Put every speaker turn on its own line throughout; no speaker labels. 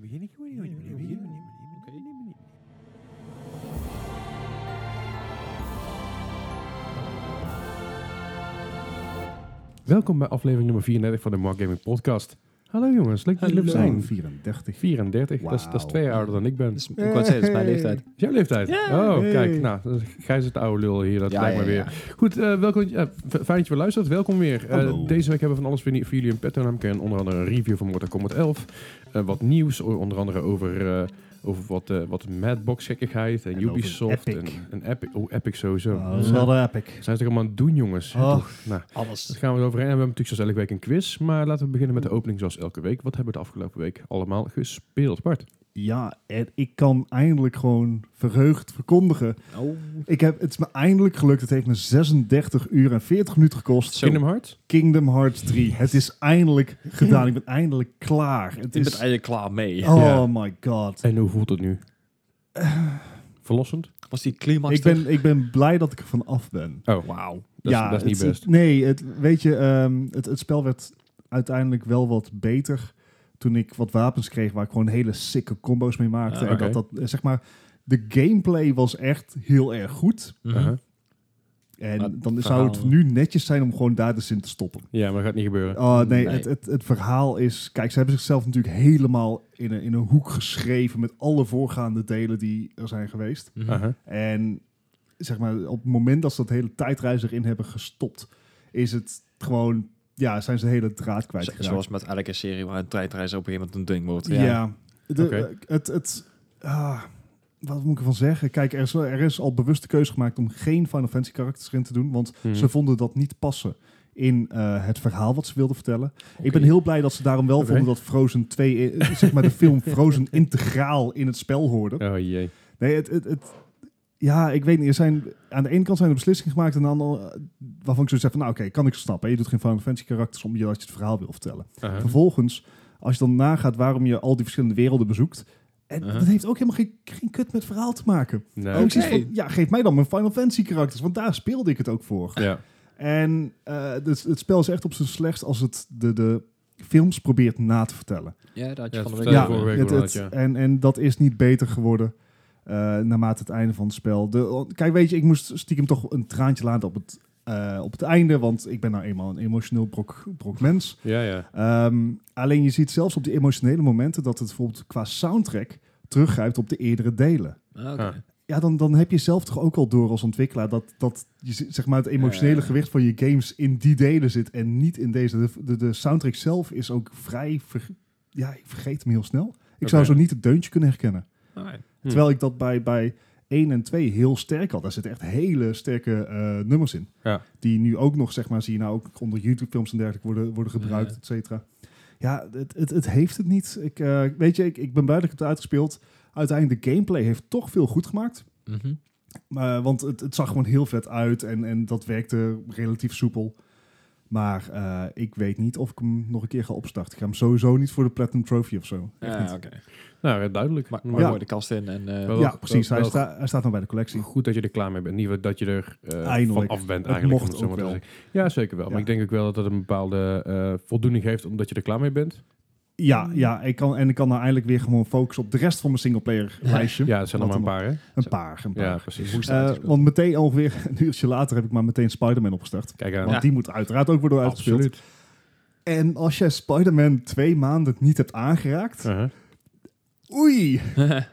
begin ik gewoon niet. Begin niet, begin niet, begin niet, begin
Welkom bij aflevering nummer 34 van de Mark Gaming Podcast. Hallo jongens, leuk dat jullie er zijn.
34.
34, dat, is, dat is
Wauw.
twee jaar ouder dan ik ben.
Dus, ik wou het zeggen, dat is mijn leeftijd.
Is jouw leeftijd? Oh,
Hey.
kijk, nou, dat is- Gijs het oude lul hier, dat
Ja,
lijkt me
ja,
weer.
ja.
Goed, eh, welkom, eh, f- fijn dat je weer luistert, welkom weer. Eh,
Hallo.
deze week hebben we van alles voor, voor jullie in petto, namelijk een- onder andere een review van Mortal Kombat 11. eh, wat nieuws, o- onder andere over, eh, over wat, eh, wat Madbox-gekkigheid en,
En over
Ubisoft en,
Epic.
en Epic. Oh, Epic sowieso.
dat is Ah, wel epic.
Zijn ze toch allemaal aan het doen, jongens?
Oh.
Nou, daar
Alles.
gaan we het overheen. En we hebben natuurlijk zoals elke week een quiz. Maar laten we beginnen met de opening zoals elke week. Wat hebben we de afgelopen week allemaal gespeeld? Bart?
Ja, en ik kan eindelijk gewoon verheugd verkondigen.
Oh.
Ik heb, het is me eindelijk gelukt. Het heeft me 36 uur en 40 minuten gekost.
Kingdom Hearts?
Kingdom Hearts 3. Het is eindelijk gedaan. Ik ben eindelijk klaar. Het
Ik ben
is...
eigenlijk klaar mee.
Oh
Ja.
my god.
En hoe voelt het nu? Verlossend?
Was die climax
Ik ben, ik ben blij dat ik er van af ben.
Oh,
Wauw.
dat, is, dat is niet
het-
best.
het- nee, het, weet je, ehm, het, het spel werd uiteindelijk wel wat beter toen ik wat wapens kreeg waar ik gewoon hele sicke combo's mee maakte.
Ah,
En
oké.
dat, dat, eh, zeg maar, de gameplay was echt heel erg goed.
Uh-huh.
En
Maar het
dan zou
verhaal-
het nu netjes zijn om gewoon daar dus in te stoppen.
Ja, maar dat gaat niet gebeuren.
Oh nee,
Nee.
Het, het, het verhaal is... Kijk, ze hebben zichzelf natuurlijk helemaal in een, in een hoek geschreven... met alle voorgaande delen die er zijn geweest.
Uh-huh.
En zeg maar, op het moment dat ze dat hele tijdreis erin hebben gestopt, is het gewoon, ja, zijn ze de hele draad
Zo-
kwijtgeraakt.
Zoals met elke serie waar een tijdreis op een gegeven moment een ding wordt.
ja. De- eh,
Oké.
Het, het, ah, wat moet ik ervan zeggen? Kijk, er is, er is al bewust de keuze gemaakt om geen Final Fantasy karakters in te doen, want
Mhm.
ze vonden dat niet passen in eh, het verhaal wat ze wilden vertellen. Ik
Oké.
ben heel blij dat ze daarom wel
Oké.
vonden dat Frozen 2, eh, zeg maar de film Frozen integraal in het spel hoorde.
Oh jee.
Nee, het, het, het- ja, ik weet niet. Er zijn, aan de ene kant zijn er beslissingen gemaakt, en aan de andere, waarvan ik zo zeg van, nou oké, kan ik snappen. Je doet geen Final Fantasy karakters omdat je dat je het verhaal wil vertellen.
Uh-huh.
Vervolgens, als je dan nagaat waarom je al die verschillende werelden bezoekt, en
Uh-huh.
dat heeft ook helemaal geen, geen kut met het Oh, verhaal te maken.
Nee.
Ook zoiets
Oké.
van, ja, geef mij dan mijn Final Fantasy karakters, want daar speelde ik het ook voor.
Ja.
En eh, het, het spel is echt op zijn slechtst als het de, de films probeert na te vertellen.
Ja, dat had je
Ja, dat
van de week.
vertelde
al.
je vorige week.
het-
inderdaad,
het-
ja.
en, en dat is niet beter geworden eh, naarmate het einde van het spel. De, oh, kijk, weet je, ik moest stiekem toch een traantje laten op het, eh, op het einde, want ik ben nou eenmaal een emotioneel brok, brok mens.
Ja, ja.
Ehm, alleen je ziet zelfs op die emotionele momenten dat het bijvoorbeeld qua soundtrack teruggrijpt op de eerdere delen.
Ah, oké.
Ah.
Ja, dan, dan heb je zelf toch ook al door als ontwikkelaar dat, dat je, z- zeg maar, het emotionele
Ja.
gewicht van je games in die delen zit en niet in deze. De, de, de soundtrack zelf is ook vrij. ver- ja, ik vergeet hem heel snel. Ik zou
Oké.
zo niet het deuntje kunnen herkennen.
Alright.
Hm.
Terwijl ik dat bij, bij 1 en 2 heel sterk had. Daar zitten echt hele sterke eh, nummers in.
Ja.
Die nu ook nog, zeg maar, zie je nou ook onder YouTube-films en dergelijke worden, worden gebruikt,
Ja.
et cetera. Ja, het, het, het heeft het niet. Ik, eh, weet je, ik, ik ben blij dat ik het heb uitgespeeld. Uiteindelijk, de gameplay heeft toch veel goed gemaakt.
Mhm.
Maar, Eh, want het, het zag gewoon heel vet uit en, en dat werkte relatief soepel. Maar eh, ik weet niet of ik hem nog een keer ga opstarten. Ik ga hem sowieso niet voor de Platinum Trophy of zo. Echt
Ja,
niet.
oké.
Nou, eh, duidelijk.
Maar,
Maar
maar
Ja.
mooi de kast in. En, eh,
Wel-
ja,
wel-
precies. Hij,
wel-
sta- hij staat nog bij de collectie.
Goed dat je er klaar mee bent. In ieder geval dat je er eh, van
Eindelijk.
af bent
Het
eigenlijk. om
mocht
zo
ook
maar te
wel.
zeggen. Ja, zeker wel.
Ja.
Maar ik denk ook wel dat het een bepaalde eh, voldoening geeft omdat je er klaar mee bent.
Ja, ja ik kan, en ik kan nou eindelijk weer gewoon focussen op de rest van mijn singleplayer lijstje.
Ja, het zijn er maar een paar, hè?
Een paar, een paar.
Ja, precies.
Hoe is
Eh,
dat?
want meteen ongeveer een uurtje later heb ik maar meteen Spider-Man opgestart.
Kijk aan.
Want
Ja.
die moet uiteraard ook worden uitgespeeld.
Absoluut.
En als jij Spider-Man twee maanden niet hebt aangeraakt...
Uh-huh.
Oei,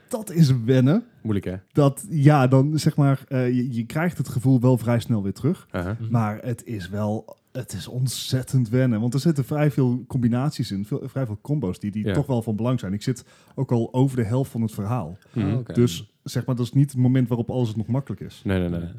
dat is wennen.
Moeilijk, hè?
dat ja, dan zeg maar, eh, je, je krijgt het gevoel wel vrij snel weer terug.
Uh-huh.
Mhm.
Maar het is wel, het is ontzettend wennen. Want er zitten vrij veel combinaties in, veel, vrij veel combo's die, die
Ja.
toch wel van belang zijn. Ik zit ook al over de helft van het verhaal.
Mhm.
Ah, oké. Eh,
Dus zeg maar, dat is niet het moment waarop alles het nog makkelijk is.
Nee, nee, nee.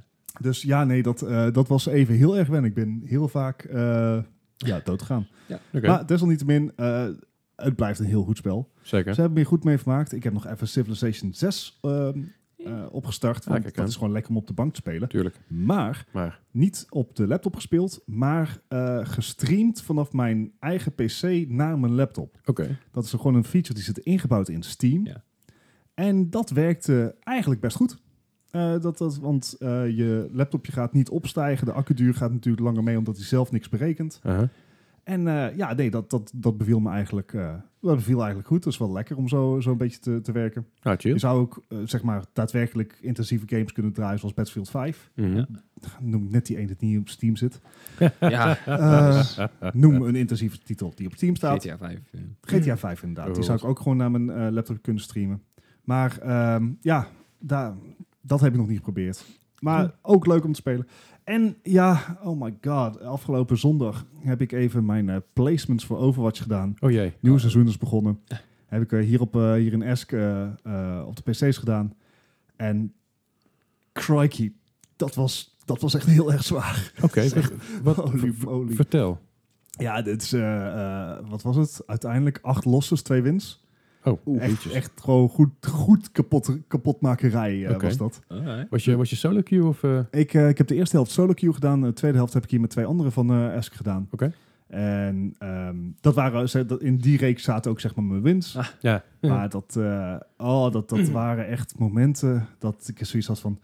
Dus ja, nee, dat, eh, dat was even heel erg wennen. Ik ben heel vaak eh ja, doodgaan.
Oké,
Maar desalniettemin, eh, het blijft een heel goed spel.
zeker.
Ze hebben me hier goed mee vermaakt. Ik heb nog even Civilization 6 ehm, eh, opgestart.
Ah,
Want
kijk
dat
aan.
is gewoon lekker om op de bank te spelen.
Tuurlijk.
Maar
Maar,
niet op de laptop gespeeld, maar eh, gestreamd vanaf mijn eigen PC naar mijn laptop.
oké.
Dat is gewoon een feature die zit ingebouwd in Steam.
Ja.
En dat werkte eigenlijk best goed. Eh, dat, dat, want eh, je laptopje gaat niet opstijgen. De accuduur gaat natuurlijk langer mee omdat hij zelf niks berekent.
Uh-huh.
En eh, ja, nee, dat, dat, dat beviel me eigenlijk, eh, dat beviel eigenlijk goed. Dat is wel lekker om zo, zo een beetje te, te werken.
Ah, chill.
Je zou ook eh, zeg maar daadwerkelijk intensieve games kunnen draaien zoals Battlefield 5.
Mhm.
Ja.
Noem ik net die ene die niet op Steam zit.
Ja,
Eh, noem een intensieve titel die op Steam staat.
GTA 5. ja.
GTA 5 inderdaad. Die zou ik ook gewoon naar mijn eh, laptop kunnen streamen. Maar ehm, ja, daar, dat heb ik nog niet geprobeerd. Maar ook leuk om te spelen. En ja, oh my god, afgelopen zondag heb ik even mijn eh, placements voor Overwatch gedaan.
Oh jee.
Nieuw seizoen is begonnen. Heb ik eh, hier, op, eh, hier in Esk eh, eh, op de PC's gedaan. En crikey, dat was, dat was echt heel erg zwaar.
Oké, ver- wat,
Holy
ver-
moly.
vertel.
Ja, dit is, eh, eh, wat was het? Uiteindelijk acht losses, twee wins.
Oh,
echt,
jeetjes.
echt gewoon goed, goed kapot, kapotmakerij eh,
Oké.
was dat.
Alright.
Was je, was je solo queue of... eh,
Ik, eh, ik heb de eerste helft solo queue gedaan. De tweede helft heb ik hier met twee anderen van eh Esk gedaan.
Oké.
En ehm, dat waren, ze- dat- in die reeks zaten ook zeg maar mijn wins.
Ja.
Maar dat, eh, oh, dat, dat waren echt momenten dat ik zoiets had van...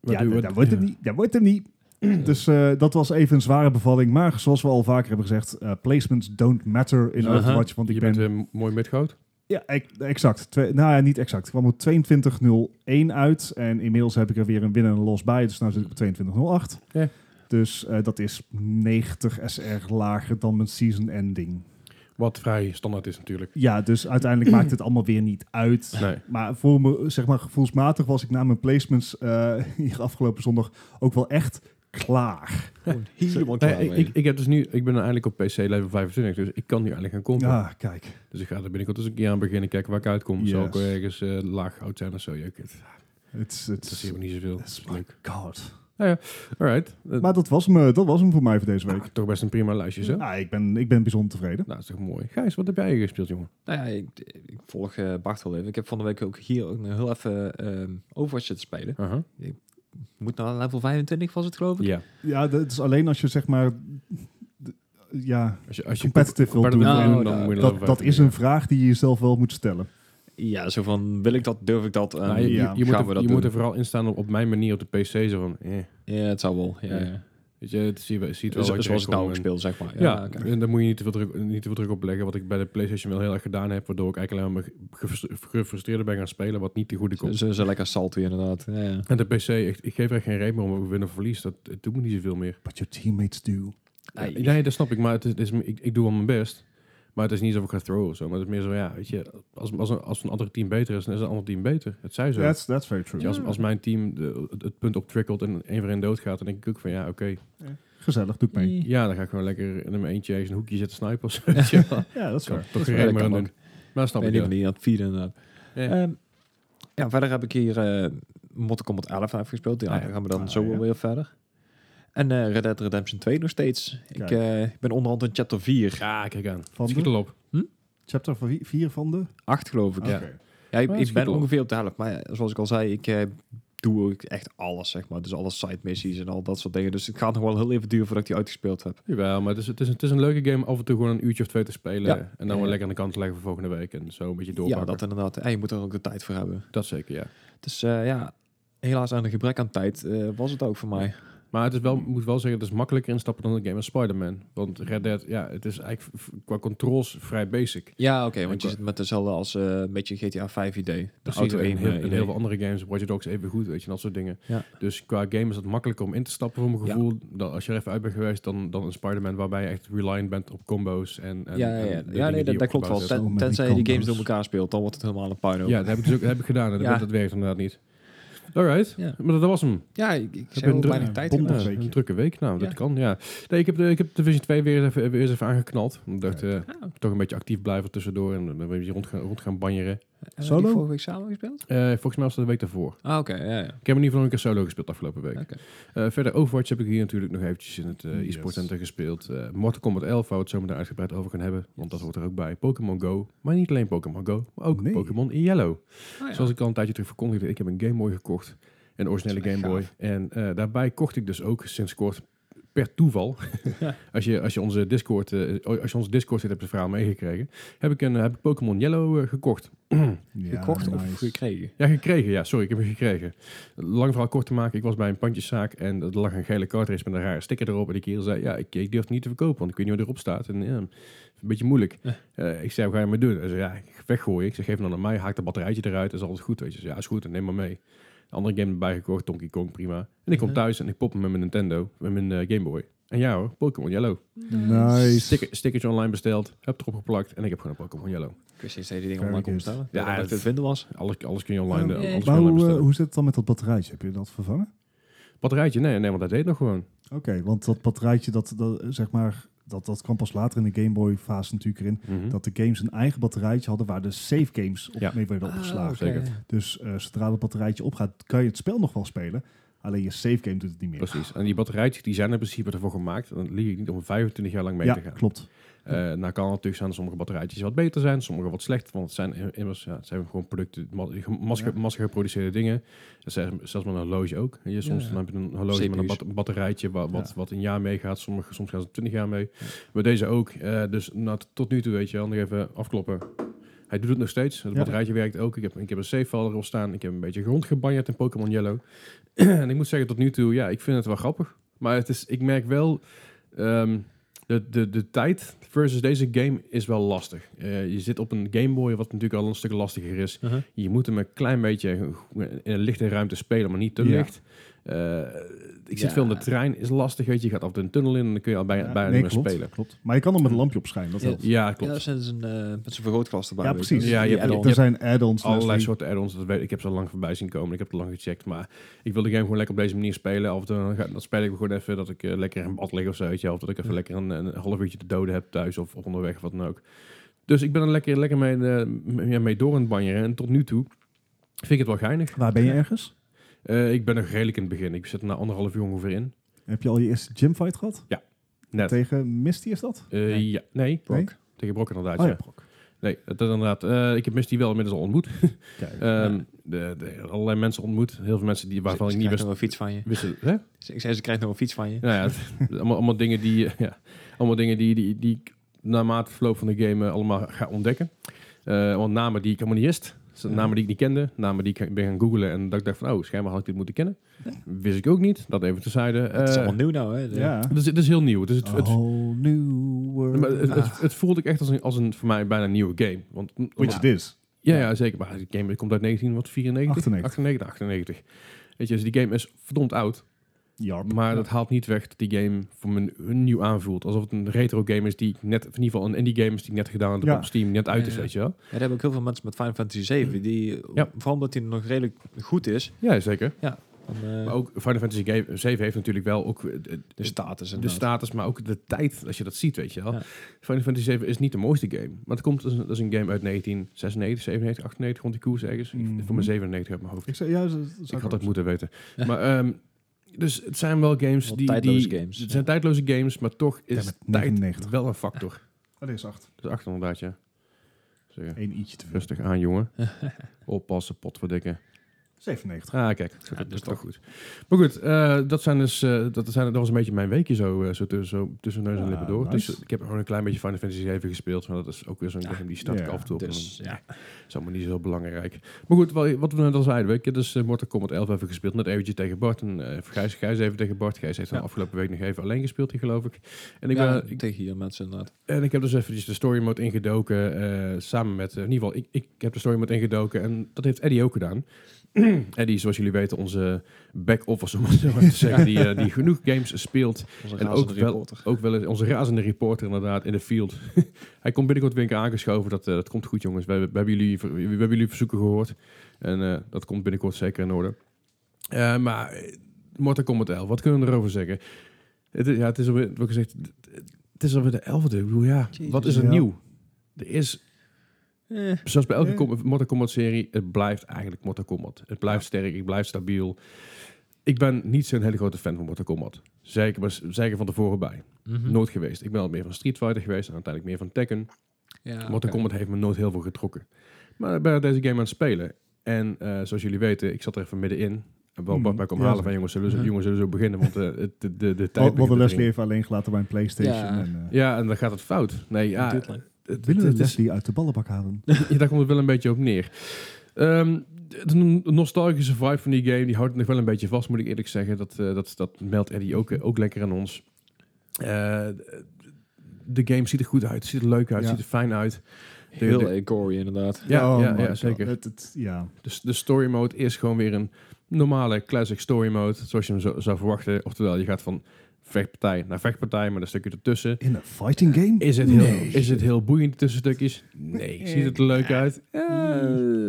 Wat
ja,
doe- wat-
dat, dat wordt hem
ja.
niet, dat wordt hem niet. Dus eh, dat was even een zware bevalling. Maar zoals we al vaker hebben gezegd, eh, placements don't matter in
Aha.
Overwatch. Want ik
Je
ben...
bent eh, mooi met goud.
Ja, ec- exact. Twee- nou ja, niet exact. Ik kwam op 22.01 uit. En inmiddels heb ik er weer een win en een los bij. Dus nu zit ik op 22.08.
Ja.
Dus eh, dat is 90 SR lager dan mijn season ending.
Wat vrij standaard is natuurlijk.
Ja, dus uiteindelijk maakt het allemaal weer niet uit.
Nee.
Maar voor me, zeg maar, gevoelsmatig was ik na mijn placements eh, hier afgelopen zondag ook wel echt klaar.
Gewoon Helemaal
Nee,
klaar mee.
ik, ik, heb dus nu, ik ben eigenlijk op PC level 25, dus ik kan nu eigenlijk gaan kompen.
Ja, kijk.
Dus ik ga er binnenkort eens een keer aan beginnen, kijken waar ik uitkom.
Yes.
Zal ik wel ergens eh, laag oud zijn of zo? Ja, ik- het
Het is- het
interesseert
is
me niet zoveel.
het
Dat
is
is leuk.
God.
Alright. Eh,
Maar dat was, me, dat was hem voor mij voor deze week.
nou, toch best een prima lijstje, zo?
Ah, ik, ben, ik ben bijzonder tevreden.
Nou, dat is toch mooi. Gijs, wat heb jij gespeeld, jongen?
Nou ja, ik, ik volg eh, Bart al even. Ik heb van de week ook hier ook nog heel even ehm Overwatch zitten spelen.
Aha.
Moet naar level 25 was het geloof ik.
Ja.
Ja, dat is alleen als je zeg maar... d- Ja,
Als je, als je
competitive wil doen.
competitive wil
Nou,
doen,
dat-
moet je
dat,
level
dat
25
is een vraag die je jezelf wel moet stellen.
Ja, zo van wil ik dat, durf ik dat. Eh, en
Nou, je je-
Ja.
je, moet,
gaan
er,
we dat
je moet
doen?
er vooral in staan op, op mijn manier op de PC. Zo van, eh.
Ja, het zou wel. Ja,
Ja.
ja.
Weet je, het zie, je ziet wel
Zo-
waar je
zoals ik nou
terechtkomt
ook
en-
speel, zeg maar.
Ja,
oké.
en daar moet je niet te, veel druk, niet te veel druk op leggen. Wat ik bij de PlayStation wel heel erg gedaan heb. Waardoor ik eigenlijk alleen maar me gefrustre- gefrustreerder ben gaan spelen. Wat niet te goede komt.
Zo, zo lekker salty inderdaad. Ja, ja.
En de PC, echt, ik geef er echt geen reden meer om of ik win of verlies. Dat het doet me niet zoveel meer.
But your teammates do.
Ai.
Nee, dat snap ik. Maar het is, het is- ik, ik doe wel mijn best. Maar het is niet alsof ik ga throw of zo. Maar het is meer zo, ja, weet je. Als, als, een, als een ander team beter is, dan is een ander team beter. Het zij zo.
That's, that's very true.
Weet je,
Hmm.
als, als mijn team de- het, het punt optrikkelt en één voor één doodgaat, dan denk ik ook van ja, oké.
Gezellig, doe ik mee.
Ja, dan ga ik gewoon lekker in mijn eentje eens een hoekje zitten snipen of zo. weet je wel.
Ja, dat is
Kan
waar.
Toch geen
Ja,
reden meer
dat
aan
kan
doen. Maar snap
Op
ik
die
ja.
manier dat vierde inderdaad.
Ja.
Ehm, ja, verder heb ik hier eh Mortal Kombat 11 afgespeeld. Ja,
Ah, ja.
daar gaan we dan
Ah,
zo
ja.
weer verder. En eh, Red Dead Redemption 2 nog steeds. Ik
Kijk.
eh, ben onderhand in chapter 4.
Ja, Ah, kijk aan.
Van
Schiet
de?
al op.
Chapter 4 van de...
8 geloof ik.
Ja.
Oké.
Ja, ik,
Maar
ik
dat is
ben
goed,
ongeveer op de helft. Maar ja, zoals ik al zei, ik eh, doe ook echt alles, zeg maar. Dus alle side missies en al dat soort dingen. Dus het gaat nog wel heel even duren voordat ik die uitgespeeld heb.
Jawel, maar het is, het, is, het is een leuke game. Af en toe gewoon een uurtje of twee te spelen.
Ja.
En dan
Ja.
wel lekker aan de kant leggen voor volgende week. En zo een beetje
Ja,
doorpakken.
dat
dat,
inderdaad. En je moet er ook de tijd voor hebben.
zeker, ja.
Dus eh, ja, helaas aan een gebrek aan tijd eh, was het ook voor mij.
Maar het is wel, ik moet wel zeggen, het is makkelijker instappen dan een game als Spider-Man. Want Red Dead, ja, het is eigenlijk v- qua controls vrij basic.
Ja, oké, want je
Ik-
zit met dezelfde als eh, een beetje GTA 5 idee. De
Precies,
auto
en
één,
heel,
eh,
en
idee.
heel veel andere games, Watch Dogs even goed, weet je, en dat soort dingen.
Ja.
Dus qua game is het makkelijker om in te stappen, voor mijn
Ja.
gevoel. Dan, als je er even uit bent geweest, dan, dan een Spider-Man waarbij je echt reliant bent op combo's. En, en,
ja, ja,
en
ja.
de
ja
dingen
nee,
die
dat,
je
dat klopt
opgebouwd
wel.
hebt.
Ten-
hebt. Oh, met die
tenzij je die games
combos.
door elkaar speelt, dan wordt het helemaal een puinhoop.
Ja, dat heb ik, dus ook, dat heb ik gedaan. En
Ja.
dat- Dat werkt inderdaad niet. Alright,
Ja.
maar dat was hem.
ja ik, ik
een
heb
druk-
weinig tijd
bom-
gehad.
Ja,
weekje.
een drukke week, nou, dat
Ja.
kan, ja. Nee, ik heb, de, ik heb Division 2 weer eens even, weer eens even aangeknald. Ik dacht, eh, toch een beetje actief blijven tussendoor en dan weer rond gaan, rond gaan banjeren.
Hebben we
Solo?
die vorige week samen gespeeld?
Eh, volgens mij was dat de week daarvoor.
Ah, oké, ja, ja.
Ik heb in ieder geval nog een keer solo gespeeld afgelopen week.
Oké.
Eh, verder Overwatch heb ik hier natuurlijk nog eventjes in het eh,
Yes.
e-sport center gespeeld. Eh, Mortal Kombat 11, waar we het zo meteen uitgebreid over gaan hebben. Want dat hoort er ook bij. Pokémon Go, maar niet alleen Pokémon Go, maar ook
Nee.
Pokémon Yellow.
Ah, ja.
Zoals ik al een tijdje terug verkondigde, ik heb een Game Boy gekocht. Een originele
Dat is
Game
echt
Boy.
gaaf.
En eh, daarbij kocht ik dus ook sinds kort per toeval, als, je, als, je onze Discord, eh, als je onze Discord zit, hebt het verhaal meegekregen, heb ik, een, heb ik Pokémon Yellow eh, gekocht.
Ja,
Gekocht of
nice.
gekregen?
Ja, gekregen. Ja, sorry, ik heb hem gekregen. Lang verhaal kort te maken. Ik was bij een pandjeszaak en er lag een gele cartridge met een rare sticker erop. En die kerel zei, ja, ik, ik durf het niet te verkopen, want ik weet niet wat erop staat. En ja, een beetje moeilijk.
Ja.
Eh, ik zei, wat ga je maar doen? Hij zei, ja, weggooien. Ik zeg, geef hem dan aan mij. Haak dat batterijtje eruit. Is alles goed, weet je. Ik zei, ja, is goed. En neem maar mee. Een andere game erbij gekocht, Donkey Kong, prima. En ik kom
Ja.
thuis en ik pop hem met mijn Nintendo, met mijn eh, Game Boy. En ja hoor, Pokémon Yellow.
Nou.
Nice.
Sticker, stickertje online besteld, heb erop geplakt en ik heb gewoon een Pokémon Yellow.
Ik wist niet eens dat je die
Very
dingen online kon
good.
bestellen.
Ja,
Ja, dat
dat-
ik het vinden was.
Alles, alles kun je online, eh, alles
Oh, jee.
kun je
Maar
online
hoe, eh,
bestellen.
hoe zit het dan met dat batterijtje? Heb je dat vervangen?
Batterijtje? Nee, nee, want dat deed nog gewoon.
Oké, want dat batterijtje, dat, dat, eh, zeg maar, dat, dat kwam pas later in de Game Boy fase natuurlijk erin.
Mhm.
Dat de games een eigen batterijtje hadden waar de save games op,
Ja.
mee werden
Ah,
opgeslagen.
oké.
zeker.
Dus eh, zodra dat batterijtje opgaat, kan je het spel nog wel spelen. Alleen je save game doet het niet meer.
Precies. En die batterijtjes die zijn in principe ervoor gemaakt, dan lieg ik niet om 25 jaar lang mee
ja,
te gaan.
klopt.
Eh nou kan het natuurlijk zijn dat sommige batterijtjes wat beter zijn, sommige wat slecht, want het zijn im- immers ja, het zijn gewoon producten, ma- massa
Ja.
massa geproduceerde dingen. Dat zijn zelfs met een horloge ook. Je, soms
ja.
dan heb je een horloge met een
CPU's.
bat- batterijtje wa- wat, wat een jaar meegaat, sommige, soms gaan ze 20 jaar mee. Maar deze ook. Eh, dus nou, t- tot nu toe weet je wel, nog even afkloppen. Hij doet het nog steeds. Het
Ja.
batterijtje werkt ook. Ik heb, ik heb een safe file erop staan. Ik heb een beetje rondgebanjerd in Pokémon Yellow. en ik moet zeggen, tot nu toe, ja, ik vind het wel grappig. Maar het is, ik merk wel, ehm, de, de, de tijd versus deze game is wel lastig. Eh, je zit op een Game Boy, wat natuurlijk al een stuk lastiger is.
Uh-huh.
Je moet hem een klein beetje in een lichte ruimte spelen, maar niet te
Ja.
licht. Eh, ik zit
Ja.
veel in de trein, is lastig. Weet je, je gaat af de tunnel in en dan kun je al bijna,
Ja,
bijna
nee,
niet meer
klopt,
spelen.
klopt. Maar je kan er met een lampje op schijnen, dat
Ja.
helpt.
Ja,
Ja,
klopt.
dat is een, eh, met zo'n vergrootglas erbij.
Ja,
weet
precies.
Ja, je
Die
hebt-
add-ons.
Er zijn add-ons.
allerlei
Leslie.
soorten add-ons. Dat weet, ik heb ze al lang voorbij zien komen. Ik heb het lang gecheckt. Maar ik wil de game gewoon lekker op deze manier spelen. Of dan ga, dat speel ik gewoon even dat ik eh, lekker in bad lig of zo. Weet je, wel. of dat ik even
Ja.
lekker een, een half uurtje te doden heb thuis of, of onderweg of wat dan ook. Dus ik ben er lekker, lekker mee, eh, m- ja, mee door aan het banjeren. En tot nu toe vind ik het wel geinig.
Waar ben je ergens?
Eh, ik ben nog redelijk in het begin. Ik zit er na anderhalf uur ongeveer in.
Heb je al je eerste gymfight gehad?
Ja, net.
Tegen Misty is dat?
Eh,
Nee.
Ja, nee.
Nee?
Tegen Brok inderdaad,
Oh ja,
ja.
Brok.
Nee, dat is inderdaad. eh, ik heb mensen die wel inmiddels al ontmoet.
Kijk.
Ehm, de, de- allerlei mensen ontmoet. Heel veel mensen die, waarvan
Ze-
ik
ze
niet wist...
krijgt nog een fiets van je.
wist hè?
Ze- Ik zei, ze krijgt nog een fiets van je.
Nou ja, het- allemaal, allemaal dingen die, eh, ja, allemaal dingen die, die, die ik naarmate het verloop van de game eh, allemaal ga ontdekken. Eh, want namen die ik helemaal niet wist. Dus Namen die ik niet kende. Namen die ik ben gaan googlen. En dat ik dacht van, oh, schijnbaar had ik dit moeten kennen. Wist ik ook niet. Dat even tezijde.
het
Eh,
is allemaal Oh. nieuw nou, hè? De-
Ja.
het, is, het is heel nieuw. Het, is, het, het,
whole new world.
maar eh, het,
Ah.
het, het voelde ik echt als een, als een voor mij bijna nieuwe game. Want, mm,
Which it is.
ja, ja, zeker. Maar die game komt uit 1994?
98.
98, 98. Weet je, dus die game is verdomd oud.
Jarp.
Maar dat haalt niet weg dat die game voor me nieuw aanvoelt. Alsof het een retro game is die ik net, of in ieder geval een indie game is die ik net gedaan heb
Ja.
op Steam, net uit is,
Ja, ja.
weet je wel.
Ja, daar hebben ook heel veel mensen met Final Fantasy 7. Die,
Mm. Ja.
Vooral omdat hij nog redelijk goed is.
Ja, zeker.
Dan, eh,
Maar ook Final Fantasy game- 7 heeft natuurlijk wel ook eh, de,
de
de,
status en
de status, maar ook de tijd, als je dat ziet, weet je wel.
Ja.
Final Fantasy 7 is niet de mooiste game. Maar het komt, dat is een, dat is een game uit 1996, 97, 98, rond die koers ergens.
Mhm.
Voor mijn 97 uit mijn hoofd.
Ik zei, ja, ze- ze-
Ik
zou
had dat
ook-
moeten weten. Maar ehm, dus het zijn wel games
Wel
die...
tijdloze
die,
games.
Het zijn tijdloze games, maar toch is
Damn it,
tijd
99.
wel een factor.
Oh, dit is acht.
Dus achter inderdaad, ja. Zeggen.
Eén i'tje te veel.
Rustig aan, jongen. Oppassen, potverdikke.
97.
Ah, kijk. Dat is,
dat is
toch goed. Maar goed, eh, dat, zijn dus, eh, dat, zijn, dat was een beetje mijn weekje zo, eh, zo, tussen, zo tussen neus en
Ah,
lippen door.
nice.
Dus ik heb gewoon een klein beetje Final Fantasy 7 gespeeld. Maar dat is ook weer zo'n game die start ik
ja,
af en toe op.
Dus
En dan-
ja,
Dat is allemaal niet zo heel belangrijk. Maar goed, wat, wat we net al zeiden. Ik heb dus eh, Mortal Kombat 11 even gespeeld. Net eventjes tegen Bart. En eh Gijs, Gijs even tegen Bart. Gijs heeft
Ja.
dan afgelopen week nog even alleen gespeeld, hier, geloof ik. En
ik
ik,
ja,
ben, ik-
tegen hier mensen inderdaad.
en ik heb dus eventjes de story mode ingedoken. eh, samen met, eh, in ieder geval, ik, ik heb de story mode ingedoken. En dat heeft Eddie ook gedaan. Eddie, zoals jullie weten, onze back-office, om het zo maar te zeggen. Die, eh, die genoeg games speelt.
Onze
En ook
razende
wel-
reporter.
Ook wel eens onze razende reporter inderdaad, in de field. Hij komt binnenkort weer een keer aangeschoven. Dat, eh, dat komt goed, jongens. We, hebben- we, hebben jullie, ver- we hebben jullie verzoeken gehoord. En eh, dat komt binnenkort zeker in orde. Eh, maar eh, Mortal Kombat 11, wat kunnen we erover zeggen? Het, is- ja, het is alweer, wat gezegd, het is alweer de 11e. Ik bedoel, ja,
Jezus.
wat is er
Ja.
nieuw? Er is
Eh,
Zoals bij elke
Eh.
Com- Mortal Kombat serie, het blijft eigenlijk Mortal Kombat. Het blijft sterk, het blijft stabiel. Ik ben niet zo'n hele grote fan van Mortal Kombat. Zeker, maar zeker van tevoren bij.
mhm.
Hm?
Nooit geweest. Ik ben al meer van Street Fighter geweest en uiteindelijk meer van Tekken.
Ja,
Ah,
Mortal
oké.
Kombat heeft me nooit heel veel getrokken. Maar ik ben deze game aan het spelen. En eh, zoals jullie weten, ik zat er even middenin. En wel Bart
Mm,
bij kom
ja,
halen
zo.
van jongens, zullen ze,
Ja.
jongens, zullen ze beginnen, want eh, het- de, de, de tijd...
Wat hadden
begint te
Leslie
dringen.
even alleen gelaten bij een PlayStation.
Ja.
En, eh,
Ja, en dan gaat het fout. Nee, ja,
Duurt lang.
het-
willen we
het is-
Leslie uit de ballenbak halen?
Ja, daar komt het wel een beetje op neer. Ehm, de n- nostalgische vibe van die game, die houdt het nog wel een beetje vast, moet ik eerlijk zeggen. Dat, eh, dat, dat meldt Eddie ook, eh, ook lekker aan ons. Eh, de game ziet er goed uit, ziet er leuk uit,
Ja.
ziet er fijn uit. De-
Heel
de-
eh, gory, inderdaad.
ja,
Oh
ja,
my
ja,
God.
zeker.
Het, het- ja.
Dus de story mode is gewoon weer een normale classic story mode, zoals je hem zo, zou verwachten. Oftewel, je gaat van vechtpartij naar vechtpartij, maar een stukje ertussen.
In een fighting game?
Is het heel,
Nee.
is het heel boeiend tussenstukjes? Nee. Ziet het er leuk uit? Ja,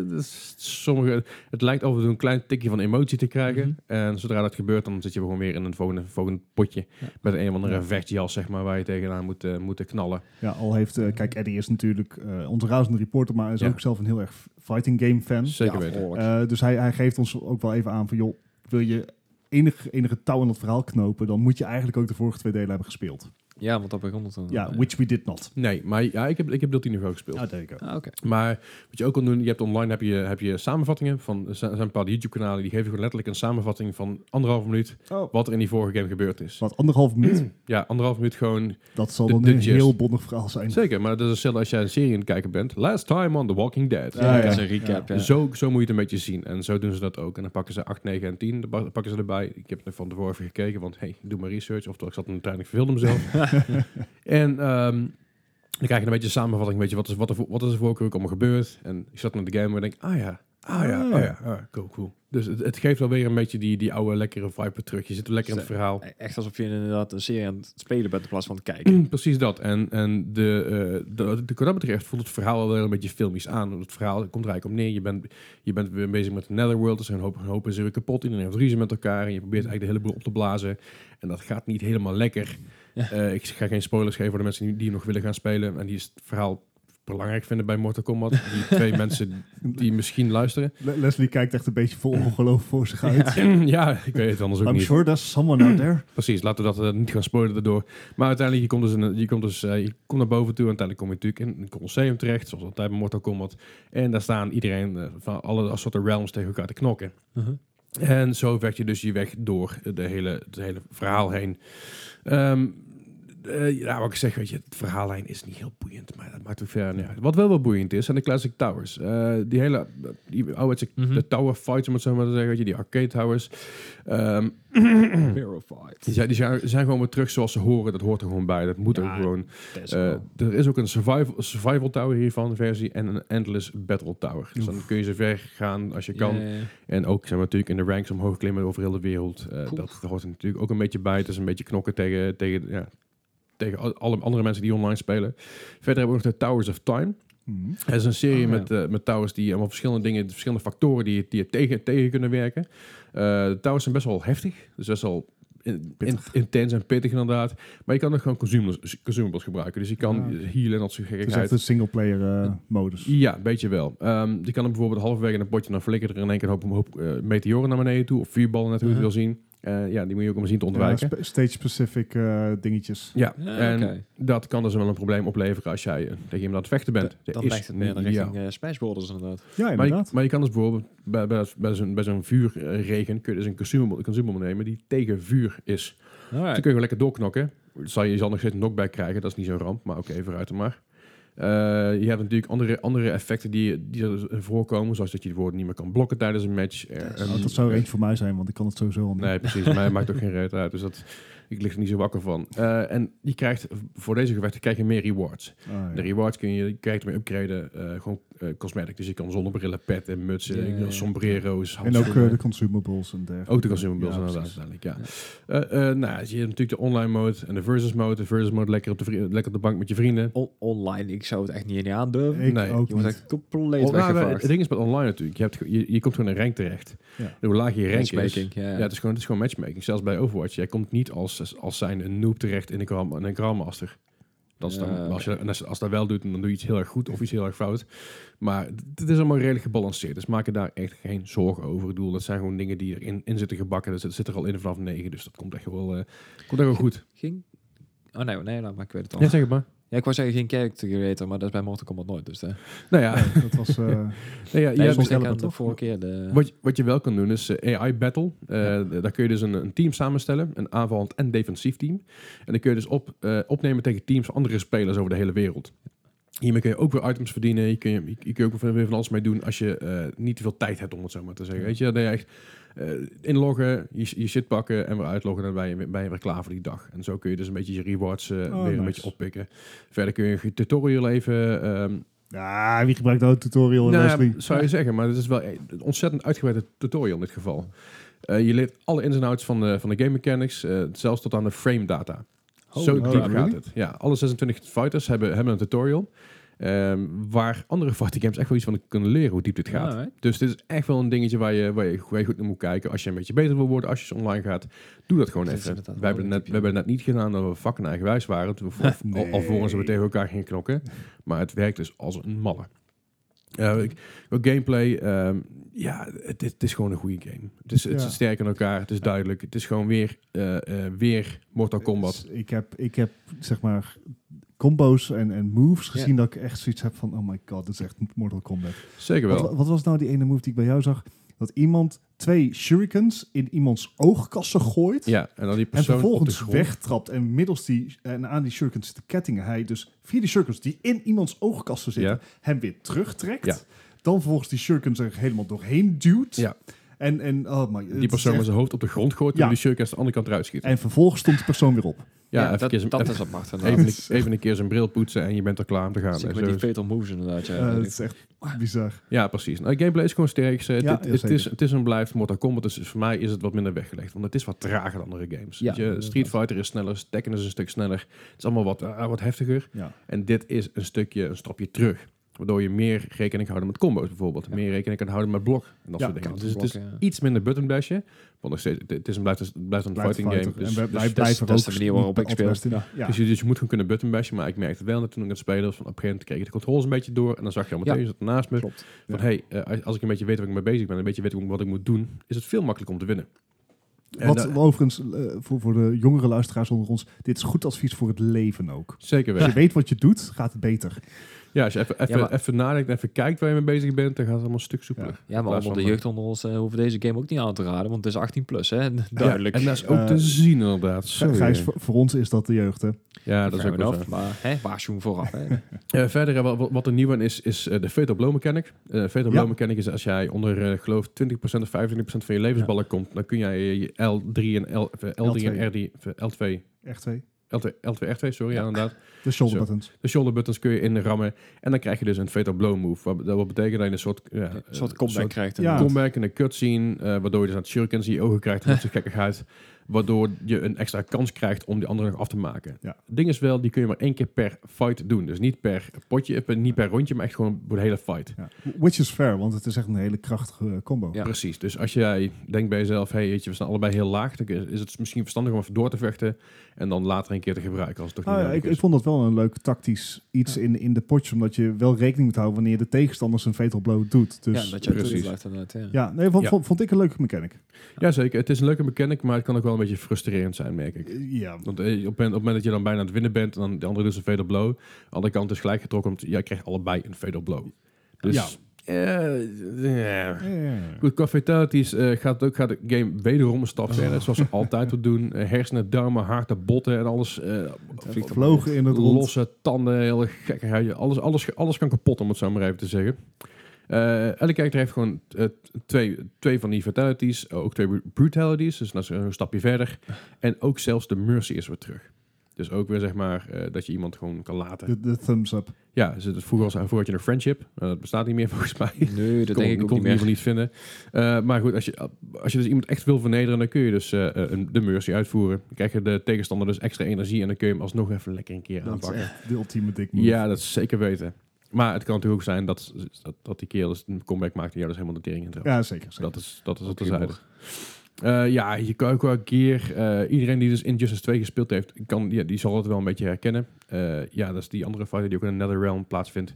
dat is- sommige, het lijkt of we een klein tikje van emotie te krijgen.
Mhm.
En zodra dat gebeurt, dan zit je gewoon weer in een volgende, volgende potje.
Ja.
Met een of andere
Ja.
vechtjas, zeg maar, waar je tegenaan moet, eh, moeten knallen.
Ja, al heeft... eh, kijk, Eddie is natuurlijk eh onze razende reporter, maar hij is
Ja.
ook zelf een heel erg fighting game fan.
Zeker
Ja,
weten.
behoorlijk.
Eh, dus hij, hij geeft ons ook wel even aan van, joh, wil je enig, enige touw aan dat verhaal knopen, dan moet je eigenlijk ook de vorige twee delen hebben gespeeld.
ja, want dat begon het dan.
Ja, which we did not.
Nee, maar ja, ik heb, ik heb deel 10 nog wel gespeeld.
Ah, there you go.
Ah, oké.
Maar wat je ook kan doen, je hebt online heb je, heb je samenvattingen van er zijn er zijn bepaalde YouTube-kanalen. Die geven gewoon letterlijk een samenvatting van anderhalve minuut
Oh.
wat er in die vorige game gebeurd is.
Wat anderhalf minuut,
Ja, anderhalf minuut gewoon
dat zal
De-
dan
de
een
gist.
heel bondig verhaal zijn.
Zeker, maar dat is hetzelfde als jij een serie aan het kijken bent. Last time on The Walking Dead.
Ja,
Ja,
ja.
dat is een recap. Ja.
Zo, zo moet je het een beetje zien. En zo doen ze dat ook. En dan pakken ze 8, 9 en 10. Dan pa- pakken ze erbij. Ik heb er van tevoren even gekeken, want hey, ik doe maar research. Oftewel, ik zat en uiteindelijk verveelde mezelf. en ehm, dan krijg je een beetje een samenvatting. Weet je, wat is, wat, er, voor- wat is er voor ook allemaal gebeurd? En ik zat naar de game en denk, ah ja, ah ja,
Ah.
ah ja, ah, cool, cool. Dus het, het geeft alweer een beetje die, die oude lekkere vibe weer terug. Je zit lekker in het verhaal.
Echt alsof je inderdaad een serie aan het spelen bent in plaats van het kijken.
Precies dat. En, en de, eh de, de, wat dat betreft voelt het verhaal wel weer een beetje filmisch aan. Want Het verhaal komt er eigenlijk om neer. Je bent, je bent weer bezig met de Netherworld. Er zijn een hoop, een hoop is er kapot. Iedereen heeft ruzie met elkaar. En je probeert eigenlijk de hele boel op te blazen. En dat gaat niet helemaal lekker.
Ja.
Eh, ik ga geen spoilers geven voor de mensen die, die nog willen gaan spelen. En die het verhaal belangrijk vinden bij Mortal Kombat. Die twee mensen die misschien luisteren.
Le- Leslie kijkt echt een beetje vol ongeloof voor zich uit.
ja, ik weet het anders ook
I'm
niet.
sure there's someone out there.
Precies, laten we dat eh, niet gaan spoilen daardoor. Maar uiteindelijk, je komt dus, in, je komt dus eh, je komt naar boven toe. En uiteindelijk kom je natuurlijk in een colosseum terecht. Zoals altijd bij Mortal Kombat. En daar staan iedereen eh, van alle soorten realms tegen elkaar te knokken. En zo vecht je dus je weg door de hele, het hele verhaal heen. Ehm, eh, ja, wat ik zeg, weet je, het verhaallijn is niet heel boeiend, maar dat maakt ook verder niet uit. Wat wel wel boeiend is, zijn de Classic Towers. Eh, die hele, die oude,
Mhm.
de tower fights, om het zo maar te zeggen, weet je, die arcade towers. Ehm,
Verified.
die zijn, die zijn, zijn gewoon weer terug zoals ze horen. Dat hoort er gewoon bij. Dat moet
Ja,
ook gewoon.
Dat is
Eh,
wel-
er is ook een survival, survival tower hiervan versie en een endless battle tower. Dus dan kun je zo ver gaan als je kan.
Ja, ja, ja.
En ook zijn we natuurlijk in de ranks omhoog klimmen over heel de wereld. Eh,
Cool.
Dat hoort er natuurlijk ook een beetje bij. Het is een beetje knokken tegen, tegen, ja, tegen al- alle andere mensen die online spelen. Verder hebben we ook de Towers of Time.
Hmm.
Het is een serie
Oh, ja.
met, eh, met towers die allemaal verschillende dingen, verschillende factoren die, die je tegen, tegen kunnen werken. Eh, de towers zijn best wel heftig, dus best wel in- in- intens en pittig inderdaad. Maar je kan ook gewoon consumables, consumables gebruiken, dus je kan
Ah, oké.
healen en dat
Dus
soort
Het is echt
gekheid.
een singleplayer eh, modus.
Ja, een beetje wel. Ehm je kan hem bijvoorbeeld halverwege in een potje, dan flikkeren er in één keer een hoop, een hoop eh, meteoren naar beneden toe, of vuurballen net hoe je het
Mhm.
wil zien. Eh, ja, die moet je ook om zien te
Ja,
ontwijken.
spe- Stage-specific eh, dingetjes.
Ja,
Ja,
en
oké.
dat kan dus wel een probleem opleveren als jij eh, tegen iemand aan het vechten bent. Er
Dan
is
lijkt het meer
niet-
richting
ja.
eh, Smash Brothers inderdaad.
Ja,
Maar je,
inderdaad.
maar je kan dus bijvoorbeeld bij, bij, bij zo'n, bij zo'n vuurregen kun je dus een consumable, consumable nemen die tegen vuur is. Dus dan kun je wel lekker doorknokken. Zal je, je zal nog steeds een knockback krijgen, dat is niet zo'n ramp, maar oké, vooruit dan maar. Eh, je hebt natuurlijk andere, andere effecten die, die er voorkomen, zoals dat je de woorden niet meer kan blokken tijdens een match. Er-
Dat is-
een-
Oh, dat zou er eentje voor mij zijn, want ik kan het sowieso al niet.
Ehm, Nee, precies. Mij maakt ook geen reet uit. Dus dat, ik lig er niet zo wakker van. Eh, en je krijgt voor deze gevechten krijg je meer rewards.
Ah,
De
ja.
rewards kun je direct mee upgraden. eh, gewoon eh, cosmetic. Dus je kan zonnebrillen, pet en mutsen, eh,
Ja, ja, ja.
sombrero's,
En ook
handschoenen.
eh, de consumables en dergelijke.
Ook de consumables
Ja,
inderdaad,
precies.
uiteindelijk, ja. Eh eh, nou, ja, zie je hebt natuurlijk de online mode en de versus mode. De versus mode lekker op de, vri- lekker op de bank met je vrienden.
On- online, ik zou het echt niet aan durven.
Ik
Nee,
ook
Je wordt
niet.
echt compleet
Oh, nou,
weggevaagd.
het ding is met online natuurlijk. Je, hebt, ge- je, je komt gewoon in een rank terecht.
Ja.
En Hoe laag je rank is...
Matchmaking, ja.
Ja, het is, gewoon, het is gewoon matchmaking. Zelfs bij Overwatch. Jij komt niet als, als zijn een noob terecht in een, gram, in een grandmaster. Dat is dan,
Ja,
als, je, en als, als dat wel doet, dan doe je iets heel erg goed of iets heel erg fout. Maar d- het is allemaal redelijk gebalanceerd. Dus maak je daar echt geen zorgen over. Ik bedoel, dat zijn gewoon dingen die erin in zitten gebakken. Dat zit, zit er al in vanaf negen. Dus dat komt echt wel, eh, komt echt wel goed.
Ging... Oh nee, nee, nou, maar ik weet het al.
Ja, zeg het maar.
Ja, ik wou zeggen geen character creator, maar dat is bij Mortal Kombat nooit. Dus hè. Nee,
Nou ja,
Nee, dat was... eh,
nou ja je hebt-
dus ik
Mortal
aan
Kombat,
de
toch?
vorige keer de...
Wat, je- wat je wel kan doen is eh, AI Battle. Eh,
eh, Ja.
d- Daar kun je dus een, een team samenstellen, een aanvallend en defensief team. En dan kun je dus op, eh, opnemen tegen teams van andere spelers over de hele wereld. Hiermee kun je ook weer items verdienen. Je kun, je, je kun je ook weer van alles mee doen als je eh, niet te veel tijd hebt, om het zo maar te zeggen. Weet je, dat je echt eh, inloggen, je, je shit pakken en weer uitloggen. En dan ben je, ben je weer klaar voor die dag. En zo kun je dus een beetje je rewards eh, weer
nice.
een beetje oppikken. Verder kun je een tutorial even ehm,
ja, wie gebruikt nou een tutorial in
nou, ja,
Wesley?
zou je zeggen, maar het is wel een ontzettend uitgebreide tutorial in dit geval. Eh, je leert alle ins en outs van de, van de game mechanics, eh, zelfs tot aan de frame data.
Oh,
Holy
Zo
nou,
crap,
diep
really?
gaat het. Ja, alle 26 fighters hebben, hebben een tutorial. ehm, waar andere fighting games echt wel iets van kunnen leren hoe diep dit gaat.
Alright.
Dus dit is echt wel een dingetje waar je, waar, je, waar je goed naar moet kijken. Als je een beetje beter wil worden, als je online gaat, doe dat gewoon
Dat is
even.
inderdaad
We
wel
hebben,
een
het net,
tipje.
we hebben het net niet gedaan dat we fucking eigenwijs waren. Toen we voor,
Nee.
al, alvorens we tegen elkaar gingen knokken. Maar het werkt dus als een malle. Eh, ik- ook gameplay, ehm, ja, het, het is gewoon een goede game. Het is, het
Ja.
is sterk in elkaar, het is duidelijk. Het is gewoon weer, eh, eh, weer Mortal Kombat.
Dus ik, heb, ik heb, zeg maar, combo's en, en moves gezien
Ja.
dat ik echt zoiets heb van... Oh my god, dit is echt Mortal Kombat.
Zeker wel.
Wat, wat was nou die ene move die ik bij jou zag? Dat iemand twee shurikens in iemands oogkassen gooit.
Ja, en dan die
En
persoon op de
vervolgens
grond.
wegtrapt en middels die en aan die shurikens te kettingen hij dus via die shurikens die in iemands oogkasten zitten hem weer terugtrekt.
Ja.
Dan vervolgens die shurikens er helemaal doorheen duwt.
Ja.
En, en, oh my, het
Die
is
persoon met
echt-
zijn hoofd op de grond gooit en
Ja.
die shuriken aan de andere kant eruit schiet.
en vervolgens stond die persoon weer op.
Ja,
Ja,
even, een
dat,
keer zijn-
dat
even,
is apart.
even,
inderdaad.
een- even een keer zijn bril poetsen en je bent er klaar om te gaan.
Zeker
En
met
zo
die
is-
fatal moves inderdaad. Ja,
Eh, het is echt bizar.
Ja, precies. Nou, gameplay is gewoon sterk. Ze-
Ja,
het,
ja,
het, is,
zeker.
het is en blijft Mortal Kombat, dus voor mij is het wat minder weggelegd. Want het is wat trager dan andere games.
Ja,
Weet je,
inderdaad.
Street Fighter is sneller, Tekken is een stuk sneller. Het is allemaal wat, ah, wat heftiger.
Ja.
En dit is een stukje, een stapje terug. Waardoor je meer rekening houdt met combo's bijvoorbeeld.
Ja.
Meer rekening kan houden met blok en dat
Ja,
soort dingen. Dus
counterblock,
het is
ja.
iets minder button bashje. Want nog steeds, het- het is en blijft, een- blijft een
Blijft
fighting
fighter.
game. Dus,
en wij,
dus-
wij
dus-
blijven
dat is de
ook
manier waarop
niet
ik speel.
best in. Ja.
dus je, dus je moet gewoon kunnen button bashen, maar ik merkte wel dat toen ik het spelen was, van op een gegeven moment kreeg ik de controls een beetje door en dan zag je al meteen,
Ja.
je zat naast me,
Klopt.
van
Ja.
hey, eh, als- als ik een beetje weet waar ik mee bezig ben, een beetje weet hoe- wat ik moet doen, is het veel makkelijker om te winnen. En
Wat
dat-
overigens, eh, voor, voor de jongere luisteraars onder ons, dit is goed advies voor het leven ook.
zeker
Als
weten.
je weet wat je doet, gaat het beter.
Ja, als je even, even,
Ja, maar-
even nadenkt en even kijkt waar je mee bezig bent, dan gaat het allemaal een stuk soepeler.
Ja, maar
plaats
allemaal
van,
de
eh,
jeugd onder ons eh, hoeven deze game ook niet aan te raden, want het is 18 plus, hè? Duidelijk.
En dat is ook
Eh,
te zien inderdaad. Zo,
Gijs,
ja.
voor, voor ons is dat de jeugd, hè?
ja, dat is ook wel zo.
Maar hè, waarschuwing vooraf, hè?
Eh, verder, eh, wa- wa- wat er nieuw aan is, is eh, de Fatal Blow Mechanic. Eh fatal Blow
Ja.
Mechanic is als jij onder, eh, geloof 20% of 25% van je levensballen komt, dan kun jij je L3 en L, of, eh, L3 en RD, of, eh, L2,
Echt twee.
L2, L2, R2, sorry,
Ja.
ja, inderdaad.
De shoulder
Zo.
buttons.
De shoulder buttons kun je inrammen. En dan krijg je dus een fatal blow move. Wat, dat wat betekent dat je een soort, ja,
Een
eh,
soort comeback krijgt.
Ja.
inderdaad.
comeback en een cutscene. eh waardoor je dus aan het shurikens in je ogen krijgt. En dat soort gekkigheid. Waardoor je een extra kans krijgt om die andere nog af te maken.
Ja.
Het ding is wel, die kun je maar één keer per fight doen. Dus niet per potje, eh, niet per rondje, maar echt gewoon voor de hele fight.
Ja. Which is fair, want het is echt een hele krachtige eh, combo.
Ja.
Precies. Dus als jij denkt bij jezelf, hey, weet je, we staan allebei heel laag. Dan is het misschien verstandig om even door te vechten. En dan later een keer te gebruiken als het toch niet
Nou ja,
nodig
ik,
is.
ik vond dat wel een leuk tactisch iets in, in de potjes, omdat je wel rekening moet houden wanneer de tegenstander zijn fatal blow doet. Dus,
Ja, dat je
Precies.
precies blijft inderdaad, ja.
Ja, nee, vond,
Ja.
Vond, vond ik een leuke mechanic.
Jazeker, het is een leuke mechanic, maar het kan ook wel een beetje frustrerend zijn, merk ik.
Eh, Ja,
Want eh, op, het moment- op het moment dat je dan bijna aan het winnen bent, en dan de andere doet zijn fatal blow. De andere kant is gelijk getrokken, want jij krijgt allebei een fatal blow. Dus,
Ja.
eh, eh.
Eh,
Goed, qua fatalities eh, gaat, het ook, gaat de game wederom een stap verder, zoals ze altijd wat doen. Eh, hersenen, darmen, harten, botten en alles. eh,
vliegt vlogen in het rond.
losse tanden, hele gekkigheid. Alles, alles, alles kan kapot, om het zo maar even te zeggen. Eh elke kijker heeft gewoon eh, t- twee, twee van die fatalities, ook twee bru- brutalities, dus dat is een stapje verder. En ook zelfs de mercy is weer terug. Dus ook weer zeg maar eh, dat je iemand gewoon kan laten.
De, de thumbs up.
ja, dus het- vroeger was vroeger had je een friendship, maar dat bestaat niet meer volgens mij.
Nee, dat
kon,
denk ik ook
kon
niet
in ieder
meer.
geval niet vinden. Eh, maar goed, als je, als je dus iemand echt wil vernederen, dan kun je dus eh, een, de mercy uitvoeren. Dan krijg je de tegenstander dus extra energie en dan kun je hem alsnog even lekker een keer
Dat is
aanpakken.
echt de ultieme dik move.
Ja, dat is zeker weten. Maar het kan natuurlijk ook zijn dat, dat, dat die kerel dus een comeback maakt en jou dus helemaal de tering in trapt.
ja zeker. zeker.
dat is, dat is het
Ook humor.
terzijde. Eh ja, je kan ook wel een keer... eh, iedereen die dus Injustice 2 gespeeld heeft, kan, ja, die zal het wel een beetje herkennen. Eh, ja, dat is die andere fighter die ook in een Netherrealm plaatsvindt.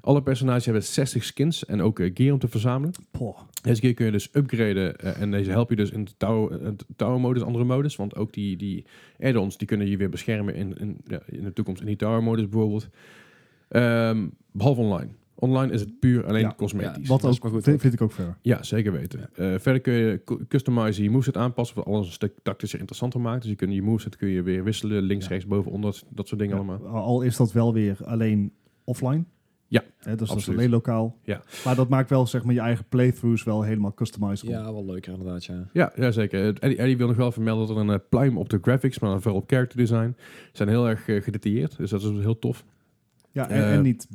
Alle personages hebben 60 skins en ook eh, gear om te verzamelen.
Poh.
Deze keer kun je dus upgraden eh, en deze help je dus in de tower, eh, de tower modus, andere modus. Want ook die, die add-ons die kunnen je weer beschermen in, in, ja, in de toekomst in die tower modus bijvoorbeeld. Ehm, behalve online. Online is het puur alleen
Ja.
cosmetisch. Ja,
Wat
dat is
ook,
maar goed
vind,
ook.
vind ik ook verder.
zeker weten. Eh, verder kun je cu- customizen je moveset aanpassen, wat alles een stuk tactischer interessanter maakt. Dus je kunt je moveset kun je weer wisselen, links,
Ja.
rechts, boven, onder, dat- dat soort dingen
Ja,
allemaal.
Al is dat wel weer alleen offline.
Ja,
Hè, dus dat is
absoluut.
alleen lokaal.
Ja.
Maar dat maakt wel zeg maar, je eigen playthroughs wel helemaal customizable.
Ja, wel leuker inderdaad, ja.
Ja, ja zeker. Eh, Eddie, Eddie wil nog wel vermelden dat er een eh, pluim op de graphics, maar dan vooral op character design, zijn heel erg eh, gedetailleerd. Dus dat is heel tof.
Ja, en,
Eh,
en niet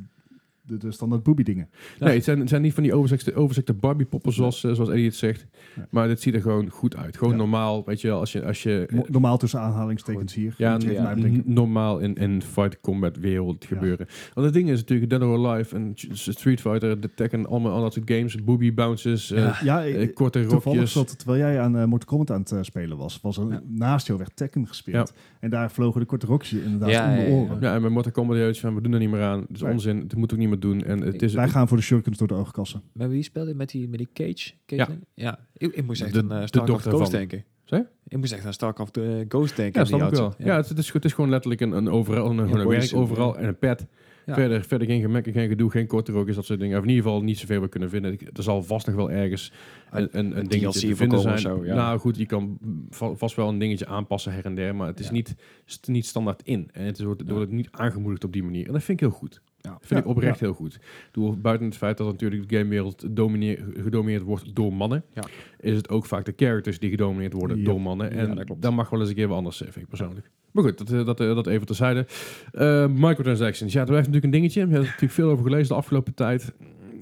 de, de standaard booby dingen.
Ja.
Nee, het zijn, het zijn niet van die overzekte, overzekte Barbie-poppen zoals, eh, zoals Eddie het zegt.
Nee.
Maar dit ziet er gewoon goed uit. Gewoon
Ja.
normaal, weet je wel, als je... Als je
Mo- Normaal tussen aanhalingstekens hier.
eh, ja,
Moet je even
ja.
nadenken.
n- normaal in, in Fight Combat wereld
Ja.
gebeuren. Want het ding is natuurlijk Dead or Alive en Ch- Street Fighter, de Tekken, allemaal al dat soort games, booby bounces, eh,
Ja.
Ja,
eh,
eh,
korte
toevallig
rokjes.
zat terwijl jij aan eh Mortal Kombat aan het eh, spelen was, was er
Ja.
naast jou werd Tekken gespeeld. En daar vlogen de korte rokjes je inderdaad
Ja,
om de
ja, ja.
oren.
Ja, en bij Mortal Kombat had je iets van, we doen er niet meer aan. Het is
Nee.
onzin, het moet ook niet meer doen. En het is...
Wij gaan voor de shurkens door de oogkassen.
Met wie speelde je? met die, met die Cage? Caitlyn? Ja. Ik, ik moest echt
De-
aan eh,
de
Starcraft
dochter
Ghost
van.
denken.
Zeg?
Ik moest echt aan Starcraft eh, Ghost
Ja,
denken. in die
snap ik wel.
outfit.
Ja, het, het is, het is gewoon letterlijk een, een overal, een, gewoon een
body
werk
suit,
overal
ja.
en een pet.
Ja.
Verder, verder geen gemekken, geen gedoe, geen korte rokjes, dat soort dingen. Of in ieder geval niet zoveel we kunnen vinden. Ik- Er zal vast nog wel ergens een, een, een
Een
dingetje
DLC
te vinden
voorkomen
zijn.
of zo, ja.
Nou goed, je kan mm, va- vast wel een dingetje aanpassen her en der, maar het is
Ja.
niet, st- niet standaard in. En het is- wordt,
Ja.
wordt ook niet aangemoedigd op die manier. En dat vind ik heel goed.
Ja.
Dat vind
Ja,
ik oprecht heel goed. Ik bedoel, buiten het feit dat natuurlijk de gamewereld domineer- gedomineerd wordt door mannen,
Ja.
is het ook vaak de characters die gedomineerd worden
Ja.
door mannen. En
Ja, dat
dat,
klopt.
mag wel eens een keer wat anders zijn, vind ik persoonlijk. Maar goed, dat, eh, dat, eh, dat even terzijde. Eh microtransactions. Ja, dat blijft natuurlijk een dingetje. We hebben er natuurlijk veel over gelezen de afgelopen tijd.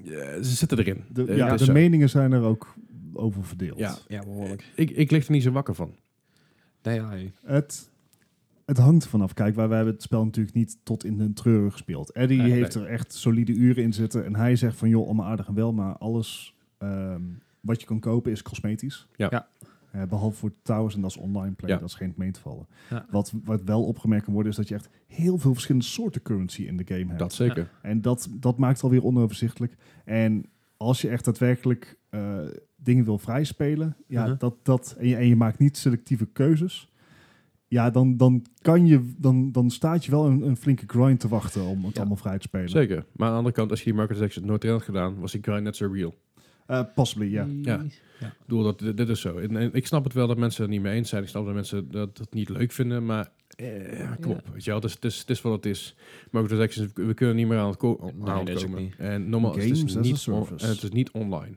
Eh, ze zitten erin.
De,
Eh,
ja,
het is
de
zo.
meningen zijn er ook over verdeeld.
Ja.
Ja, behoorlijk.
ik, ik lig er niet zo wakker van.
Nee, ja, hey.
Het, het hangt vanaf. Kijk, wij, wij hebben het spel natuurlijk niet tot in de treuren gespeeld. Eddie
Nee,
heeft er echt solide uren in zitten. En hij zegt van, joh, allemaal aardig en wel, maar alles ehm, wat je kan kopen is cosmetisch.
Ja.
Ja.
Eh, behalve voor towers en dat is online play,
Ja.
dat is geen gemeentevallen.
Ja.
Wat, wat wel opgemerkt kan worden, is dat je echt heel veel verschillende soorten currency in de game hebt.
Dat zeker.
En dat, dat maakt het alweer onoverzichtelijk. En als je echt daadwerkelijk eh, dingen wil vrijspelen, ja,
Mhm.
dat, dat, en, je, en je maakt niet selectieve keuzes, ja, dan, dan, kan je, dan, dan staat je wel een, een flinke grind te wachten om het
Ja.
allemaal vrij te spelen.
Zeker. Maar aan de andere kant, als je die microtransactions nooit erin had gedaan, was die grind net zo real.
Eh, possibly, ja.
Ja. Ik bedoel, dat, dit, dit is zo. En, en ik snap het wel dat mensen er niet mee eens zijn. Ik snap dat mensen dat, dat niet leuk vinden, maar eh, kom
Ja.
op. Weet je wel, het is, het is, het is wat het is. Microtransactions, we kunnen niet meer aan het, ko- aan
Nee,
het
dat is ook
komen.
niet.
En normaal het is
Games as
het
a
niet, on-
service.
en het is niet online.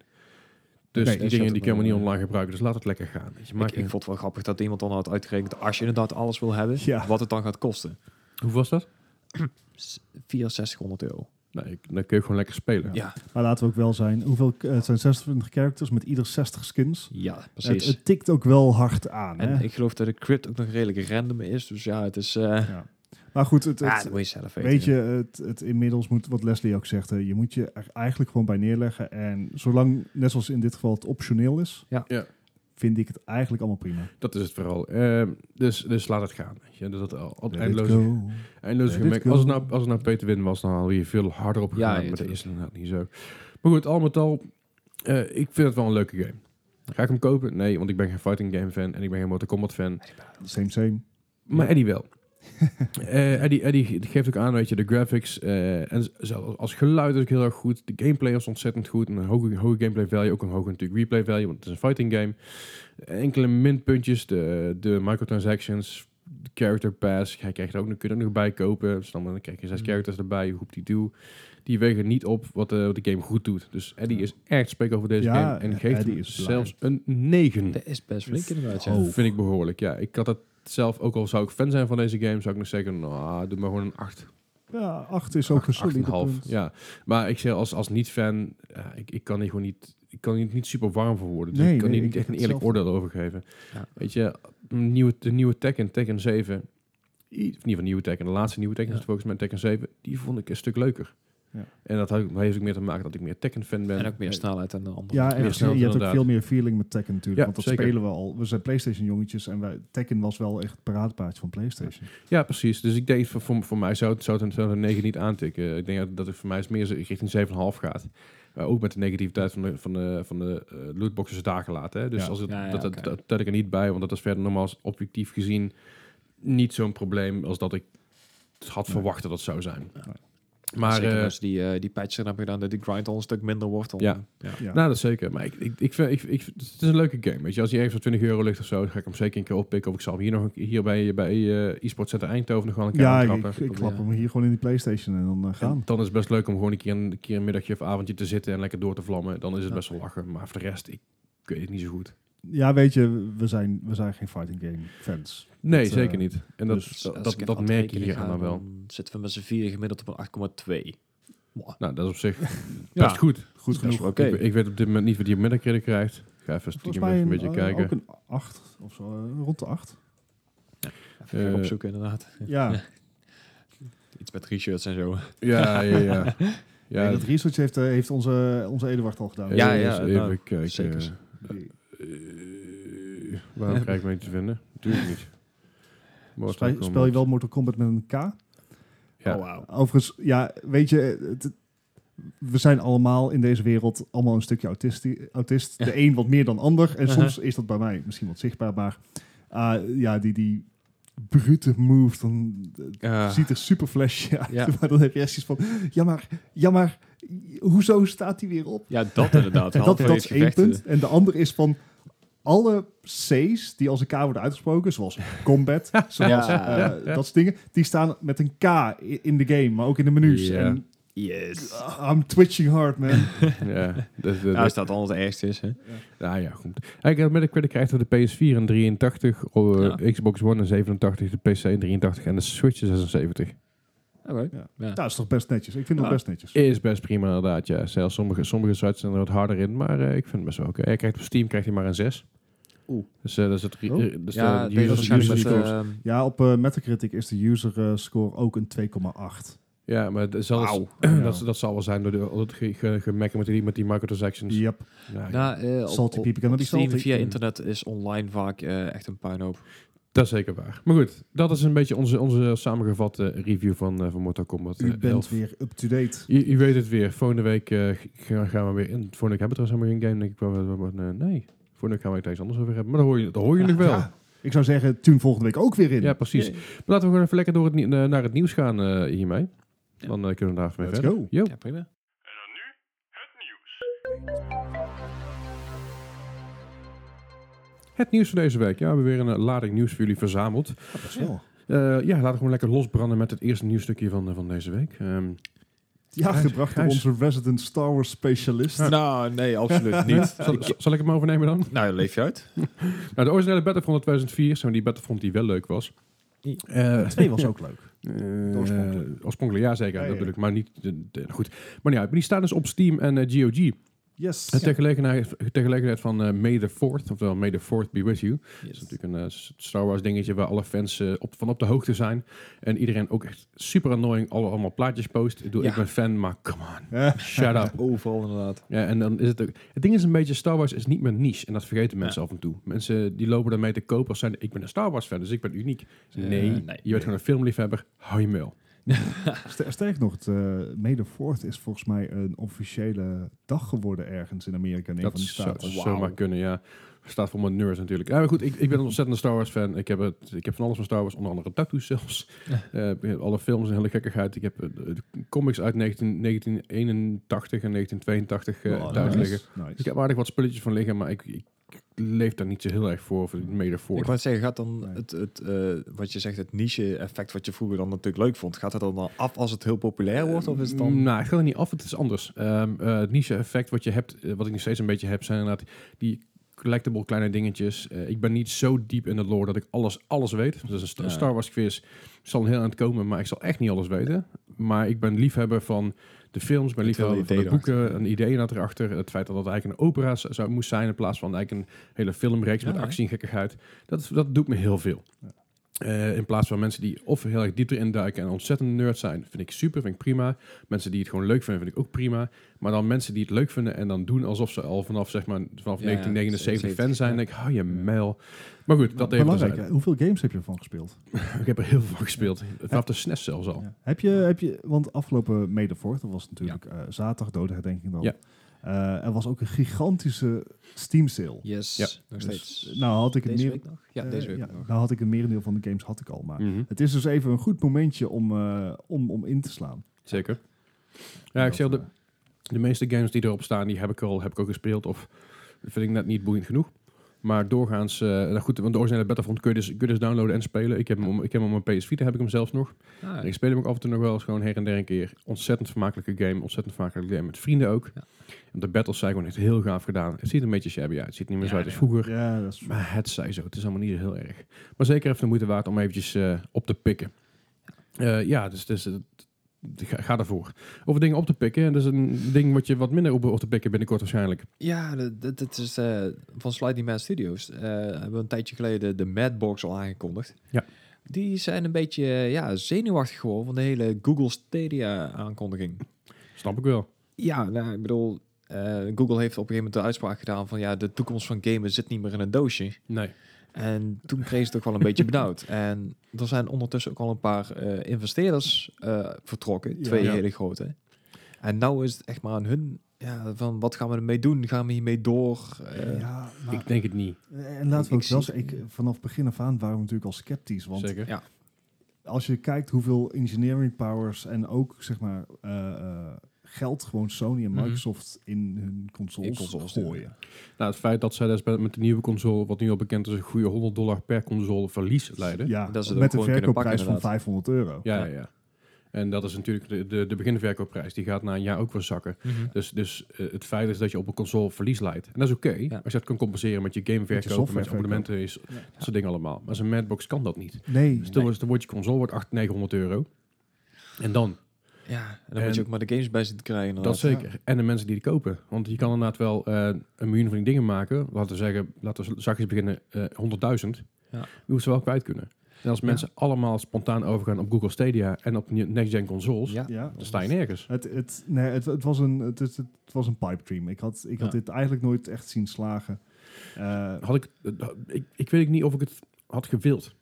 Dus die
Nee,
dat
dingen
is
die kunnen we niet
wel-
online gebruiken, dus laat het lekker gaan. Weet je, maak
Ik, ik
je-
vond het wel grappig dat iemand dan had uitgerekend, als je inderdaad alles wil hebben,
Ja.
wat het dan gaat kosten.
hoe was dat?
S- 6400 euro.
Nou, ik, dan kun je gewoon lekker spelen.
Ja,
Maar laten we ook wel zijn, hoeveel, eh, het zijn 26 characters met ieder 60 skins.
ja,
Het,
precies.
het tikt ook wel hard aan.
en
Hè?
eh.
ik geloof dat de crypt ook nog redelijk random is, dus ja, het is... eh
Ja. Maar goed, het,
ah,
het,
dat moet je zelf weten.
Weet je, het, het inmiddels moet, wat Leslie ook zegt, hè, je moet je er eigenlijk gewoon bij neerleggen. En zolang, net zoals in dit geval, het optioneel is,
Ja.
Ja.
vind ik het eigenlijk allemaal prima.
Dat is het vooral. Eh, dus, dus laat het gaan. Weet je. Dat, dat, al- al,
Let it
eindeloze
go.
Eindeloos
Let it
gemerkt.
go.
Als het nou, als het nou Peter Win was, dan hadden we hier veel harder op
Ja,
gegaan.
ja,
maar dat
tuurlijk.
is inderdaad niet zo. Maar goed, al met al, eh, ik vind het wel een leuke game. Ga ik hem kopen? Nee, want ik ben geen fighting game fan en ik ben geen Mortal Kombat fan.
Same, same.
Maar Eddie wel. Eh, Eddie, Eddie ge- geeft ook aan, weet je, de graphics eh, en z- zelfs als geluid is ook heel erg goed. De gameplay is ontzettend goed. En een hoge, hoge gameplay value, ook een hoge natuurlijk replay value, want het is een fighting game. Enkele minpuntjes, de, de microtransactions, de character pass. Hij krijgt er ook, nog- kun je er ook nog bij kopen. Dus dan dan krijg je zes
Mm.
Hmm.
characters erbij, hoep die doe. Die wegen niet op wat, eh, wat de game goed doet. Dus Eddie is echt spreek over deze
Ja, eh,
game en geeft
Eddie
hem
is blij.
zelfs een 9.
Dat is best flink inderdaad, ja.
Oh.
Vind ik behoorlijk, ja. Ik had dat zelf, ook al zou ik fan zijn van deze game, zou ik nog zeggen, nou, doe maar gewoon een 8.
Ja, 8 is ook een solide punt.
Ja, maar ik zeg als, als niet-fan, ja, ik, ik kan hier gewoon niet, ik kan hier niet super warm voor worden. Dus
Nee,
ik kan
nee,
hier niet
ik
echt een
heb
eerlijk
hetzelfde.
oordeel over geven.
Ja.
Weet je, een nieuwe, de nieuwe Tekken, Tekken 7, i- of in ieder geval nieuwe Tekken, de laatste nieuwe Tekken
Ja.
is het volgens mij Tekken 7, die vond ik een stuk leuker.
Ja.
En dat had- heeft ook meer te maken dat ik meer Tekken-fan ben.
En ook meer snelheid dan de andere.
Ja, en
Ja,
je-
snel,
je, hebt ook
inderdaad.
veel meer feeling met Tekken natuurlijk.
Ja,
want dat
zeker.
spelen we al. We zijn PlayStation jongetjes en wij, Tekken was wel echt het paradepaardje van PlayStation.
Ja, precies. Dus ik denk, voor, voor, voor mij zou het, zou het een- zou het een 9 niet aantikken. Ik denk dat- dat het voor mij is meer zo richting 7,5 gaat. eh, ook met de negativiteit van de, van de, van de eh, lootboxes daar gelaten. Hè? Dus
Ja.
als het,
Ja, ja,
dat, dat,
oké.
dat tel ik er niet bij, want dat is verder normaal objectief gezien niet zo'n probleem als dat ik het had
Nee.
verwacht dat het zou zijn.
Nee.
Maar
Zeker
eh,
als die, eh, die patch erin hebben gedaan, dat die grind al een stuk minder wordt. Dan,
Ja.
ja.
Ja.
Nou, dat zeker. Maar ik, ik, ik vind, ik, ik- het is een leuke game. Weet je, als die ergens voor 20 euro ligt of zo, dan ga ik hem zeker een keer oppikken. Of ik zal hem hier, nog, een- hier bij, bij eh e-sport Center Eindhoven nog wel een keer
Ja,
aan
ik, ik,
trappen.
ik klap
Ja.
hem hier gewoon in die PlayStation en dan eh, gaan.
En dan is het best leuk om gewoon een keer, een keer een middagje of avondje te zitten en lekker door te vlammen. Dan is het
Ja.
best wel lachen. Maar voor de rest, ik, ik weet het niet zo goed.
Ja, weet je, we zijn, we zijn geen fighting game fans.
Nee,
Dat, eh,
zeker niet. En dat,
dus
dat,
Als
dat,
ik even
dat
aan het
merk je
rekenen
hier
ga,
aan dan wel.
dan Zitten we met z'n vieren gemiddeld op een 8,2.
Nou, dat is op zich best
Ja.
goed.
Goed
Dat is
genoeg.
wel oké.
Ik, ik weet op dit moment niet wat die op middag krijgt. Ik ga even
Volgens
stiekem
mij
even
een,
een beetje
eh,
kijken.
ook een 8 of zo, eh, rond de 8.
Even
Eh,
gaan opzoeken inderdaad.
Ja,
Iets met t-shirts en zo.
Ja, ja, ja. ja,
Nee, dat research heeft, eh, heeft onze, onze Eduard al gedaan.
eh,
Ja,
eens
ja,
even
nou,
kijken.
zeker.
Die-
Eh, waarom krijg ik me niet te vinden? Natuurlijk niet. Mortal
Spel,
Kombat.
spel je wel Mortal Kombat met een K?
Ja.
Oh, wauw.
Overigens, ja, weet je, eh, het- we zijn allemaal in deze wereld allemaal een stukje autisti- autist. De een wat meer dan ander. En
Uh-huh.
soms is dat bij mij misschien wat zichtbaar, maar ah, ja, die, die brute move, dan eh,
Eh,
ziet er super flashy uit.
Ja.
Maar dan heb je echt iets van, ja maar, ja maar, hoezo staat die weer op?
ja, dat inderdaad.
En dat, dat
Halverwege
is één
gevechten.
punt. En de andere is van alle C's die als een K worden uitgesproken, zoals combat, zoals
Ja.
eh, dat soort dingen, die staan met een K i- in de game, maar ook in de menus.
Ja.
En
Yes.
ah, I'm twitching hard, man. Nou,
Ja, dat, dat,
Nou,
dat-
is dat al het ergste is, hè?
ah, ja, goed. Eigenlijk met de krijgt we de PS4 een 83, eh, Xbox One een 87, de PC een 83 en de Switch een 76.
Oké.
Ja.
Ja.
Dat is toch best netjes. Ik vind dat
Ja.
best netjes.
Is best prima inderdaad, ja. Zelfs sommige, sommige sites zijn er wat harder in, maar eh, ik vind het best wel oké. Hij krijgt op Steam krijgt hij maar een 6.
Oeh.
Dus eh, dat is het... re-
Oh.
eh, dus
Ja,
de
deze
user-
waarschijnlijk
user
met...
scores.
ehm,
Ja, op eh, Metacritic is de user eh, score ook een 2,8.
ja, maar dat zal,
eh, Wauw.
dat, dat zal wel zijn door de, door het ge- ge- gemekker met die, met die microtransactions.
Yep.
Nou,
Nou, eh, op-
Salty
op-
people cannot
op
be
Steam
salty.
via internet is online vaak eh, echt een puinhoop.
Dat is zeker waar. Maar goed, dat is een beetje onze, onze samengevatte review van, eh, van Mortal Kombat. eh,
U bent
11.
weer up-to-date.
U, u weet het weer. Volgende week eh, gaan gaan we weer in. Volgende week hebben we trouwens helemaal geen game, denk ik. Wel, wel, wel, eh, nee, volgende week gaan we het ergens anders over hebben. Maar dat hoor je, dat hoor je nog wel. Ja,
Ah, Ja. Ik zou zeggen, tune volgende week ook weer in.
precies. Maar laten we gewoon even lekker door het, nie- eh, naar het nieuws gaan eh, hiermee. Dan eh, kunnen we daar even mee
Let's
verder.
go.
Yo.
Ja, prima.
En dan nu het nieuws.
Het nieuws van deze week. Ja, we hebben weer een eh, lading nieuws voor jullie verzameld.
Dat is wel.
Eh, ja, laten we gewoon lekker losbranden met het eerste nieuwstukje van, eh, van deze week. Ehm,
Ja,
Gijs-
gebracht door
Gijs.
onze resident Star Wars specialist.
Nou, nee, absoluut niet.
zal, zal ik hem overnemen dan?
Nou, leef je uit.
Nou, de originele Battlefront uit 2004, zijn die Battlefront die wel leuk was.
Ja.
Eh,
Twee was ook leuk.
eh,
oorspronkelijke.
oorspronkelijk, ja zeker,
Ja, ja, ja.
natuurlijk. Maar niet, de- de- goed. Maar ja, maar die staan dus op Steam en eh, GOG.
Yes.
En ter gelegenheid, ter gelegenheid van eh, May the 4th, oftewel May the 4th be with you. Dat is natuurlijk een eh, s- Star Wars dingetje waar alle fans eh, op, van op de hoogte zijn. En iedereen ook echt super annoying alle, allemaal plaatjes post. Ik, bedoel,
Ja.
ik ben fan, maar come on,
Eh,
shut up.
Overal inderdaad.
Ja, en dan is het ook... Het ding is een beetje, Star Wars is niet mijn niche. En dat vergeten mensen af en toe. Mensen die lopen daarmee te koop als zijn... Ik ben een Star Wars fan, dus ik ben uniek.
Eh,
nee,
nee.
je bent gewoon een filmliefhebber. Hou je mail.
ster- Sterk nog, het eh May the 4th is volgens mij een officiële dag geworden ergens in Amerika in een
Dat
van die
zou
staten.
Wauw.
zomaar kunnen, ja. Staat voor mijn nerds natuurlijk. Ja, maar goed, ik, ik ben een ontzettende Star Wars fan. Ik heb, het, ik heb van alles van Star Wars, onder andere tattoos zelfs. Eh, ik heb alle films en hele gekkigheid. Ik heb eh, de- de comics uit 19, 1981 en 1982 eh,
Oh,
thuis
nice.
liggen.
Nice.
Ik heb aardig wat spulletjes van liggen, maar ik, ik leef daar niet zo heel erg voor. Of mede voor.
Ik wou zeggen, gaat dan
Nee.
het, het eh, wat je zegt, het niche-effect wat je vroeger dan natuurlijk leuk vond, gaat dat dan al af als het heel populair wordt? Of is het
Ehm,
dan...
Mm, Nou, het gaat er niet af. Het is anders. Ehm, eh, het niche-effect wat je hebt, eh, wat ik nog steeds een beetje heb, zijn inderdaad die collectible kleine dingetjes. Eh, ik ben niet zo diep in het lore dat ik alles, alles weet. Dus een sta-
Ja.
Star Wars quiz zal een heel eind komen, maar ik zal echt niet alles weten. Maar ik ben liefhebber van de films, ik ben
Het hele
liefhebber van de
idee
boeken, een idee dat erachter. Het feit dat het eigenlijk een opera z- zou, moest zijn in plaats van eigenlijk een hele filmreeks
Ja,
met
hè?
actie en gekkigheid. Dat, dat doet me heel veel. Eh, in plaats van mensen die of heel erg diep erin duiken en ontzettend nerd zijn, vind ik super, vind ik prima. Mensen die het gewoon leuk vinden, vind ik ook prima. Maar dan mensen die het leuk vinden en dan doen alsof ze al vanaf, zeg maar, vanaf
Ja,
1979 fan
70,
zijn,
ja.
denk ik, hou je mijl. Maar goed, dat even
Belangrijk,
terzijde.
hè, hoeveel games heb je ervan gespeeld?
Ik heb er heel veel van gespeeld. Vanaf de SNES zelfs al.
Ja. Heb, je, heb je, want afgelopen May the 4th, dat was natuurlijk eh, zaterdag, dode herdenking dan.
Ja.
Eh, er was ook een gigantische Steam sale.
Yes,
Ja.
nog
Dus,
steeds.
nou had ik het
deze
meer-
week nog? Ja,
eh,
deze week
ja,
nog.
Nou had ik een merendeel van de games had ik al, maar
Mhm.
het is dus even een goed momentje om, eh, om, om in te slaan.
Zeker. Ja, ik
Dat,
zeg de,
eh,
de meeste games die erop staan, die heb ik al, heb ik al gespeeld. Of vind ik net niet boeiend genoeg. Maar doorgaans, eh, nou goed, want de originele Battlefront kun je dus, kun je dus downloaden en spelen. Ik heb hem, om- ik heb hem op mijn PS Vita, heb ik hem zelfs nog.
Ah,
Ik speel hem ook af en toe nog wel eens gewoon her en der een keer. Ontzettend vermakelijke game, ontzettend vermakelijke game met vrienden ook.
Ja.
En De battles zijn gewoon echt heel gaaf gedaan. Het ziet een beetje shabby uit, het ziet niet meer zo
Ja,
uit als
ja.
vroeger.
eh, Ja, dat is
Maar het zij zo, het is allemaal niet zo heel erg. Maar zeker even de moeite waard om eventjes eh, op te pikken. Eh, ja, dus, dus eh, ga, ga ervoor. Over dingen op te pikken, en dat is een ding wat je wat minder op op te pikken binnenkort waarschijnlijk.
Ja, dat- dat dat is eh, van Sliding Man Studios. eh, hebben we een tijdje geleden de Madbox al aangekondigd.
Ja.
Die zijn een beetje eh, ja, zenuwachtig geworden van de hele Google Stadia aankondiging.
Snap ik wel.
Ja, nou, ik bedoel, eh, Google heeft op een gegeven moment de uitspraak gedaan van ja, de toekomst van gamen zit niet meer in een doosje.
Nee.
En toen kreeg ze het ook wel een beetje benauwd. En er zijn ondertussen ook al een paar eh, investeerders eh, vertrokken.
Ja.
twee
Ja.
hele grote. En nou is het echt maar aan hun. Ja, van wat gaan we ermee doen? Gaan we hiermee door? Eh,
ja, maar-
ik denk het niet.
en laten
ik
we ook wel
zie-
zeggen, ik, vanaf begin af aan waren we natuurlijk al sceptisch. Want
zeker.
ja.
als je kijkt hoeveel engineering powers en ook zeg maar eh, eh, geld gewoon Sony en
Mhm.
Microsoft in hun consoles,
In consoles,
gooien.
Nou, het feit dat zij dus met- met de nieuwe console, wat nu al bekend is, een goede 100 dollar per console verlies leiden.
Ja,
Dat ze het ook
met een
gewoon kunnen
verkoopprijs
pakken,
van 500 euro.
Ja, ja, ja. En dat is natuurlijk de, de, de beginverkoopprijs. Die gaat na een jaar ook weer zakken. Dus, dus eh, het feit is dat je op een console verlies leidt. En dat is oké, als je dat kan compenseren met je
Met je
gameverkoop, met
softwareverkoop.
abonnementen, is, dat soort dingen allemaal. Maar zo'n Madbox kan dat niet.
Nee,
Dus dan wordt- dan wordt je console wordt 800, 900 euro. En dan,
Ja, en dan moet
En-
je ook maar de games bij zitten krijgen.
dat
inderdaad.
zeker. En de mensen die die kopen. Want je kan inderdaad wel eh, een miljoen van die dingen maken. Laten we zeggen, laten we zachtjes beginnen, eh 100.000.
Ja.
Die moeten ze wel kwijt kunnen. En als mensen allemaal spontaan overgaan op Google Stadia en op ne- next-gen consoles,
Ja.
ja.
dan sta je nergens.
Het, het, nee, het, het was een, het, is- het was een pipe dream. Ik had, ik had
Ja.
dit eigenlijk nooit echt zien slagen. Eh,
Had ik, eh, ik, ik weet niet of ik het had gewild.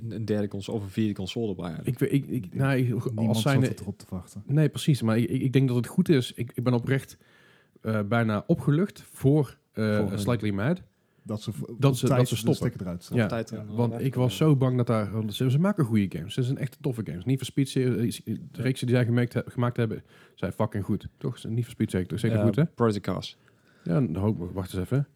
Een, een derde console of een vierde console erbij. eigenlijk.
Ik, weet- ik, ik, nou, ik-
niemand
als
zat
zijn,
het erop te wachten.
Nee, precies. Maar ik, ik ik denk dat het goed is. Ik, ik ben oprecht eh, bijna opgelucht voor, eh,
Voor hun.
Slightly Mad.
Dat ze, v- op
Dat ze-
tijd
dat ze
de
stoppen.
stekker eruit zetten.
Ja,
tijd om-
want ik was zo bang dat daar... want Ze, ze maken goede games. Ze zijn echt toffe games. Niet for Speed, series- eh, de reeksen die zij gemaakt, he- gemaakt hebben, zijn fucking goed. Toch? Niet for Speed zeker, toch? zeker
Eh,
goed, hè?
Project Cars.
Ja, dan hoop ik. Wacht eens even.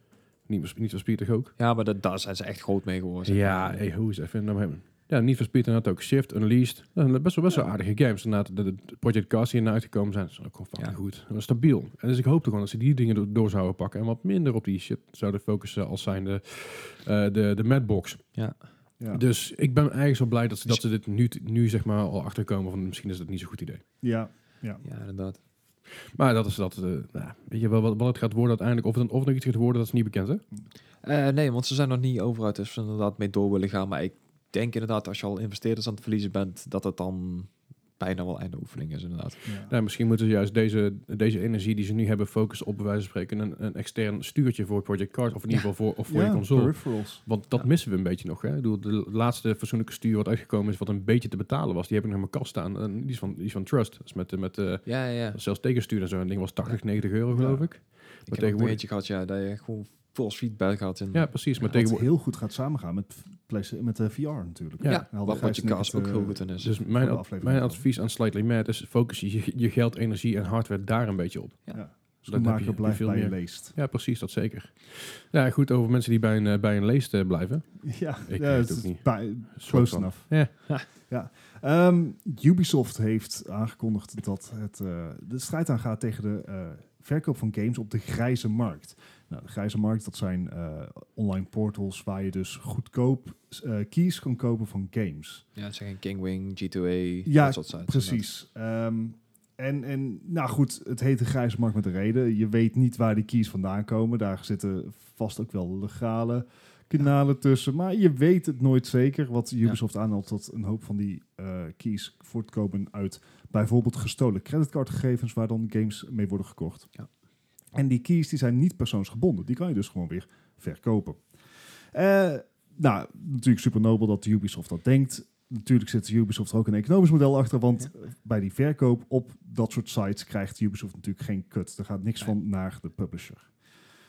Niet voor, niet for Speed toch ook?
Ja, maar dat, daar zijn ze echt groot mee geworden. zeg
Ja,
maar.
hey, hoe is even nou hem. Ja, niet for Speed inderdaad ook. Shift, Unleashed. Dat zijn best wel, best wel aardige games. Inderdaad, de, de Project Cars die erna uitgekomen zijn, zijn ook gewoon fucking
Ja.
goed. En stabiel. En dus ik hoopte gewoon dat ze die dingen do- door zouden pakken. En wat minder op die shit zouden focussen als zijn de, eh, de, de Madbox.
Ja.
Dus ik ben eigenlijk zo blij dat
Dus
ze, dat ze dit nu, nu zeg maar al achterkomen. Van misschien is dat niet zo'n goed idee.
ja,
ja, inderdaad.
Maar dat is dat. eh, nou, weet je wel wat, wat het gaat worden uiteindelijk. Of het, of het nog iets gaat worden, dat is niet bekend hè.
Eh, nee, want ze zijn nog niet over uit, dus we inderdaad mee door willen gaan. Maar ik denk inderdaad, als je al investeerders aan het verliezen bent, dat het dan bijna wel einde oefening is, inderdaad.
ja.
Nou, misschien moeten ze juist deze, deze energie die ze nu hebben focussen op bij wijze van spreken een, een extern stuurtje voor Project Card of in ieder geval voor, of voor
Ja,
je console.
peripherals.
Want dat
Ja.
missen we een beetje nog. Hè? Ik bedoel, de laatste fatsoenlijke stuur wat uitgekomen is, wat een beetje te betalen was, die heb ik nog in mijn kast staan. En die is van, die is van Trust. Dat is met, eh, met eh,
Ja, ja, ja.
zelfs tegenstuur en zo. En ding was 80, 90 euro geloof
Ja.
ik.
Dus Ik heb ook een
tegenwoordig-
beetje gehad, ja, dat je gewoon volgens feedback had. En,
Ja, precies. Maar
Wat
tegenwoordig.
heel goed gaat samengaan met, PlayStation- met de VR natuurlijk.
Ja.
ja,
Hadden
waar
Gijs
Project
en ik
Cars
het,
ook
eh,
heel goed in is.
Dus
voor
mijn,
de
ad-
aflevering
mijn
dan.
advies aan Slightly Mad is focus je, je geld, energie en hardware daar een beetje op. Dan heb je-
Schoenmaker
heb je
blijft
veel
bij Dus je
meer.
leest.
Ja, precies, dat zeker. Ja, goed, over mensen die bij een, eh, bij een leest eh, blijven.
Ja,
weet
ja,
het
het
ook
is
niet.
bij-
Soort
close
van.
enough.
Ja.
Ehm, Ubisoft heeft aangekondigd dat het eh, de strijd aangaat tegen de eh, verkoop van games op de grijze markt. Nou, de grijze markt, dat zijn eh, online portals waar je dus goedkoop eh, keys kan kopen van games.
Ja, het zijn geen Kingwing, G2A,
Ja,
dat soort sites.
Precies. Ehm, en, en nou goed, het heet de grijze markt met een reden. Je weet niet waar die keys vandaan komen. Daar zitten vast ook wel legale kanalen tussen. Maar je weet het nooit zeker. Wat Ubisoft aanhaalt dat een hoop van die eh, keys voortkomen uit bijvoorbeeld gestolen creditcardgegevens waar dan games mee worden gekocht.
Ja.
En die keys die zijn niet persoonsgebonden. Die kan je dus gewoon weer verkopen. Eh, nou, natuurlijk super nobel dat Ubisoft dat denkt. natuurlijk zit Ubisoft er ook een economisch model achter, want bij die verkoop op dat soort sites krijgt Ubisoft natuurlijk geen kut. Er gaat niks van naar de publisher.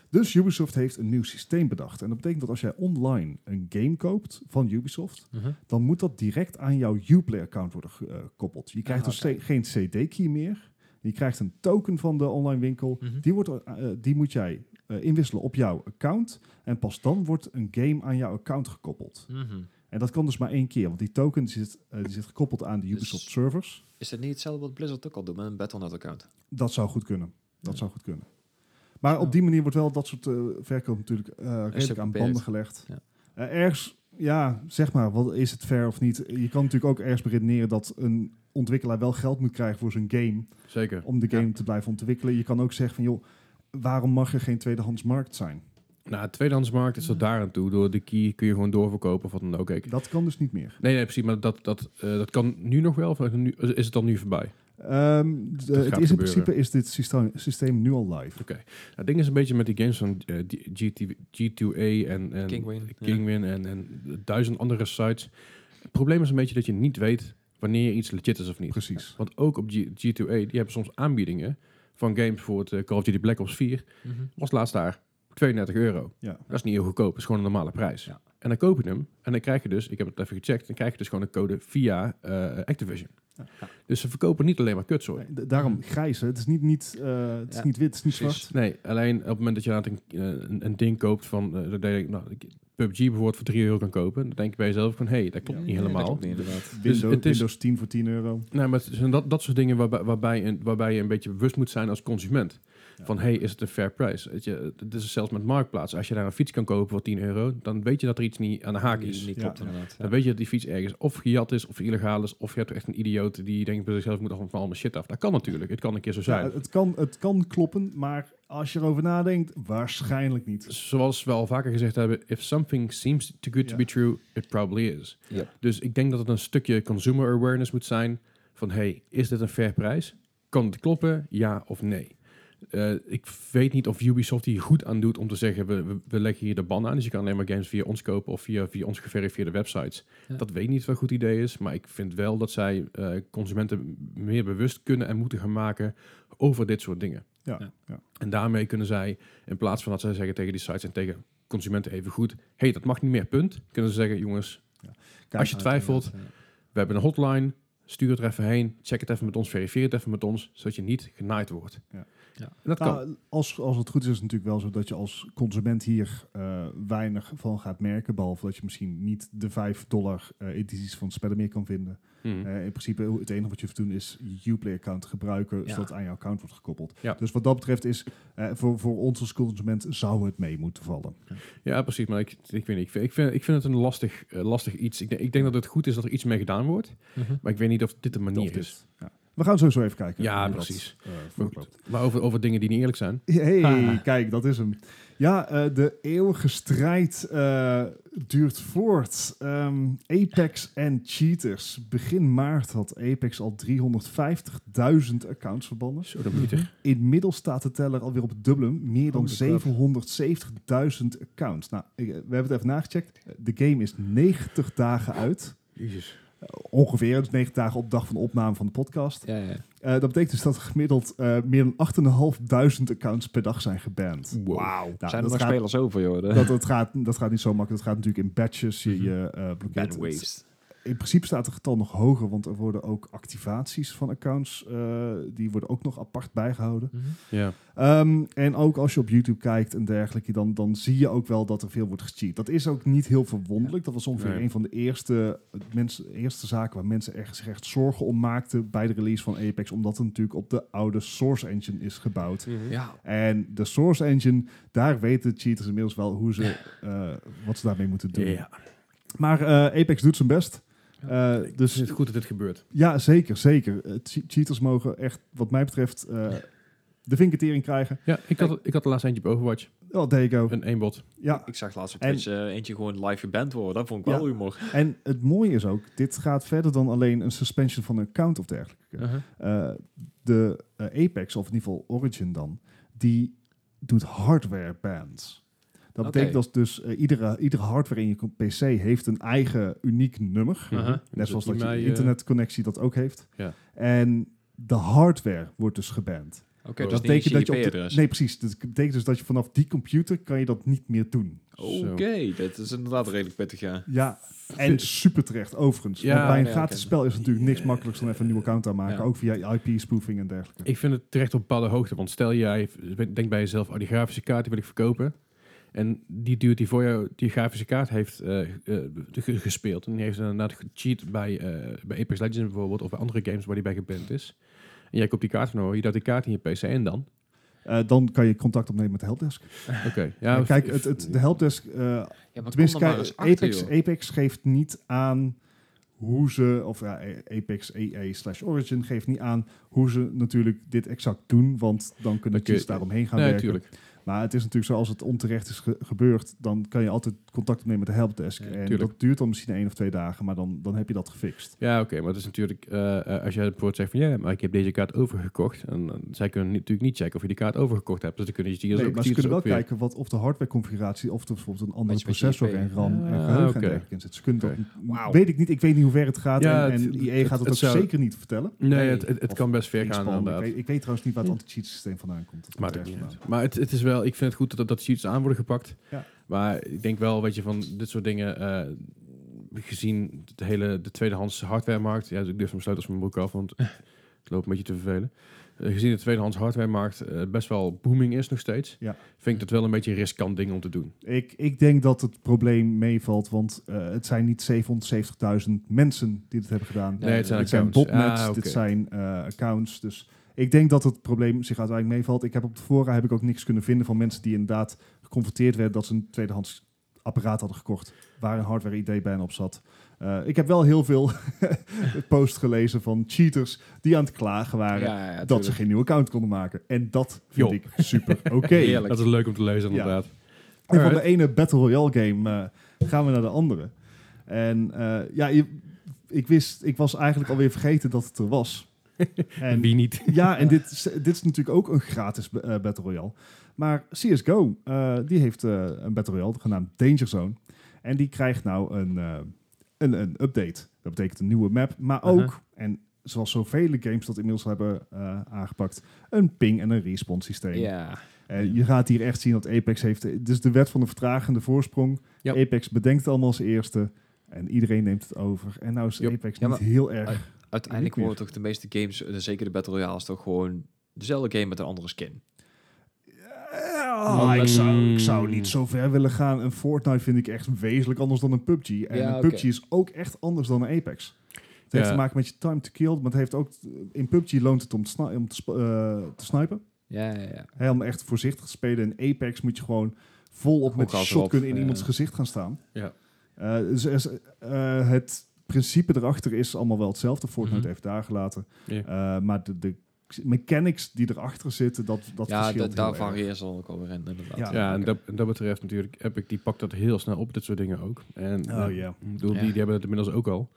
Dus Ubisoft heeft een nieuw systeem bedacht. En dat betekent dat als jij online een game koopt van Ubisoft,
Mhm.
dan moet dat direct aan jouw Uplay-account worden eh, gekoppeld. Je krijgt
Ah,
dus
oké.
ste- geen CD-key meer. Je krijgt een token van de online winkel.
Mhm.
Die, wordt, eh, eh, die moet jij eh, inwisselen op jouw account. En pas dan wordt een game aan jouw account gekoppeld. En dat kan dus maar één keer, want die token zit, eh, die zit gekoppeld aan de
Dus-
Ubisoft-servers.
Is dat niet hetzelfde wat Blizzard ook al doet met een Battle.net-account?
Dat zou goed kunnen. Dat
Ja.
zou goed kunnen. Maar op die manier wordt wel dat soort eh, verkoop natuurlijk eh, redelijk aan
beperkt.
banden gelegd.
Ja.
Eh, ergens, ja, zeg maar, wat is het fair of niet? Je kan natuurlijk ook ergens beredeneren dat een ontwikkelaar wel geld moet krijgen voor zijn game
Zeker.
om de game te blijven ontwikkelen. Je kan ook zeggen van, joh, waarom mag er geen tweedehands markt zijn?
Nou, de tweedehandsmarkt is dat daar aan toe. Door de key kun je gewoon doorverkopen of wat dan ook. Kijk,
Dat kan dus niet meer.
Nee, nee, precies. Maar dat, dat, eh, dat kan nu nog wel. Of nu, is het dan nu voorbij?
Ehm, de-
gaat
het is in
gebeuren.
principe is dit systeem, systeem nu al live.
Nou, het ding is een beetje met die games van eh, die- GT, G2A en, en
Kingwin, ja.
Kingwin en, en duizend andere sites. Het probleem is een beetje dat je niet weet wanneer iets legit is of niet.
Precies.
Want ook op G, 2 a die hebben soms aanbiedingen van games voor het eh, Call of Duty Black Ops 4.
Mhm.
Was laatst daar 32 euro.
Ja.
Dat is niet heel goedkoop. Dat is gewoon een normale prijs.
Ja.
En dan koop je hem. En dan krijg je dus, ik heb het even gecheckt, dan krijg je dus gewoon een code via eh, Activision.
Ja.
Dus ze verkopen niet alleen maar kutzooi.
Nee, d- daarom grijs, hè. het is niet, niet, eh, het is
Ja,
niet wit, het is niet
precies.
zwart.
Nee, alleen op het moment dat je laat een, eh, een, een ding koopt van eh, dat denk ik, nou, ik- PUBG bijvoorbeeld voor 3 euro kan kopen, dan denk je bij jezelf van hé, hey, dat klopt
Ja,
niet helemaal.
Nee, inderdaad.
Dus
Windows,
het is-
Windows 10 voor 10 euro.
Nee, maar het zijn dat, dat soort dingen waarbij, waarbij, een- waarbij je een beetje bewust moet zijn als consument.
Ja.
Van hé, hey, is het een fair price? Weet je, het is zelfs met marktplaats. Als je daar een fiets kan kopen voor 10 euro, dan weet je dat er iets niet aan de haak is.
Niet, niet
Ja.
klopt inderdaad.
Dan weet je dat die fiets ergens of gejat is, of illegaal is, of je hebt echt een idioot die denkt bij zichzelf moet af van al mijn shit af. Dat kan natuurlijk. Het kan een keer zo zijn.
Ja, het, kan, het kan kloppen, maar als je erover nadenkt, waarschijnlijk niet.
zoals we al vaker gezegd hebben, if something seems too good to
Ja.
be true, it probably is.
Ja.
Dus ik denk dat het een stukje consumer awareness moet zijn van, hey, is dit een fair prijs? Kan het kloppen? Ja of nee? Eh, ik weet niet of Ubisoft hier goed aan doet om te zeggen, we, we, we leggen hier de ban aan. Dus je kan alleen maar games via ons kopen of via, via ons geverifieerde websites.
Ja.
Dat weet ik niet of dat een goed idee is, maar ik vind wel dat zij eh, consumenten meer bewust kunnen en moeten gaan maken over dit soort dingen.
Ja,
Ja.
ja.
En daarmee kunnen zij, in plaats van dat zij zeggen tegen die sites en tegen consumenten even goed, hé, hey, dat mag niet meer, punt. Kunnen ze zeggen, jongens,
Kijk
als je
uit.
twijfelt,
Inderdaad, ja.
we hebben een hotline, stuur het er even heen, check het even met ons, verifieer het even met ons, zodat je niet genaaid wordt.
Ja.
Ja.
En dat kan.
Nou, als, als het goed is, is het natuurlijk wel zo dat je als consument hier eh, weinig van gaat merken. Behalve dat je misschien niet de 5 dollar eh, edities van spellen meer kan vinden.
Mhm.
Eh, in principe, het enige wat je hoeft te doen is je Uplay-account gebruiken,
Ja.
zodat het aan jouw account wordt gekoppeld.
Ja.
Dus wat dat betreft is, eh, voor, voor ons als consument zou het mee moeten vallen.
Ja, precies. Maar ik, ik weet niet. Ik vind, ik vind, ik vind het een lastig, eh, lastig iets. Ik, denk- ik denk dat het goed is dat er iets mee gedaan wordt.
Mhm.
Maar ik weet niet of dit de manier
dus.
Dat
is.
is- ja. We gaan sowieso even kijken.
Ja,
hoe dat,
precies.
eh,
Maar,
voortloopt.
goed. maar over, over dingen die niet eerlijk zijn.
Hey,
Ah.
kijk, dat is hem. Ja, eh, de eeuwige strijd eh, duurt voort. Ehm, Apex en cheaters. Begin maart had Apex al 350.000 accounts verbannen.
Zo, dan moet
Mhm.
je er.
Inmiddels staat de teller alweer op het dubbelen. Meer dan
Holy crap.
770.000 accounts. Nou, ik- we hebben het even nagecheckt. Eh, De game is 90 dagen uit.
Jezus.
Eh, Ongeveer, dus 90 dagen op dag van de opname van de podcast.
Ja, ja. ja.
Eh, dat betekent dus dat er gemiddeld eh, meer dan 8.500 accounts per dag zijn geband.
Wow.
Nou,
Zijn er
dat,
nog
gaat,
spelers over, joh? De-
dat, dat, gaat, dat gaat niet zo makkelijk. Dat gaat natuurlijk in batches. Je, je eh, blokkeert
Bad
het.
waves.
In principe staat het getal nog hoger, want er worden ook activaties van accounts. eh, die worden ook nog apart bijgehouden.
Mhm.
Ja.
Ehm, en ook als je op YouTube kijkt en dergelijke, dan, dan zie je ook wel dat er veel wordt gecheat. Dat is ook niet heel verwonderlijk. Dat was ongeveer
Nee.
een van de eerste, mensen, eerste zaken waar mensen echt, zich echt zorgen om maakten bij de release van Apex, omdat het natuurlijk op de oude Source Engine is gebouwd.
Ja.
En de Source Engine, daar weten cheaters inmiddels wel hoe ze, eh, wat ze daarmee moeten doen.
Ja.
Maar eh, Apex doet zijn best. Eh,
Dus
dus
het is goed dat dit gebeurt.
ja, zeker, zeker. Eh, che- cheaters mogen echt, wat mij betreft, eh, de vinketering krijgen.
Ja, ik had, ik had de laatste eentje op Overwatch.
Oh, there you go.
Een eenbot.
Ja,
Ik zag laatst op
En-
Twitch eh, eentje gewoon live geband worden. Dat vond ik wel
Ja.
humor.
En het mooie is ook, dit gaat verder dan alleen een suspension van een account of dergelijke.
Uh-huh.
Eh, de eh, Apex, of in ieder geval Origin dan, die doet hardware bans. Dat
Oké.
betekent dat dus eh, iedere, iedere hardware in je com- PC heeft een eigen uniek nummer.
Uh-huh.
Mhm.
Net
Dus
zoals
die
dat je
mij, eh,
internetconnectie dat ook heeft.
Ja.
En de hardware wordt dus geband.
Oké,
Oh. Dat
dus dat niet
betekent
je
dat je op de-
IP-adres.
nee, precies. Dat betekent dus dat je vanaf die computer kan je dat niet meer doen.
eh, Zo.
Oké, dat is inderdaad redelijk pittig, ja.
Ja, en super terecht overigens.
Ja,
want bij een
ja,
gratis
oké.
spel is natuurlijk niks makkelijks dan even een nieuwe account aanmaken.
Ja.
Ook via IP-spoofing en dergelijke.
Ik vind het terecht op een bepaalde hoogte. Want stel jij, denk bij jezelf, oh, die grafische kaart die wil ik verkopen. En die dude die voor jou die grafische kaart heeft eh, eh, ge- gespeeld. En die heeft inderdaad gecheat bij, eh, bij Apex Legends bijvoorbeeld. Of bij andere games waar die bij geband is. En jij koopt die kaart van hoor, je dat die kaart in je PC en dan.
Eh, dan kan je contact opnemen met de helpdesk.
Oké, ja.
En kijk, het, het, de helpdesk... eh
Ja, maar
tenminste,
kom er
kijk,
maar eens achter,
Apex,
joh.
Apex geeft niet aan hoe ze... Of ja, E- Apex EA slash Origin geeft niet aan hoe ze natuurlijk dit exact doen. Want dan
Dan
kunnen
kun je-
cheats daaromheen gaan
Nee,
werken.
natuurlijk.
Maar het is natuurlijk zo, als het onterecht is ge- gebeurd... dan kan je altijd contact opnemen met de helpdesk.
Ja,
en
tuurlijk.
dat duurt dan misschien één of twee dagen. Maar dan, dan heb je dat gefixt.
Ja, oké, maar het is natuurlijk, eh, eh, als jij bijvoorbeeld zegt van ja, maar ik heb deze kaart overgekocht. En eh, zij kunnen niet- natuurlijk niet checken of je die kaart overgekocht hebt. Dus dan kunnen je die
Nee,
ook-
maar
die
ze
dus
kunnen wel
ook weer-
kijken wat, of de hardwareconfiguratie of er bijvoorbeeld een andere
Met je- met je IP.
processor en RAM en
Ah,
geheugen
oké.
en dergelijke in zit. Ze kunnen dat,
Oké.
niet- weet ik niet, ik weet niet hoe ver het gaat
Ja,
en, en
het-
IE
het-
gaat het,
het
ook
zou-
zeker niet vertellen.
Nee,
Nee.
het, het, het
Of
kan best ver gaan
Inspannen.
inderdaad. Hm.
Ik weet, ik weet trouwens niet waar het anti-cheat systeem vandaan komt. Dat
Maakt
komt
ook niet
ergens
uit. Maar het, het is wel, ik vind het goed dat, dat sheets aan worden gepakt.
Ja.
Maar ik denk wel, weet je, van dit soort dingen, eh, gezien de hele de tweedehands hardwaremarkt, ja, dus ik durf hem sluiten als mijn broek af, want het loopt een beetje te vervelen. Eh, gezien de tweedehands hardwaremarkt eh, best wel booming is nog steeds,
Ja.
vind ik dat wel een beetje een riskant ding om te doen.
vandaan. Ik, ik denk dat het probleem meevalt, want eh, het zijn niet 770.000 mensen die dit hebben gedaan.
Nee, het zijn
dit zijn
accounts.
botnets,
Ah, oké.
dit zijn eh, accounts. Dus ik denk dat het probleem zich uiteindelijk meevalt. Ik heb op de fora heb ik ook niks kunnen vinden van mensen die inderdaad geconfronteerd werden dat ze een tweedehands apparaat hadden gekocht waar een hardware ID ban op zat. Eh, ik heb wel heel veel posts gelezen van cheaters die aan het klagen
Ja,
waren
ja, ja,
dat ze
tuurlijk.
geen nieuw account konden maken. En dat vind
Jo.
ik super oké.
Heerlijk.
Dat is leuk om te lezen,
Ja.
inderdaad.
En van de
Alright.
ene Battle Royale game eh, gaan we naar de andere. En eh, ja, je- ik wist, ik was eigenlijk alweer vergeten dat het er was. En
Wie niet?
ja, en dit, is- dit is natuurlijk ook een gratis eh, Battle Royale. Maar CSGO, eh, die heeft eh, een Battle Royale genaamd Danger Zone. En die krijgt nou een, eh, een, een update. Dat betekent een nieuwe map, maar ook, en zoals zoveel games dat inmiddels hebben eh, aangepakt, een ping- en een respawn systeem.
Ja,
Eh, je gaat hier echt zien dat Apex heeft... Dus de wet van de vertragende voorsprong.
Ja.
Apex bedenkt het allemaal als eerste. En iedereen neemt het over. En nou is
Ja.
Apex
Ja,
niet
maar-
heel erg...
uiteindelijk
Uniek
worden toch de meeste games, eh, zeker de Battle Royales, toch gewoon dezelfde game met een andere skin.
Mm.
Ja, ik, zou, ik zou niet zo ver willen gaan. Een Fortnite vind ik echt wezenlijk anders dan een PUBG. En
Ja,
een
oké.
PUBG is ook echt anders dan een Apex. Het heeft
Ja.
te maken met je time to kill. Maar het heeft ook... In PUBG loont het om te, sni- om te, sp- eh, te snipen.
Ja, ja, ja.
Hè, om echt voorzichtig te spelen. In Apex moet je gewoon volop met je
gas erop,
shotgun in
ja.
iemands gezicht gaan staan.
Ja.
Eh, dus er is, eh, het principe erachter is allemaal wel hetzelfde. Fortnite
Mhm.
heeft daar gelaten.
Ja.
Eh, maar de, de mechanics die erachter zitten, dat, dat
ja,
verschilt
da-
heel
daar
erg.
varieert ze dan ook alweer in, inderdaad.
Ja.
Ja, en dat, en dat betreft natuurlijk, Epic die pakt dat heel snel op, dit soort dingen ook. En,
Oh,
eh,
ja.
ik bedoel,
Ja.
Die, die hebben het inmiddels ook al.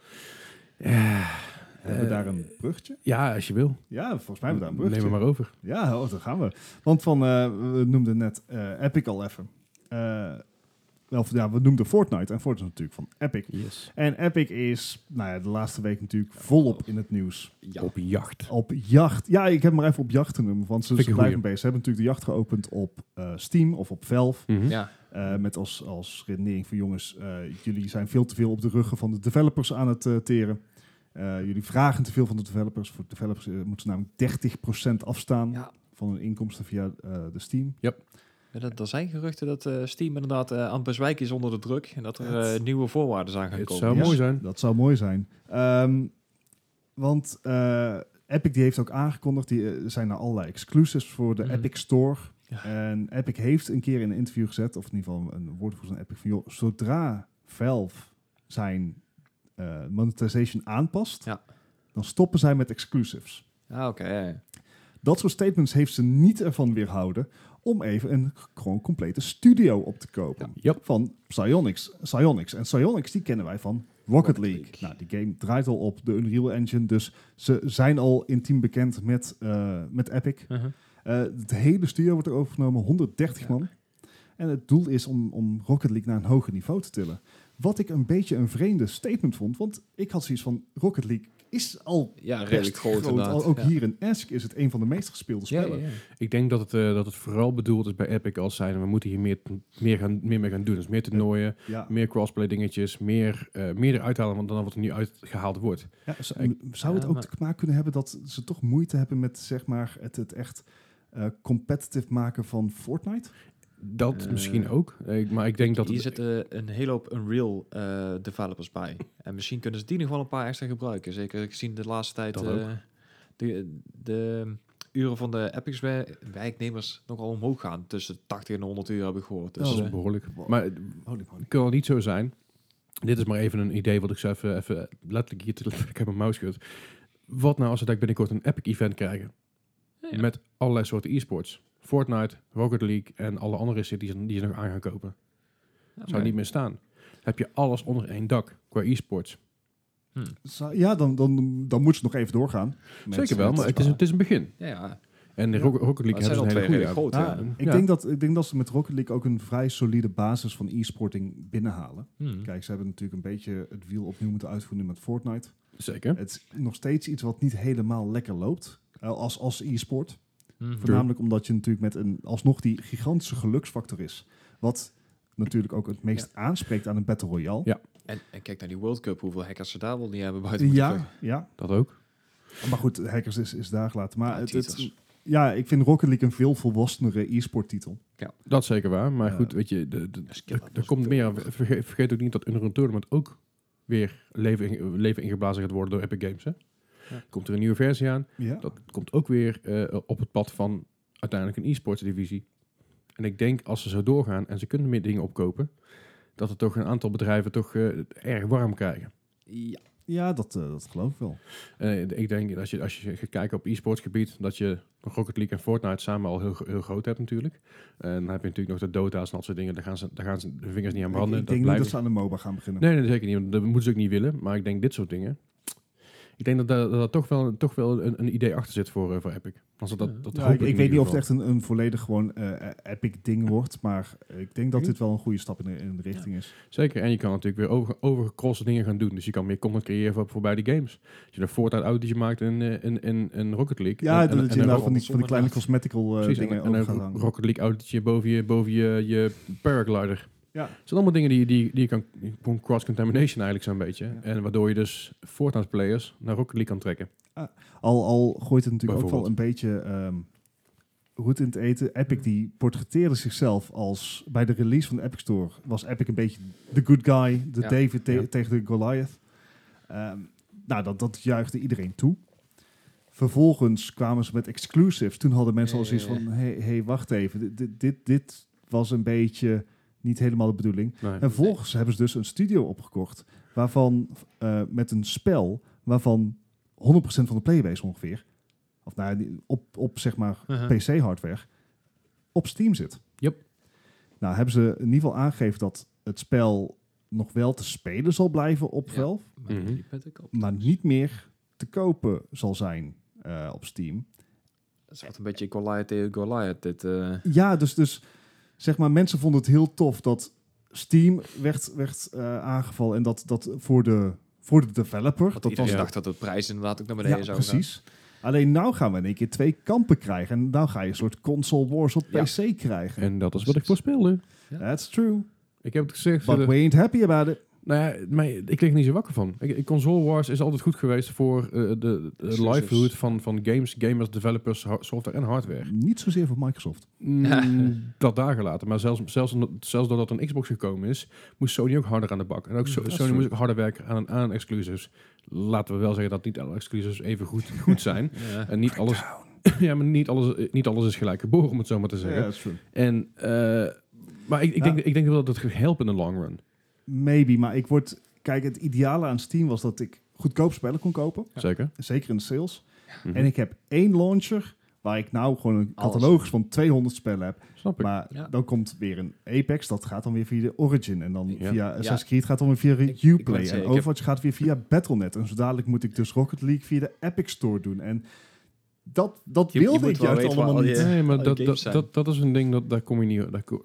Hebben we daar een bruggetje?
Ja, als je wil.
Ja, volgens mij hebben we daar een
Neem
bruggetje.
hem maar over.
Ja, oh, daar gaan we. Want van, eh, we noemden net eh, Epic al even. Eh, wel, ja, we noemden Fortnite. En Fortnite is natuurlijk van Epic.
Yes.
En Epic is nou ja, de laatste week natuurlijk volop in het nieuws.
Ja.
Op jacht.
Op jacht. Ja, ik heb maar even op jacht genoemd, want ze,
Vind ik
ze
een
blijven
goeie.
bezig. Ze hebben natuurlijk de jacht geopend op eh, Steam of op Valve.
Ja.
Ja.
eh, met als, als redenering van jongens, eh, jullie zijn veel te veel op de ruggen van de developers aan het eh, teren. Eh, jullie vragen te veel van de developers. Voor developers eh, moeten ze namelijk 30% afstaan
Ja.
van hun inkomsten via eh, de Steam.
Ja, dat, er zijn geruchten dat eh, Steam inderdaad eh, aan het bezwijken is onder de druk. En dat er eh,
Het-
nieuwe voorwaarden aan gaan
Het
komen.
zou
Ja.
mooi zijn.
Dat zou mooi zijn. Ehm, want eh, Epic die heeft ook aangekondigd, die eh, zijn er allerlei exclusives voor de
Mhm.
Epic Store.
Ja.
En Epic heeft een keer in een interview gezet, of in ieder geval een woordvoerder van Epic, van joh, zodra Valve zijn eh monetization aanpast,
Ja.
dan stoppen zij met exclusives.
Ah, oké. ja, ja.
Dat soort statements heeft ze niet ervan weerhouden om even een g- gewoon complete studio op te kopen
Yep.
van Psyonix. Psyonix. En Psyonix, die kennen wij van Rocket,
Rocket
League.
League.
Nou, die game draait al op de Unreal Engine, dus ze zijn al intiem bekend met, eh, met Epic.
Mhm.
Eh, het hele studio wordt er overgenomen, 130 man. En het doel is om, om Rocket League naar een hoger niveau te tillen. Wat ik een beetje een vreemde statement vond, want ik had zoiets van Rocket League is al
Ja,
best
redelijk groot, inderdaad.
Al, ook
ja.
hier in Esk is het een van de meest gespeelde
Ja,
spellen.
ja, ja.
Ik denk dat het, eh, dat het vooral bedoeld is bij Epic als zijn. We moeten hier meer, meer, gaan, meer mee gaan doen. Dus meer toernooien,
Ja.
meer crossplay dingetjes, meer, eh meer eruit halen want dan wat er nu uitgehaald wordt.
Ja, z- m- zou het
ja,
ook
maar-
te maken kunnen hebben dat ze toch moeite hebben met zeg maar, het, het echt eh, competitive maken van Fortnite?
Dat
Eh,
misschien ook. Eh, maar ik denk dat
Hier
het,
zitten een hele hoop Unreal eh, developers bij. En misschien kunnen ze die nog wel een paar extra gebruiken. Zeker gezien de laatste tijd
Dat
eh,
ook.
de, de uren van de Epics wij- werknemers nogal omhoog gaan. Tussen 80 en 100 uur heb ik gehoord. Dus,
dat
eh,
is behoorlijk. Maar het
Holy moly.
kan wel niet zo zijn. Dit is maar even een idee wat ik zo even, even letterlijk hier te Ik heb mijn mouse geschud. Wat nou als we daar binnenkort een Epic event krijgen?
Ja.
Met allerlei soorten e-sports. Fortnite, Rocket League en alle andere shit die ze, die ze nog aan gaan kopen.
ja,
Zou
maar-
niet meer staan. Heb je alles onder één dak qua e-sports.
Zou- ja, dan, dan, dan moet ze nog even doorgaan. Met-
Zeker wel,
met-
maar het is, het is een begin.
Ja, ja.
En de Rocket Rocket
Maar
League
het zijn
hebben
al
ze een
twee
hele
redelijk
goede. uit.
grote.
Ah,
ja.
ik,
Ja.
denk dat, ik denk dat ze met Rocket League ook een vrij solide basis van e-sporting binnenhalen.
Hmm.
Kijk, ze hebben natuurlijk een beetje het wiel opnieuw moeten uitvoeren met Fortnite.
Zeker.
Het is nog steeds iets wat niet helemaal lekker loopt eh, als, als e-sport.
Mhm.
Voornamelijk omdat je natuurlijk met een alsnog die gigantische geluksfactor is. Wat natuurlijk ook het meest aanspreekt aan een Battle Royale.
Ja.
En, en kijk naar die World Cup, hoeveel hackers ze daar wel niet hebben buiten. moeten
ja,
vechten.
ja.
Dat ook.
Maar goed, hackers is, is daar gelaten. Maar
Ja,
het, het-
cheaters.
ja, ik vind Rocket League een veel volwassenere e-sport titel.
Dat is zeker waar. Maar
Ja.
goed, weet je, de, de,
Dus ik heb
er-
dat
er
nog
komt
veel
meer.
over.
Vergeet, vergeet ook niet dat Unreal Tournament ook weer leven, in- leven ingeblazen gaat worden door Epic Games. Hè?
Ja.
Komt er een nieuwe versie aan.
Ja.
Dat komt ook weer eh, op het pad van uiteindelijk een e-sports divisie. En ik denk als ze zo doorgaan en ze kunnen meer dingen opkopen, dat er toch een aantal bedrijven toch eh, erg warm krijgen.
Ja.
Ja, dat, eh, dat geloof ik wel.
Eh, ik denk dat als je, als je gaat kijken op e-sports gebied, dat je Rocket League en Fortnite samen al heel, gro- heel groot hebt natuurlijk. En dan heb je natuurlijk nog de Dota's en dat soort dingen. Daar gaan ze, daar gaan ze de vingers niet aan
Ik, ik
branden.
denk
dat
niet
blijft...
dat ze aan de MOBA gaan beginnen.
nee, nee, zeker niet. want Dat moeten ze ook niet willen. Maar ik denk dit soort dingen. Ik denk dat daar dat daar toch wel, toch wel een, een idee achter zit voor, eh, voor Epic. Als dat, dat, dat
Ja,
hoop
ik,
in
ik
ieder
weet niet of het
geval.
echt een, een volledig gewoon eh, epic ding wordt. Maar eh, ik denk dat dit wel een goede stap in de, in de richting is.
Zeker, en je kan natuurlijk weer over, overgecrossed dingen gaan doen. Dus je kan meer content creëren voor, voor beide games. Als je een Fortnite autootje maakt in, eh, in, in, in Rocket League.
Ja,
en- en-
dat
en
je
een
inderdaad
Ro-
van die, van die kleine
Zonder-
cosmetical eh,
Precies, en,
dingen
en
ook
een
gaat
Ro-
hangen.
Rocket League autootje boven je, boven je, je paraglider.
Ja.
Het zijn allemaal dingen die, die, die je kan... gewoon Cross-contamination eigenlijk zo'n beetje.
Ja.
En waardoor je dus Fortnite-players naar Rocket League kan trekken.
Al, al gooit het natuurlijk ook wel een
Bijvoorbeeld.
beetje ehm goed in het eten. Epic die portretteerde zichzelf als... Bij de release van de Epic Store was Epic een beetje de good guy. De
Ja.
David te-
Ja.
tegen de Goliath. Ehm, nou, dat, dat juichte iedereen toe. Vervolgens kwamen ze met exclusives. Toen hadden mensen al
Ja,
zoiets
ja, ja.
van... Hé, hey, wacht even. Dit- Dit, dit, dit was een beetje niet helemaal de bedoeling.
Nee.
En vervolgens hebben ze dus een studio opgekocht waarvan eh, met een spel waarvan 100% van de playerbase ongeveer, of nou, ja, die- op, op zeg maar
Mhm.
PC-hardware, op Steam zit.
Yep.
Nou hebben ze in ieder geval aangegeven dat het spel nog wel te spelen zal blijven op
Ja.
Valve,
Maar
Mhm.
die ben ik op.
maar niet meer te kopen zal zijn eh, op Steam.
Het is wat een beetje Goliath tegen Goliath. Dit, eh,
Ja, dus, dus zeg maar, mensen vonden het heel tof dat Steam werd, werd eh, aangevallen en dat, dat voor, de, voor de developer.
Want
dat
iedereen
was-
dacht dat de prijs inderdaad ook naar beneden zou gaan.
precies. Alleen nou gaan we in één keer twee kampen krijgen. En nou ga je een soort console wars op
Ja.
PC krijgen.
En dat is wat ik voorspelde.
That's true.
Ik heb het gezegd.
But
eh,
we ain't happy about it.
Nou ja, maar ik lig er niet zo wakker van. Ik, ik- Console Wars is altijd goed geweest voor eh, de, de
Exclusives.
livelihood van, van games, gamers, developers, ha- software en hardware.
Niet zozeer voor Microsoft.
Mm, dat daar gelaten. Maar zelfs, zelfs, omdat- zelfs doordat er een Xbox gekomen is, moest Sony ook harder aan de bak. En ook So-
dat is
Sony
true.
moest ook harder werken aan, aan exclusives. Laten we wel zeggen dat niet alle exclusives even goed, goed zijn.
Ja.
en niet alles, ja, maar niet, alles, eh, niet alles is gelijk geboren, om het zo maar te zeggen.
that's true.
En, eh, maar ik, ik,
Ja.
denk, ik denk wel dat het gaat helpen in de long run.
Maybe, maar ik word... Kijk, het ideale aan Steam was dat ik goedkoop spellen kon kopen.
Zeker?
Zeker in de sales.
Mhm.
En ik heb één launcher waar ik nou gewoon een
Alles.
catalogus van 200 spellen heb.
Snap ik.
Maar
Ja.
dan komt weer een Apex, dat gaat dan weer via de Origin. En dan
Ja.
via Assassin's Creed gaat dan weer via
ik
Uplay.
wou het
en
zeggen, ik heb-
Overwatch gaat weer via Battle.net. En zo dadelijk moet ik dus Rocket League via de Epic Store doen. En dat, dat
Je- je
wilde
moet
ik
wel
juist
weten waar
allemaal
al
niet.
je-
Nee, maar
alle
dat,
games
dat,
zijn.
dat, dat is een ding dat daar kom je niet. Daar ko-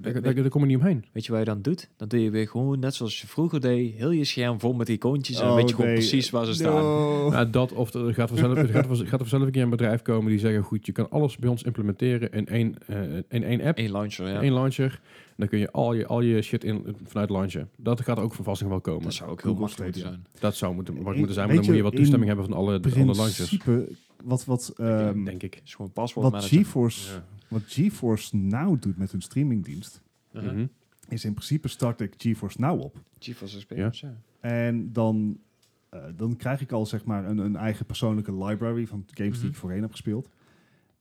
Daar, daar, daar, daar kom je niet omheen.
Weet je wat je dan doet? Dan doe je weer gewoon net zoals je vroeger deed. Heel je scherm vol met icoontjes. En
Oh,
weet je gewoon
nee.
precies waar ze staan.
No.
Nou, dat of er gaat vanzelf, er gaat, vanzelf- gaat er vanzelf een keer een bedrijf komen die zeggen: Goed, je kan alles bij ons implementeren in één, eh, in één app,
Eén launcher, ja.
één launcher. En dan kun je al je, al je shit in, vanuit launchen. Dat gaat ook van vast nog wel komen.
Dat zou ook heel
Google
makkelijk moeten
Stadia.
zijn.
Dat zou moeten, wat
In-
moeten zijn, maar
weet
dan moet je
je,
wat
in
toestemming hebben van alle, alle launchers.
principe, wat, wat, ehm,
denk ik.
Het is gewoon paswoord
wat,
manager.
GeForce, wat GeForce Now doet met hun streamingdienst,
uh-huh.
Mhm.
is in principe start ik GeForce Now op.
GeForce Experience, ja.
En dan, eh, dan krijg ik al zeg maar een, een eigen persoonlijke library van games die ik
Mhm.
voorheen heb gespeeld.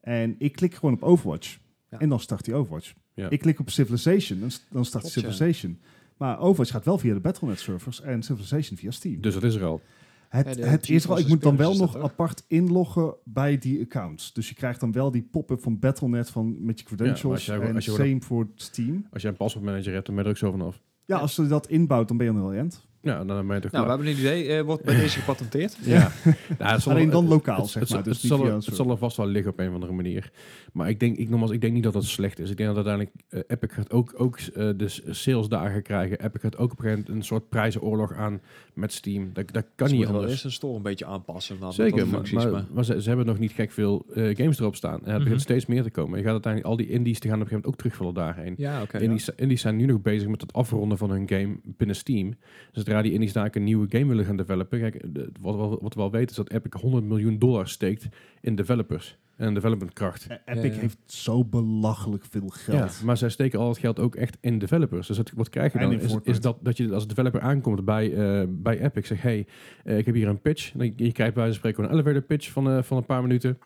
En ik klik gewoon op Overwatch.
Ja.
En dan start die Overwatch.
Ja.
Ik klik op Civilization. En s- dan start
Klopt, ja.
Civilization. Maar Overwatch gaat wel via de Battle.net servers en Civilization via Steam.
Dus dat is er al.
Het,
Ja, de
het is wel, ik
GeForce
moet dan wel
Experience
nog
is dat,
apart inloggen bij die accounts. Dus je krijgt dan wel die pop-up van Battle.net van, met je credentials.
Ja, maar als jij-
en
als je wordt-
same voor Steam.
Als jij een paspoort manager hebt, dan ben je er ook zo vanaf.
Ja, als je dat inbouwt, dan ben je aan de end.
Ja, dan ben je toch
Nou,
klaar.
we hebben een idee. Eh, wordt bij deze gepatenteerd?
Ja. Nou, het zal-
Alleen dan
het-
lokaal,
het-
zeg
het,
maar.
het
Dus niet
zal,
via
er,
een
het zal er vast wel liggen op een of andere manier. Maar ik denk, ik, nogmaals, ik denk niet dat dat slecht is. Ik denk dat uiteindelijk eh, Epic gaat ook, ook eh, de s- salesdagen krijgen. Epic gaat ook op een gegeven moment een soort prijzenoorlog aan met Steam. Dat, dat kan niet
Ze moeten wel
anders.
eerst een store een beetje aanpassen. inderdaad, met
Zeker,
alle
maar,
functies,
maar, maar ze, ze hebben nog niet gek veel eh, games erop staan. En het
Mhm.
begint steeds meer te komen. Je gaat uiteindelijk al die indies te gaan op een gegeven moment ook terugvallen daarheen.
Ja, oké.
indies, indies zijn nu nog bezig met het afronden van hun game binnen Steam. Zodra die indies daar een nieuwe game willen gaan developen. Kijk, de- wat, wat, wat we wel weten is dat Epic 100 miljoen dollar steekt in developers en developmentkracht.
Eh, Epic
ja.
heeft zo belachelijk veel geld.
Ja, maar zij steken al dat geld ook echt in developers. Dus het- wat krijg je
En
dan?
in
Is,
Fortnite.
is dat, dat je als developer aankomt bij, eh, bij Epic. Zeg, hey, eh, ik heb hier een pitch. En dan- je krijgt bij wijze van spreken een elevator pitch van, eh, van een paar minuten.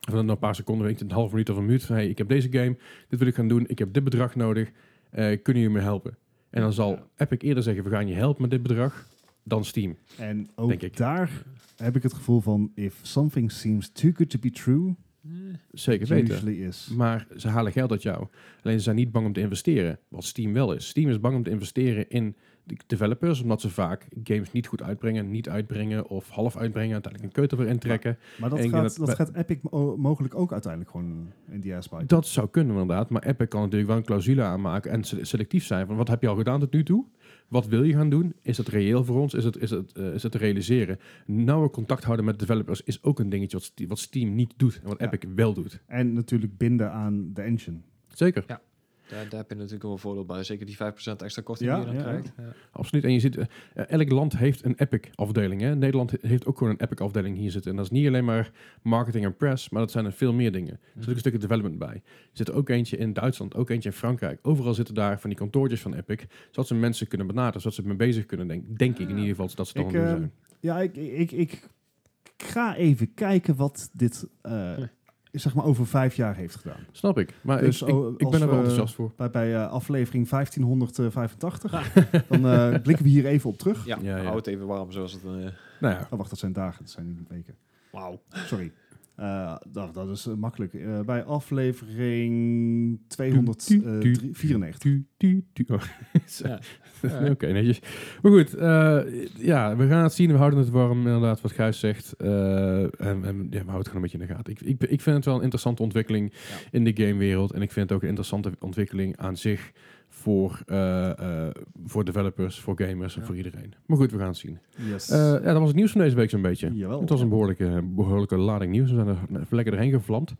Van een paar seconden, weet je, een half minuut of een minuut. Van, hey, ik heb deze game. Dit wil ik gaan doen. Ik heb dit bedrag nodig. Eh, kunnen jullie me helpen? En dan zal Epic eerder zeggen, we gaan je helpen met dit bedrag. Dan Steam.
En ook
Denk ik.
daar heb ik het gevoel van... If something seems too good to be true,
Zeker
it
weten.
usually is.
Maar ze halen geld uit jou. Alleen ze zijn niet bang om te investeren. Wat Steam wel is. Steam is bang om te investeren in de developers. Omdat ze vaak games niet goed uitbrengen. Niet uitbrengen of half uitbrengen. Uiteindelijk een keuter weer intrekken.
Maar dat,
En ik
gaat,
denk
dat,
dat
gaat Epic mo- mogelijk ook uiteindelijk gewoon in die ass bite.
Dat zou kunnen inderdaad. Maar Epic kan natuurlijk wel een clausule aanmaken. En se- selectief zijn. Van wat heb je al gedaan tot nu toe? Wat wil je gaan doen? Is dat reëel voor ons? Is het, is het, eh, is het te realiseren? Nauwer contact houden met developers is ook een dingetje wat, Ste- wat Steam niet doet. En wat
Ja.
Epic wel doet.
En natuurlijk binden aan de engine.
Zeker.
Daar, daar heb je natuurlijk wel een voordeel bij. Zeker die 5% extra korting
Ja,
die je dan
ja, ja.
krijgt. Ja.
Absoluut. En je ziet, eh, eh, elk land heeft een Epic-afdeling. hè. Nederland he- heeft ook gewoon een Epic-afdeling hier zitten. En dat is niet alleen maar marketing en press, maar dat zijn er veel meer dingen. Er zit
Mhm.
ook een stukje development bij. Er zit er ook eentje in Duitsland, ook eentje in Frankrijk. Overal zitten daar van die kantoortjes van Epic, zodat ze mensen kunnen benaderen, zodat ze mee bezig kunnen denken. Denk ik in ieder geval dat ze dan
Ik,
doen
eh,
zijn.
Ja, ik, ik, ik ga even kijken wat dit eh, zeg maar over vijf jaar heeft gedaan.
Snap ik. Maar
dus
ik, ik,
o-
ik ben
als
er wel
we-
enthousiast voor.
Bij, bij eh, aflevering 1585. Dan eh, blikken we hier even op terug.
Ja,
Ja, ja.
hou het even warm zoals het... eh,
Nou ja,
Oh, wacht, dat zijn dagen, dat zijn niet weken.
Wauw.
Sorry. Eh, dat, dat is eh, makkelijk. Eh, bij aflevering eh, 294.
Tu, tu, tu. Oh, zo.
Ja.
Oké, netjes. Maar goed, eh, ja, we gaan het zien. We houden het warm, inderdaad, wat Gijs zegt. Eh, en, en ja, we houden het gewoon een beetje in de gaten. Ik, ik, ik vind het wel een interessante ontwikkeling
Ja.
in de gamewereld. En ik vind het ook een interessante ontwikkeling aan zich voor, eh, eh, voor developers, voor gamers en
Ja.
voor iedereen. Maar goed, we gaan het zien.
Yes.
Eh, ja, dat was het nieuws van deze week zo'n beetje.
Jawel.
Het was een behoorlijke, behoorlijke lading nieuws. We zijn er even lekker doorheen gevlamd.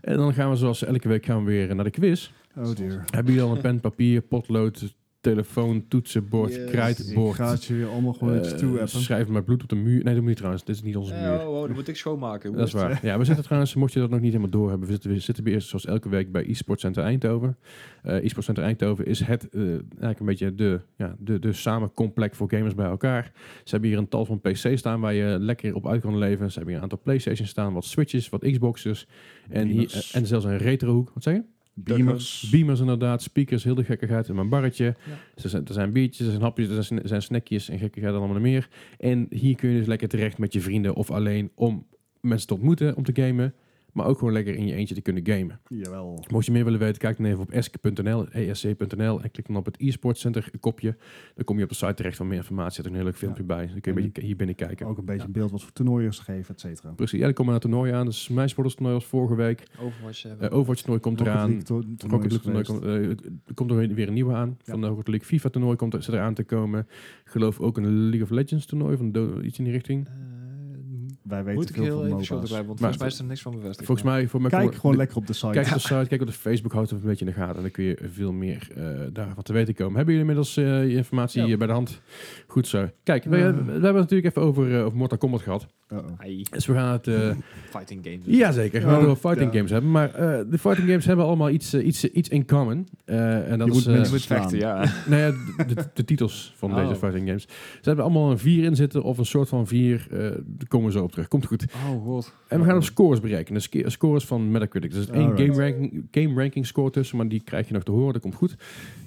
En dan gaan we zoals elke week gaan we weer naar de quiz.
Oh dear.
Hebben jullie al een pen, papier, potlood, telefoon, toetsenbord,
Yes.
Ik
krijtbord?
ga het je weer allemaal gewoon eventjes
eh,
toe appen.
schrijf maar bloed op de muur. Nee, dat moet niet trouwens. Dit is niet onze
Eh,
muur.
oh, oh, dat moet ik schoonmaken.
Dat is waar. Ja, we zitten trouwens, mocht je dat nog niet helemaal door hebben, we zitten, we zitten weer zoals elke week bij eSports Center Eindhoven. Eh eSports Center Eindhoven is het, eh, eigenlijk een beetje de, ja, de, de samenkomplek voor gamers bij elkaar. Ze hebben hier een tal van PC's staan waar je lekker op uit kan leven. Ze hebben hier een aantal PlayStations staan, wat Switches, wat Xboxes. En, hier,
Beamers.
en zelfs een retrohoek. Wat zeg je?
Beamers.
Beamers inderdaad, speakers, heel de gekkigheid in mijn barretje.
Ja.
Er, zijn, er zijn biertjes, er zijn hapjes, er zijn, er zijn snackjes en gekkigheid en allemaal meer. En hier kun je dus lekker terecht met je vrienden of alleen om mensen te ontmoeten, om te gamen. Maar ook gewoon lekker in je eentje te kunnen gamen.
Jawel.
Mocht je meer willen weten, kijk dan even op E esc.nl, esc.nl en klik dan op het e-sport center kopje. Dan kom je op de site terecht van meer informatie. Er zit ook een heel leuk filmpje
Ja.
bij. Dan kun je een
En-
beetje hier binnen kijken.
Ook een beetje een beeld wat voor toernooien ze geven, et cetera.
Precies, ja, dan komen we naar toernooien aan. Dus mijn toernooi was vorige week.
Overwatch hebben.
Eh, Overwatch toernooi komt
Rocket
eraan.
League to- toernooi
Rocket
is
League toernooi
geweest.
komt, eh, er komt er weer- weer een nieuwe aan.
Ja.
Van de Rocket League FIFA toernooi komt er, zit eraan te komen. Ik geloof ook een League of Legends toernooi, van Do- iets in die richting.
Eh,
Wij weten
moet ik
veel
heel
van
even shoulder
MOBA's.
bij, want
Maar-
volgens mij is er niks van bevestigd.
Volgens mij... Voor mij
Kijk
voor-
gewoon
de-
lekker op de site.
Kijk op de site, kijk op de Facebook, houd het een beetje in de gaten. En dan kun je veel meer eh, daarvan te weten komen. Hebben jullie inmiddels eh, je informatie
Ja.
eh, bij de hand? Goed zo. Kijk, we,
Ja.
we hebben het natuurlijk even over, eh, over Mortal Kombat gehad.
Uh-oh.
Ai,
Dus we gaan het... eh,
fighting games.
Jazeker, we
Ja.
gaan het over fighting
Ja.
games hebben. Maar eh, de fighting games hebben allemaal iets, eh, iets, iets in common. Eh, en dat
Je
is,
moet
eh,
Je moet vechten, ja.
nou ja, de, de- de titels van
Oh.
deze fighting games. Ze hebben allemaal een 4 in zitten of een soort van 4. eh daar komen we zo op terug. Komt goed.
Oh god.
En we gaan op scores berekenen. Sc- Scores van Metacritic. Er zit één
Alright.
game ranking, game ranking score tussen, maar die krijg je nog te horen. Dat komt goed.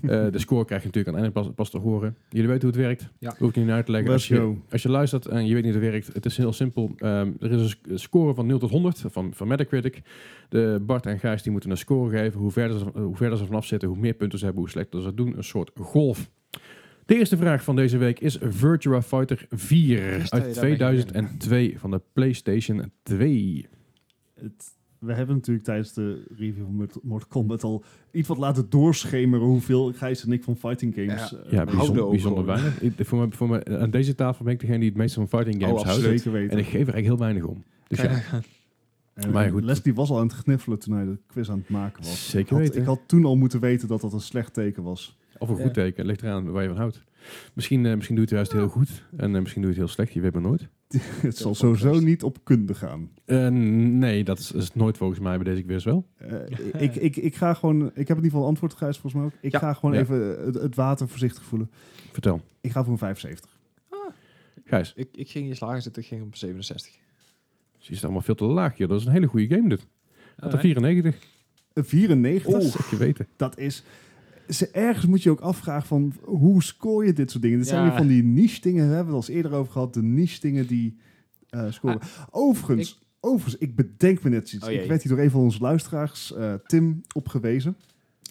Eh, de score krijg je natuurlijk aan het einde pas, pas te horen. Jullie weten hoe het werkt.
Ja.
Hoef ik niet uit te leggen.
Let's
Als je,
go.
als je luistert en je weet niet hoe het werkt, het is heel simpel. Ehm, er is een sc- een score van 0 tot 100 van, van Metacritic. De Bart en Gijs die moeten een score geven. Hoe verder, ze, hoe verder ze vanaf zitten, hoe meer punten ze hebben, hoe slechter ze het doen. Een soort golf. De eerste vraag van deze week is Virtua Fighter 4
Christa,
uit
daar ben ik in.
2002 van de PlayStation 2.
Het- we hebben natuurlijk tijdens de review van Mort- Mortal Kombat al iets wat laten doorschemeren hoeveel Gijs en ik van fighting games
Ja.
eh,
Ja,
houden
bijzonder,
ook
bijzonder
gewoon.
weinig. Ik- voor me, voor me, aan deze tafel ben ik degene die het meeste van fighting games
Oh,
houdt.
absoluut.
zeker weten.
En ik geef er eigenlijk heel weinig om. Dus ja,
En
Maar goed.
Leslie was al aan het gniffelen toen hij de quiz aan het maken was.
zeker
Had-
weten.
ik had toen al moeten weten dat dat een slecht teken was.
Of een goed teken, het ligt eraan waar je van houdt. Misschien, eh, misschien doe je het juist heel goed en eh, misschien doe je het heel slecht, je weet maar nooit.
het zal sowieso niet op kunde gaan.
Eh, nee, dat is, is nooit volgens mij bij deze quiz wel.
Eh, ik, ik, ik ga gewoon, ik heb in ieder geval een antwoord Gijs volgens mij ook. Ik
Ja.
ga gewoon
Ja.
even het, het water voorzichtig voelen.
Vertel.
Ik ga voor een 75.
Gijs,
Ik, ik ging in slagen zitten, ik ging op 67.
je zit allemaal veel te laag, joh. Dat is een hele goede game dit. Had een
Alright.
94.
Een 94,
Dat is je weten.
dat is... Ze, ergens moet je ook afvragen van hoe scoor je dit soort dingen? Dit zijn
Ja.
weer van die niche dingen. We hebben het al eens eerder over gehad. De niche dingen die eh, scoren. overigens, overigens, ik bedenk me net iets.
Ah, Oh, jee.
ik werd hier door een van onze luisteraars, eh, Tim, op gewezen.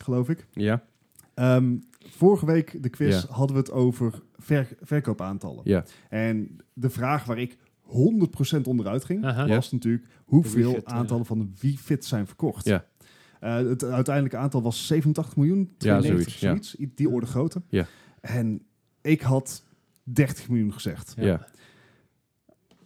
Geloof ik.
Ja,
Ehm, vorige week, de quiz,
Ja.
hadden we het over ver- verkoopaantallen.
Ja.
En de vraag waar ik 100% onderuit ging,
Aha.
was natuurlijk
De
hoeveel
Wii Fit,
aantallen van de Wii Fit zijn verkocht.
Ja.
Eh, het uiteindelijke aantal was 87 miljoen, 92
zoiets, ja.
zoiets, i- die orde grootte.
Ja.
En ik had 30 miljoen gezegd.
ja.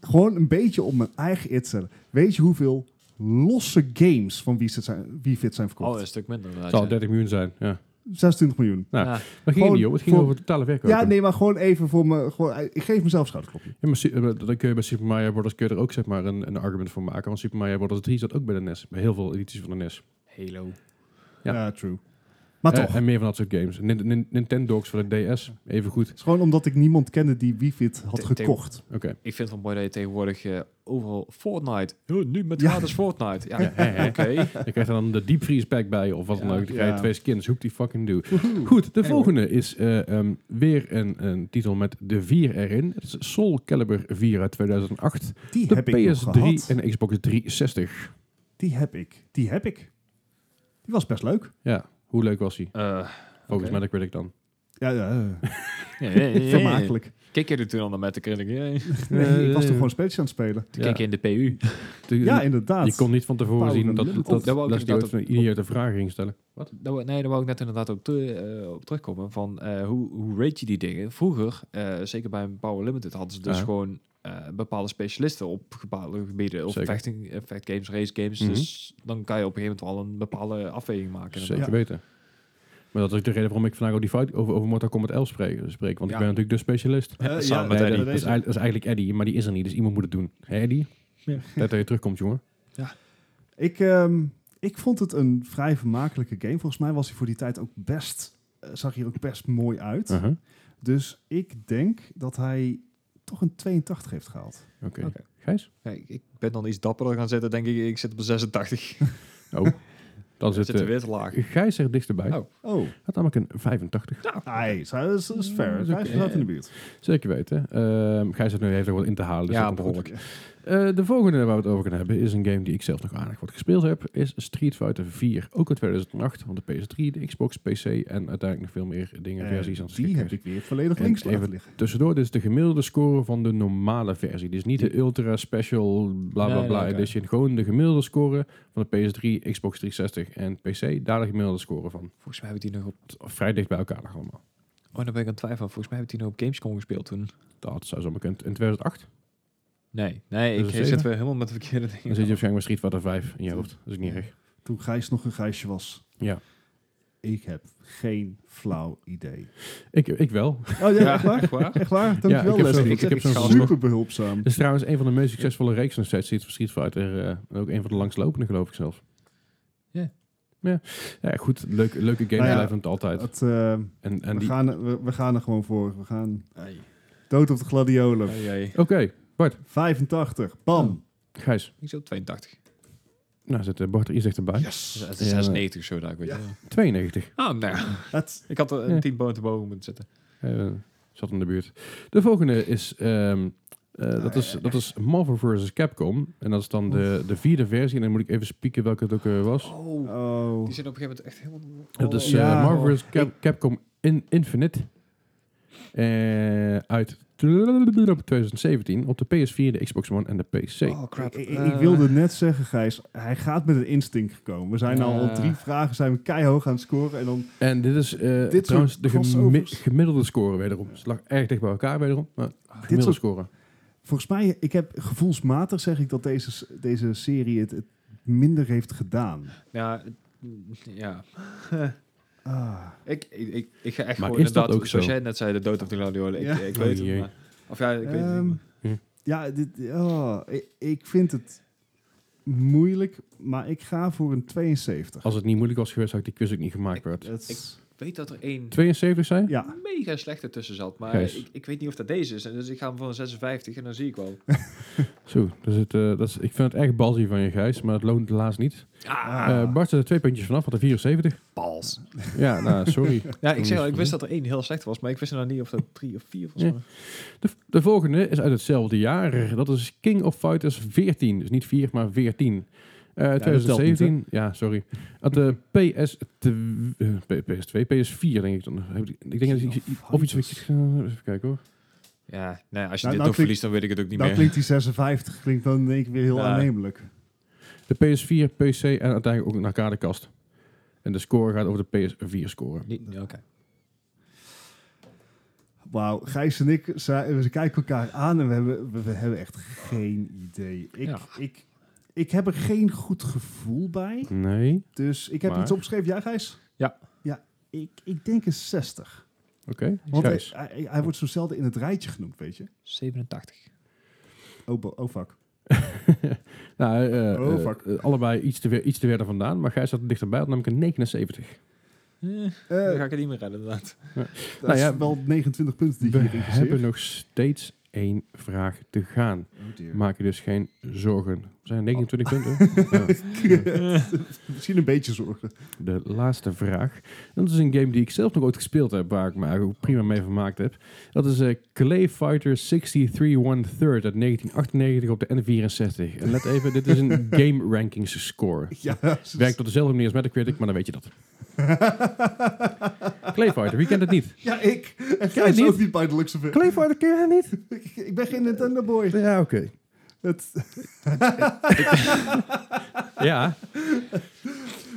Gewoon een beetje op mijn eigen it zetten. Weet je hoeveel losse games van Wii Fit zijn, Wii Fit zijn verkocht?
Oh, een stuk minder.
Het
inderdaad,
zal
ja.
30 miljoen zijn. Ja.
26 miljoen.
Nou,
Ja.
Maar ging
Gewoon
niet, joh. Het ging
voor-
over totale verkoop.
Ja, nee, maar gewoon even voor me. Gewoon, ik geef mezelf een schouderklopje.
Ja, maar Su- eh, dan kun je bij Super Mario Bros. kun je er ook zeg maar een, een argument voor maken. Want Super Mario Bros. 3 zat ook bij de NES. Bij heel veel edities van de NES.
Halo.
Ja.
Ja, true. Maar
Eh,
toch.
en meer van dat soort games. Nin- Nin- Nintendogs voor de DS. Even goed.
Het is gewoon omdat ik niemand kende die Wii Fit had
Te-
gekocht.
Oké.
Ik vind het wel mooi dat je tegenwoordig eh, overal Fortnite. Oh, nu met
Ja.
gratis Fortnite. Ja,
Ja, hè, hè.
oké. Eh,
Je krijgt er dan de diepvriespack bij of wat dan
Ja.
ook. Dan krijg je
Ja.
twee skins. Hoek die fucking do. Goed, de
Anyway.
volgende is eh, ehm, weer een, een titel met de 4 erin. Het is Soul Calibur 4 uit 2008.
Die
De
heb ik nog
PS3
gehad.
en Xbox 360.
Die heb ik. Die heb ik. Die was best leuk.
Ja, hoe leuk was hij?
Eh,
Volgens
Oké.
Metacritic dan.
Ja, ja. eh,
ja, ja, ja, ja.
vermakelijk.
Kijk je er toen al naar met de kring. Toen
Nee, ik was toch gewoon spelletjes aan het spelen.
keek je in de PU.
Ja, inderdaad.
Je kon niet van tevoren
Power
zien
of
dat,
the
dat,
Middle.
dat,
Dat wou ik
Leslie
inderdaad
Jones een idiote vraag ging stellen. Wat?
Daar wou- nee, daar wou ik net inderdaad ook te- eh, op terugkomen. Van, eh, hoe, hoe rate je die dingen? Vroeger, eh, zeker bij Power Limited, hadden ze dus
Ja.
gewoon eh, bepaalde specialisten op bepaalde gebieden. Of
Zeker.
vechting, eh, vecht games, race games.
Mhm.
Dus dan kan je op een gegeven moment wel een bepaalde afweging maken.
Zeker
inderdaad.
Ja.
weten. Maar dat is ook de reden waarom ik vandaag over, die fight, over, over Mortal Kombat 11 spreek. spreek want
Ja.
ik ben natuurlijk de specialist.
Eh, ja,
samen met
Nee,
Eddie.
dat, dat is, eigenlijk- dat is eigenlijk Eddie, maar die is er niet. Dus iemand moet het doen. Hé, Eddie?
Ja.
Tijd dat je terugkomt, jongen.
Ik, ehm, ik vond het een vrij vermakelijke game. Volgens mij was hij voor die tijd ook best... eh, zag hij er ook best mooi uit.
Uh-huh.
Dus ik denk dat hij toch een 82 heeft gehaald.
Oké.
Oké.
Gijs?
Ja, ik- ik ben dan iets dapperder gaan zitten, denk ik. Ik zit op de 86.
Oh, dan
Dan
zit
zit er
eh,
weer te laag.
Gijs er dichterbij.
Oh.
Oh,
Had namelijk een 85.
hij dat is, dat is
Ja, dat
fair.
is
Hij
Mm, oké.
staat in de buurt.
Zeker weten. Ehm Gijs heeft nu heeft er wat in te halen. Dus
Ja,
dat komt goed.
behoorlijk.
Eh, de volgende waar we het over gaan hebben is een game die ik zelf nog aardig wat gespeeld heb. Is Street Fighter 4. Ook uit 2008 van de PS3, de Xbox, PC en uiteindelijk nog veel meer dingen, versies aan het
Eh, die heb ik weer volledig links
En
laten
even-
liggen.
Tussendoor, dit is de gemiddelde score van de normale versie. Dus niet de ultra special bla bla
Nee,
bla
nee, oké.
edition. Gewoon de gemiddelde score van de PS3, Xbox 360 en PC. Daar de gemiddelde score van.
Volgens mij heb ik die nog op...
Vrij dicht bij elkaar nog allemaal.
Oh, dan ben ik aan het twijfelen. Volgens mij heb ik die nog op Gamescom gespeeld toen.
Dat zou zo bekend. In 2008
Nee, nee,
Dus een
ik zit
zeven?
weer helemaal met de verkeerde
dan
dingen.
zit je waarschijnlijk met Street Fighter 5 in je hoofd. Dat is niet erg.
Toen Gijs nog een Gijsje was.
Ja.
Ik heb geen flauw idee.
Ik, ik wel.
Oh ja, echt waar?
echt waar?
Echt waar?
Ja,
Dankjewel,
ik heb zo'n-
Leslie.
ik heb zo'n
Super behulpzaam.
Het is trouwens een van de meest succesvolle reeksen nog steeds. Street Street Fighter. eh, en ook een van de langstlopende geloof ik zelfs.
Ja.
Ja, ja goed. Leuk, leuke games
Nou ja,
blijven het altijd.
Het, eh,
En, en
we,
die...
gaan, er- we, we gaan er gewoon voor. We gaan dood op de gladiolen.
Ai, ai.
Oké,
85. Bam.
Gijs.
Ik zit op 82.
Nou, zit eh, Bart er iets dichterbij.
Dus
Yes.
Het is
Ja,
96 of zo, daar ik weet het.
92.
Ah, nou ja.
Dat,
Ik had er
Ja.
een 10 boven te boven moeten zetten.
Eh, zat in de buurt. De volgende is, ehm, eh,
Nou
dat is, dat is Marvel vs. Capcom. En dat is dan de, de vierde versie. En dan moet ik even spieken welke het ook eh, was.
Oh,
oh.
die zijn op een gegeven moment echt helemaal...
Dat is eh,
Ja.
Marvel vs. Cap- Capcom in Infinite. Eh, uit 2017 op de PS4, de Xbox One en de PC.
Oh, crap.
Ik, ik- ik wilde net zeggen, Gijs, hij gaat met een instinct gekomen. We zijn al
Eh.
op drie vragen, zijn we keihard aan het scoren. En dan,
En dit is eh,
soort
trouwens de gemi-
crossovers.
gemiddelde score wederom. Het lag erg dicht bij elkaar wederom. Maar gemiddelde
soort-
score.
volgens mij, ik heb gevoelsmatig zeg ik dat deze, s- deze serie het, het minder heeft gedaan.
Ja, ja.
Ah.
Ik, ik, ik, ik ga echt
Maar
gewoon
is dat
inderdaad,
ook
zoals
zo?
jij net zei, de dood of de gladiolen.
Ja.
Ik, ik weet
Oei,
het, maar- Of ja, ik weet het
Ehm,
niet.
Hm.
Ja, dit, oh, ik, ik vind het moeilijk, maar ik ga voor een 72.
Als het niet moeilijk was geweest, had ik die quiz ook niet gemaakt. Werd.
Het is-
Ik weet dat er één
72 zijn?
ja,
mega slechte tussen zat, maar
Gijs.
ik, ik weet niet of dat deze is. En Dus ik ga hem voor een 56 en dan zie ik wel.
Zo, dus het, eh, dat is, ik vind het echt balzie van je, Gijs, maar het loont helaas niet.
Ah,
Ah.
Eh, Bart zit er twee puntjes vanaf, had de 74.
pals.
Ja, nou, sorry.
Ja, ik zeg al, ik wist dat er één heel slecht was, maar ik wist nou niet of dat drie of vier was.
Hm. Ja. De, de volgende is uit hetzelfde jaar. Dat is King of Fighters 14. Dus niet 4, maar 14. Eh,
dat telt niet,
2017, ja, sorry. Had de PS, eh, P- PS2, PS4 denk ik dan. Heb ik- Ik denk dat
King
ik
of
of iets...
Fighters.
eh, even kijken hoor.
Ja, nee, als je
Nou,
dit
nou
nog verliest, dan weet ik het ook niet
dan
meer.
klinkt die 56 klinkt dan in één keer weer heel
Ja.
aannemelijk.
De PS4, PC en uiteindelijk ook een arcadekast. En de score gaat over de PS4 score.
Niet- ja, oké.
Wauw, Gijs en ik, zei- we kijken elkaar aan en we hebben, we, we hebben echt geen idee. Ik,
Ja.
ik, ik heb er geen goed gevoel bij,
Nee.
dus ik heb
Maar-
iets opgeschreven. Ja, Gijs?
Ja.
Ja, ik, ik denk een 60.
Oké.
Want hij,
Gijs.
hij, hij wordt zo zelden in het rijtje genoemd, weet je.
87.
Oh, bo- oh fuck.
nou, eh, eh,
Oh, fuck.
eh, allebei iets te, ver, iets te verder vandaan, maar Gijs zat er dichterbij, had namelijk een 79.
Eh,
Eh,
dan ga ik het niet meer redden, inderdaad.
dat
nou
is
ja,
wel 29 punten die
We
je hier
hebben
interesseert.
nog steeds één vraag te gaan.
Oh dear.
Maak je dus geen zorgen. We zijn 29 punten. Ja.
Misschien een beetje zorgen.
De laatste vraag. En dat is een game die ik zelf nog ooit gespeeld heb, waar ik me eigenlijk ook prima mee vermaakt heb. Dat is eh, Clay Fighter 63 1 third uit 1998 op de N64. En let even, dit is een game rankings score.
Ja,
Werkt op dezelfde manier als Metacritic, maar dan weet je dat. Clay Fighter, wie kent het niet?
ja, ik. En
het
Gijs
niet?
ook niet bij de luxe ver-
Clay Fighter ken je niet?
Ik- Ik ben geen Nintendo boy.
Ja, oké.
Het,
Ja,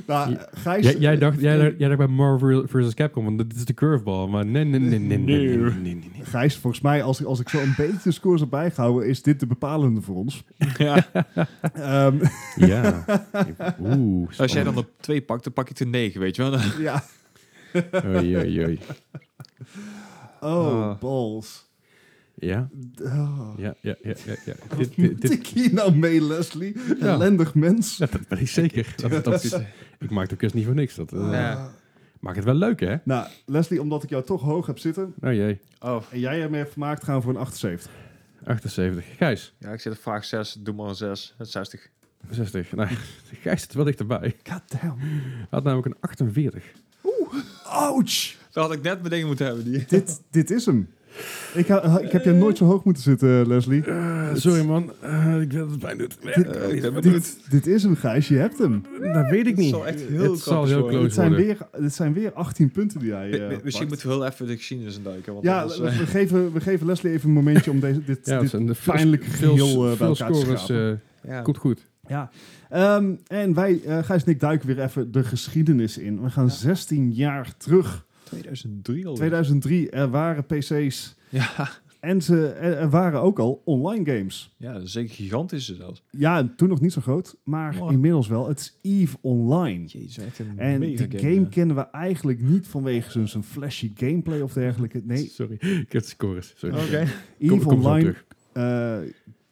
nou,
J-
Gijs...
jij, jij dacht, jij, dacht- jij dacht bij Marvel vs. Capcom, want dit is de curveball. Maar nee, nee, nee, nee, nee, nee, nee, nee, nee.
Gijs, volgens mij, als ik, als ik zo een beetje de scores heb bijgehouden, is dit de bepalende voor ons.
Ja.
Ehm,
Ja. Oeh.
Als jij dan op twee pakt, dan pak ik de 9, weet je wel.
ja.
Oei, oei, oei.
Oh,
Ah.
balls.
Ja,
D- oh.
ja, ja, ja. ja, ja. Dit,
Wat
dit,
moet
dit,
ik hier nou mee, Leslie? Ellendig mens.
dat, dat weet ik zeker. Dat, dat- ik maak de kus niet voor niks. Dat, eh,
Ja.
Maakt het wel leuk, hè?
Nou, Leslie, omdat ik jou toch hoog heb zitten
Oh jee,
Oh,
en jij ermee hebt vermaakt, gaan we voor een 78.
78. Gijs,
ja, ik zit op vraag 6, doe maar een 6. Het is 60.
60. Nou, Gijs zit wel dichterbij.
God damn.
Hij Had namelijk een 48.
Ouch!
Dat had ik net mijn dingen moeten hebben. Die.
dit, dit is hem. Ik, ha- ik heb je nooit zo hoog moeten zitten, Leslie.
sorry man, Eh, ik weet dat het pijn doet. Eh,
ik weet het
dit-
niet.
Dit is hem, Gijs. Je hebt hem.
Dat weet ik
Het
niet.
zal echt heel
het zal
grappig
heel
worden.
close
Het zijn,
worden.
weer, het zijn weer 18 punten die jij... eh,
Mi- mi- Misschien
pakt.
moeten we heel even de geschiedenis induiken. Want
Ja,
anders,
we,
eh,
we geven, we geven Leslie even een momentje om deze, dit,
Ja, het
dit
zijn de
pijnlijke
veel,
geheel, eh, bij
veel
elkaar te
scores.
schrapen.
eh,
ja.
komt goed.
Ja, ehm, en wij, eh Gijs en ik, duiken weer even de geschiedenis in. We gaan
Ja.
16 jaar terug.
2003 al.
2003, er waren PC's
Ja.
en ze, er, er waren ook al online games.
ja, dat is zeker gigantische zelfs.
Ja, toen nog niet zo groot, maar
Oh.
inmiddels wel. Het is EVE Online.
Jezus, echt een
En
mega
die
ja.
game kennen we eigenlijk niet vanwege zo'n- zo'n flashy gameplay of dergelijke. Nee,
Sorry, ik heb de scores. Sorry.
Oké.
Kom-
EVE
kom zo
Online,
terug.
eh,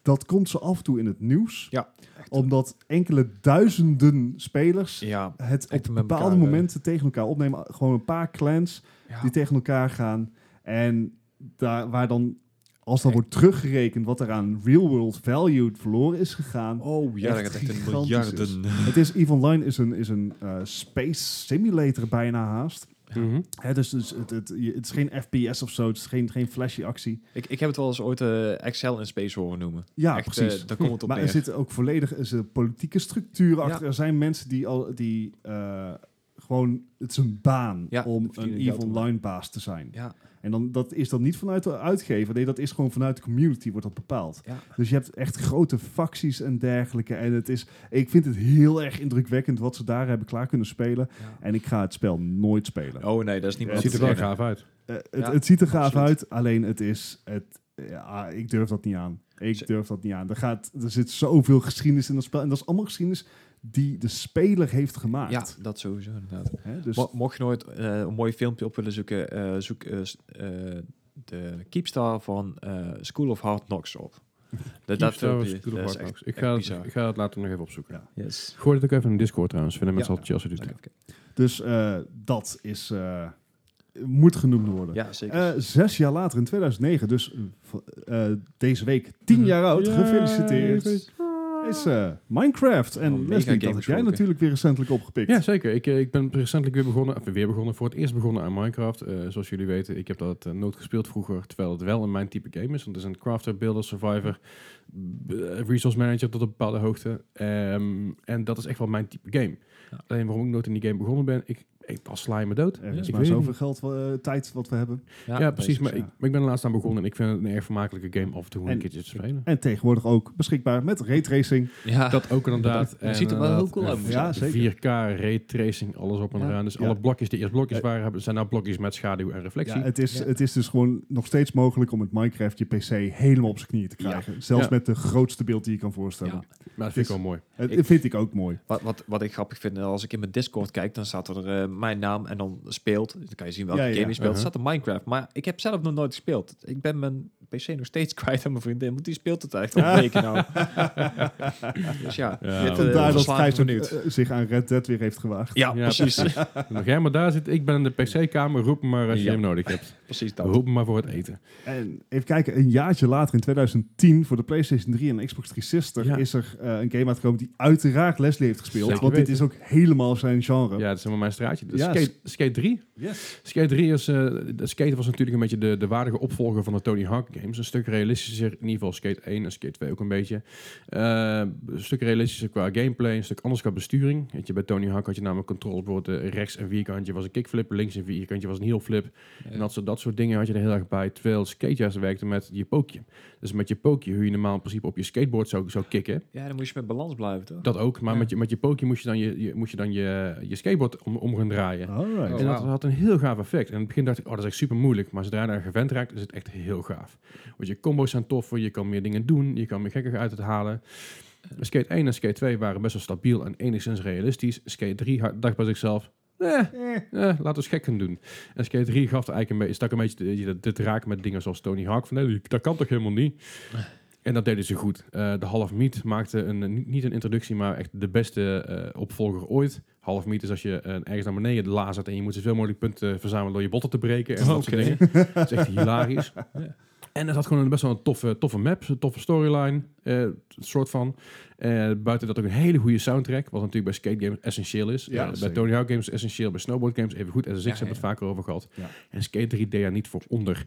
dat komt zo af en toe in het nieuws.
Ja,
omdat enkele duizenden spelers
Ja.
het op
Echt met
bepaalde
elkaar, eh,
momenten tegen elkaar opnemen. Gewoon een paar clans
ja.
die tegen elkaar gaan. En daar, waar dan, als dat
Echt.
wordt teruggerekend wat er aan real world value verloren is gegaan.
Oh ja,
Echt
dat gaat echt een
gigantisch is.
miljarden.
Het is, EVE Online is een, is een eh, space simulator bijna haast.
Mhm.
Hè, dus dus het, het, je- het is geen FPS of zo, het is geen, geen flashy actie.
Ik, ik heb het wel eens ooit eh, Excel in Space horen noemen.
Ja,
echt, eh,
precies.
daar komt het op
maar er
neer.
zitten ook volledig is er politieke structuren
Ja.
achter. Er zijn mensen die, al, die eh, gewoon... Het is een baan
Ja,
om een
verdienen
EVE
geld om.
Online baas te zijn.
Ja,
En dan, dat is dan niet vanuit de uitgever. Nee, dat is gewoon vanuit de community wordt dat bepaald.
ja.
Dus je hebt echt grote facties en dergelijke. En het is, ik vind het heel erg indrukwekkend wat ze daar hebben klaar kunnen spelen.
ja.
En ik ga het spel nooit spelen.
Oh nee, dat is niet
Ja,
meer
Ziet
te
er wel
zeggen.
gaaf uit.
Eh, het,
Ja,
het ziet er gaaf
absoluut.
uit, alleen het is... Het, ja, ik durf dat niet aan. Ik
Ze-
durf dat niet aan. Er, gaat, er zit zoveel geschiedenis in dat spel. En dat is allemaal geschiedenis die de speler heeft
Ja,
gemaakt.
dat sowieso inderdaad.
Hè, dus
Mo- mocht je nooit eh, een mooi filmpje op willen zoeken, eh, zoek eh, s- eh, de Keepstar van eh, School of Hard Knocks op. Dat, dat
Keepstar
filmpje,
was School of
dat is
Hard
echt-
Knocks. Ik
echt
ga het-
bizar.
ik ga het later nog even opzoeken.
Yes.
Gooi het ook even in de Discord trouwens. Vinden mensen
Ja.
altijd als je dit doet.
Oké, oké.
dus eh, dat is, eh, moet genoemd worden.
Ja, zeker.
Eh, zes jaar later, in 2009, dus eh, v- eh, deze week
Mhm.
tien jaar oud,
Ja,
gefeliciteerd, is eh, Minecraft. En
Oh, mega
Leslie, dat
game
heb jij
gesproken.
natuurlijk weer recentelijk opgepikt.
Ja, zeker. Ik, eh, ik ben recentelijk weer begonnen, of weer begonnen, voor het eerst begonnen aan Minecraft. Eh, zoals jullie weten, ik heb dat eh, nooit gespeeld vroeger, terwijl het wel in mijn type game is. Want het is een crafter, builder, survivor, b- eh, resource manager tot een bepaalde hoogte. Ehm, en dat is echt wel mijn type game.
Ja.
Alleen waarom ik nooit in die game begonnen ben, ik, ik was slime dood.
Er is
Ik
maar
weet
zoveel geld, eh, tijd wat we hebben.
Ja, precies. Maar ik, maar ik ben er laatst aan begonnen en ik vind het een erg vermakelijke game af en toe om
En-
een keertje te spelen.
En tegenwoordig ook beschikbaar met raytracing.
Ja,
Dat ook inderdaad.
Het ziet er wel heel cool uit, moet ik
eh, Ja, zeggen. zeker.
4K, raytracing, alles op en
Ja.
eraan. Dus
Ja.
alle blokjes die eerst blokjes
Eh.
waren, hebben- zijn nou blokjes met schaduw en reflectie.
Ja, het, is,
Ja.
het is dus gewoon nog steeds mogelijk om met Minecraft je PC helemaal op zijn knieën te krijgen. Zelfs
Ja.
met de grootste beeld die je kan voorstellen.
Ja.
maar dat vind ik wel mooi.
Het,
Ik-
vind ik ook mooi.
wat, wat, wat ik grappig vind, eh, als ik in mijn Discord kijk, dan staat er eh, mijn naam en dan speelt. Dan kan je zien welke
Ja, ja,
game
ja.
je speelt. Er
Uh-huh.
staat er Minecraft, maar ik heb zelf nog nooit gespeeld. Ik ben mijn PC nog steeds kwijt aan mijn vriendin, want die speelt het echt al een week nou. Dus ja,
Ja.
dit, eh,
Vandaar dat
verslaat me
Gijs ook,
benieuwd.
eh, zich aan Red Dead weer heeft gewaagd.
Ja,
Ja,
precies.
Mag jij maar daar zitten? Ik ben in de PC-kamer. Roep me maar als je
Ja.
hem nodig hebt.
precies dat.
Roep me maar voor het eten.
En even kijken, een jaartje later in 2010 voor de PlayStation 3 en de Xbox 360
Ja.
is er eh, een game uitgekomen die uiteraard Leslie heeft gespeeld.
Zeker
want dit
weten.
is ook helemaal zijn genre.
Ja, dat is helemaal mijn straatje. Dus
Ja,
skate, skate 3. Skate 3 is... eh, de skate was natuurlijk een beetje de, de waardige opvolger van de Tony Hawk games. Een stuk realistischer. In ieder geval Skate 1 en Skate 2 ook een beetje. Eh, een stuk realistischer qua gameplay. Een stuk anders qua besturing. Weet je, bij Tony Hawk had je namelijk controls. Bijvoorbeeld eh, rechts een vierkantje was een kickflip. Links een vierkantje was een heel flip. En dat soort, dat soort dingen had je er heel erg bij. Terwijl skatejuist werkte met je pookje. Dus met je pookje, hoe je normaal in principe op je skateboard zou, zou kicken...
Ja, dan moet je met balans blijven, toch?
Dat ook, maar
Ja.
met, je, met je pookje moest je dan je, je, moest je, dan je, je skateboard om, om gaan draaien.
Alright.
Oh,
en dat
wauw.
had een heel gaaf effect. En in het begin dacht ik, oh, dat is echt super moeilijk. Maar zodra je daar gewend raakt, is het echt heel gaaf. Want je combo's zijn toffer, je kan meer dingen doen, je kan meer gekkig uit het halen. Skate 1 en Skate 2 waren best wel stabiel en enigszins realistisch. Skate 3 ha- dacht bij zichzelf, eh,
Eh,
eh, laten we eens gek gaan doen. En Skate 3 gaf er eigenlijk een beetje, stak een beetje de- de- de draak met dingen zoals Tony Hawk. Van, nee, dat kan toch helemaal niet? En dat deden ze goed. Eh, de Half Meat maakte een, een- niet een introductie, maar echt de beste eh, opvolger ooit. Half Meat is als je eh, ergens naar beneden lazert en je moet zoveel mogelijk punten eh, verzamelen door je botten te breken. En dat soort
Oké.
dingen. Dat is echt hilarisch. En er zat gewoon een- best wel een toffe, toffe map, een toffe storyline, eh, soort van. Eh, buiten dat ook een hele goede soundtrack, wat natuurlijk bij skate games essentieel is.
Ja,
Eh, bij
zeker.
Tony Hawk games essentieel, bij snowboard games even goed. SSX
Ja,
hebben we het
ja.
vaker over gehad.
Ja.
En skate 3D daar niet voor onder.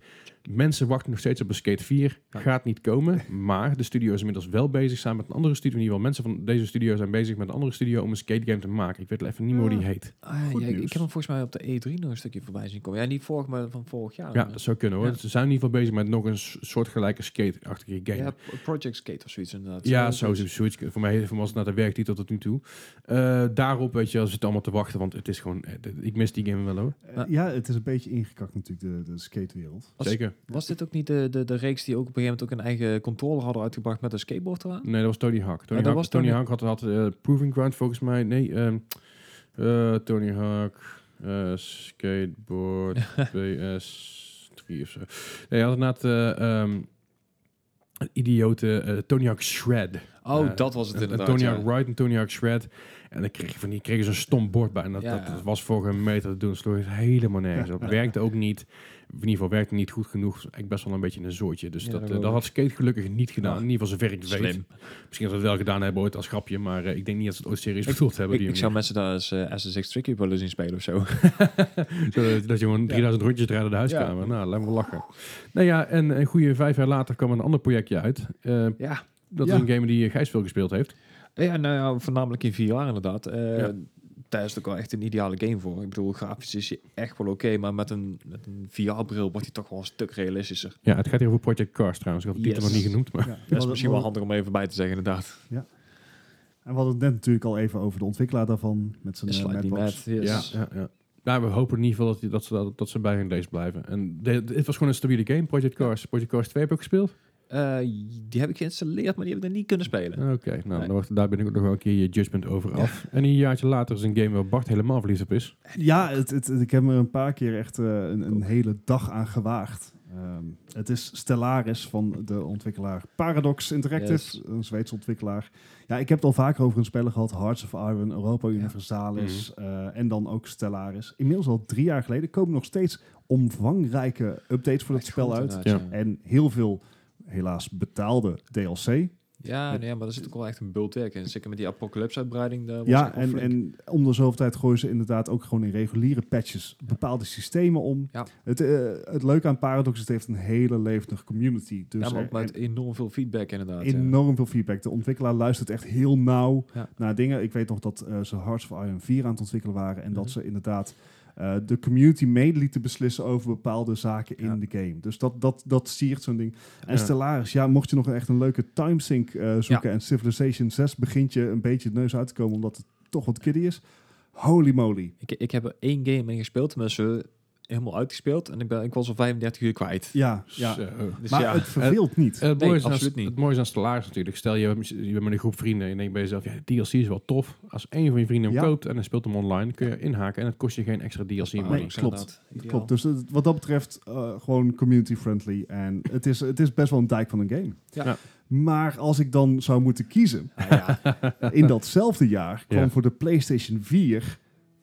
Mensen wachten nog steeds op een skate 4.
Ja.
Gaat niet komen, maar de studio is inmiddels wel bezig samen met een andere studio. In ieder geval, mensen van deze studio zijn bezig met een andere studio om een skate game te maken. Ik weet even niet meer hoe die heet.
Ah,
Goed
ja, ik-
nieuws.
ik heb hem volgens mij op de E3 nog een stukje voorbij zien komen. Ja, niet vorig, maar van vorig jaar.
Ja, dat zou kunnen hoor.
Oh, Ja.
Ze zijn in ieder geval bezig met nog een s- soortgelijke skate-achtige game.
ja,
Ja,
P- Project Skate of zoiets inderdaad. Eh,
zo, zo- zoiets. Voor mij, voor mij was het naar de werktitel tot nu toe. Eh, daarop, weet je, als het allemaal te wachten, want het is gewoon... eh, d- Ik mis die game wel hoor.
Eh, ja, het is een beetje ingekakt natuurlijk, de, de skatewereld.
Was-
Zeker.
Was dit ook niet de, de, de reeks die ook op een gegeven moment ook een eigen controller hadden uitgebracht met een skateboard eraan?
Nee, dat was Tony Hawk. Tony
dat
Hawk,
was
Tony
Tony-
Hawk had, had eh, Proving Ground volgens mij. Nee, ehm, eh, Tony Hawk, eh, Skateboard, PS3 of zo. Nee, hij had inderdaad eh, ehm, een idiote eh, Tony Hawk Shred.
Oh,
Eh,
dat was het
En- en
inderdaad.
Tony
ja.
Hawk Ride en Tony Hawk Shred. En dan kreeg je van die kregen ze een stom bord bij. En dat,
Ja,
dat,
ja.
dat was voor een meter te doen. Dat sloeg helemaal nergens op. Werkte ook niet. In ieder geval werkte niet goed genoeg. Eigenlijk best wel een beetje een zoortje. Dus
Ja,
dat,
dat
eh, dat
wel.
had Skate gelukkig niet gedaan.
Ah,
In ieder geval zover ik weet.
Slim.
Misschien dat we het wel gedaan hebben ooit als grapje. Maar eh, ik denk niet dat ze het ooit serieus bedoeld hebben. op
Ik,
die
ik zou
manier.
mensen daar eens eh, SSX Tricky willen zien spelen of zo.
Zodat- eh, dat je gewoon 3000 rondjes draait naar de huiskamer. Nou, laat me lachen. Nou ja, en een goede vijf jaar later kwam een ander projectje uit. Eh,
ja,
dat
Ja.
is een game die eh, Gijs veel gespeeld heeft.
Ja, nou ja, voornamelijk in VR inderdaad. Eh
Ja.
Daar is het ook wel echt een ideale game voor. Ik bedoel, grafisch is hij echt wel oké, maar met een, met een VR-bril wordt hij toch wel een stuk realistischer.
Ja, het gaat hier over Project Cars trouwens. Ik had de titel
Yes.
nog niet genoemd. Maar
Ja.
Dat is misschien wel handig om even bij te zeggen, inderdaad.
En we hadden het net natuurlijk al even over de ontwikkelaar daarvan. Met zijn eh,
Slightly
Madbox.
mad, yes.
Ja, ja, ja. Nou, we hopen in ieder geval dat, die- dat, ze, dat, dat ze bij hun lees blijven. En de- de- het was gewoon een stabiele game, Project Cars. Project Cars 2 heb ik ook gespeeld.
Eh, die heb ik geïnstalleerd, maar die heb ik nog niet kunnen spelen.
Oké, nou,
Nee.
dan wordt- daar ben ik ook nog wel een keer je judgment over af. En een jaartje later is een game waar Bart helemaal verliefd op is.
Ja, het, het, het- ik heb er een paar keer echt eh, een, een hele dag aan gewaagd. Ehm, het is Stellaris van de ontwikkelaar Paradox Interactive,
Yes.
een Zweedse ontwikkelaar. Ja, ik heb het al vaker over hun spellen gehad. Hearts of Iron, Europa Universalis eh, en dan ook Stellaris. Inmiddels al drie jaar geleden komen nog steeds omvangrijke updates voor dat spel uit.
Inderdaad, Ja,
En heel veel, helaas betaalde DLC.
ja, nee, maar daar zit ook wel echt een bult werk in. Zeker met die apocalypse-uitbreiding. daar eh, was
Ja,
ik wel
en,
flink.
en om de zoveel tijd gooien ze inderdaad ook gewoon in reguliere patches bepaalde systemen om.
Ja.
Het, eh, het leuke aan Paradox is, het heeft een hele levendige community. Dus
ja, maar
er-
ook met enorm veel feedback inderdaad.
en
ja.
enorm veel feedback. De ontwikkelaar luistert echt heel nauw
Ja.
naar dingen. Ik weet nog dat eh, ze Hearts of Iron 4 aan het ontwikkelen waren en dat
Mhm.
ze inderdaad eh, de community mee lieten beslissen over bepaalde zaken
Ja.
in de game. Dus dat, dat, dat siert zo'n ding. En
Ja.
Stellaris, ja, mocht je nog echt een leuke timesync eh, zoeken en Civilization 6 begint je een beetje het neus uit te komen omdat het toch wat kiddy is. Holy moly.
Ik, ik heb er één game in gespeeld, tenminste helemaal uitgespeeld. En ik, ben, ik was al 35 uur kwijt.
Ja, ja.
Zo.
Dus
maar
ja,
het verveelt niet.
Eh, het, mooie
Nee,
is aan-
absoluut niet.
het mooie is aan Stellaris natuurlijk. Stel, je bent, je bent met een groep vrienden en je denkt bij jezelf, ja, DLC is wel tof. Als één van je vrienden hem
Ja.
koopt en hij speelt hem online, kun je inhaken en het kost je geen extra DLC
maar
money.
nee, klopt.
inderdaad, ideaal.
Klopt, dus het- wat dat betreft eh, gewoon community-friendly. En het is, het is best wel een dijk van een game.
Ja.
Ja.
Maar als ik dan zou moeten kiezen,
Ah, ja.
in datzelfde jaar kwam
Ja.
voor de PlayStation 4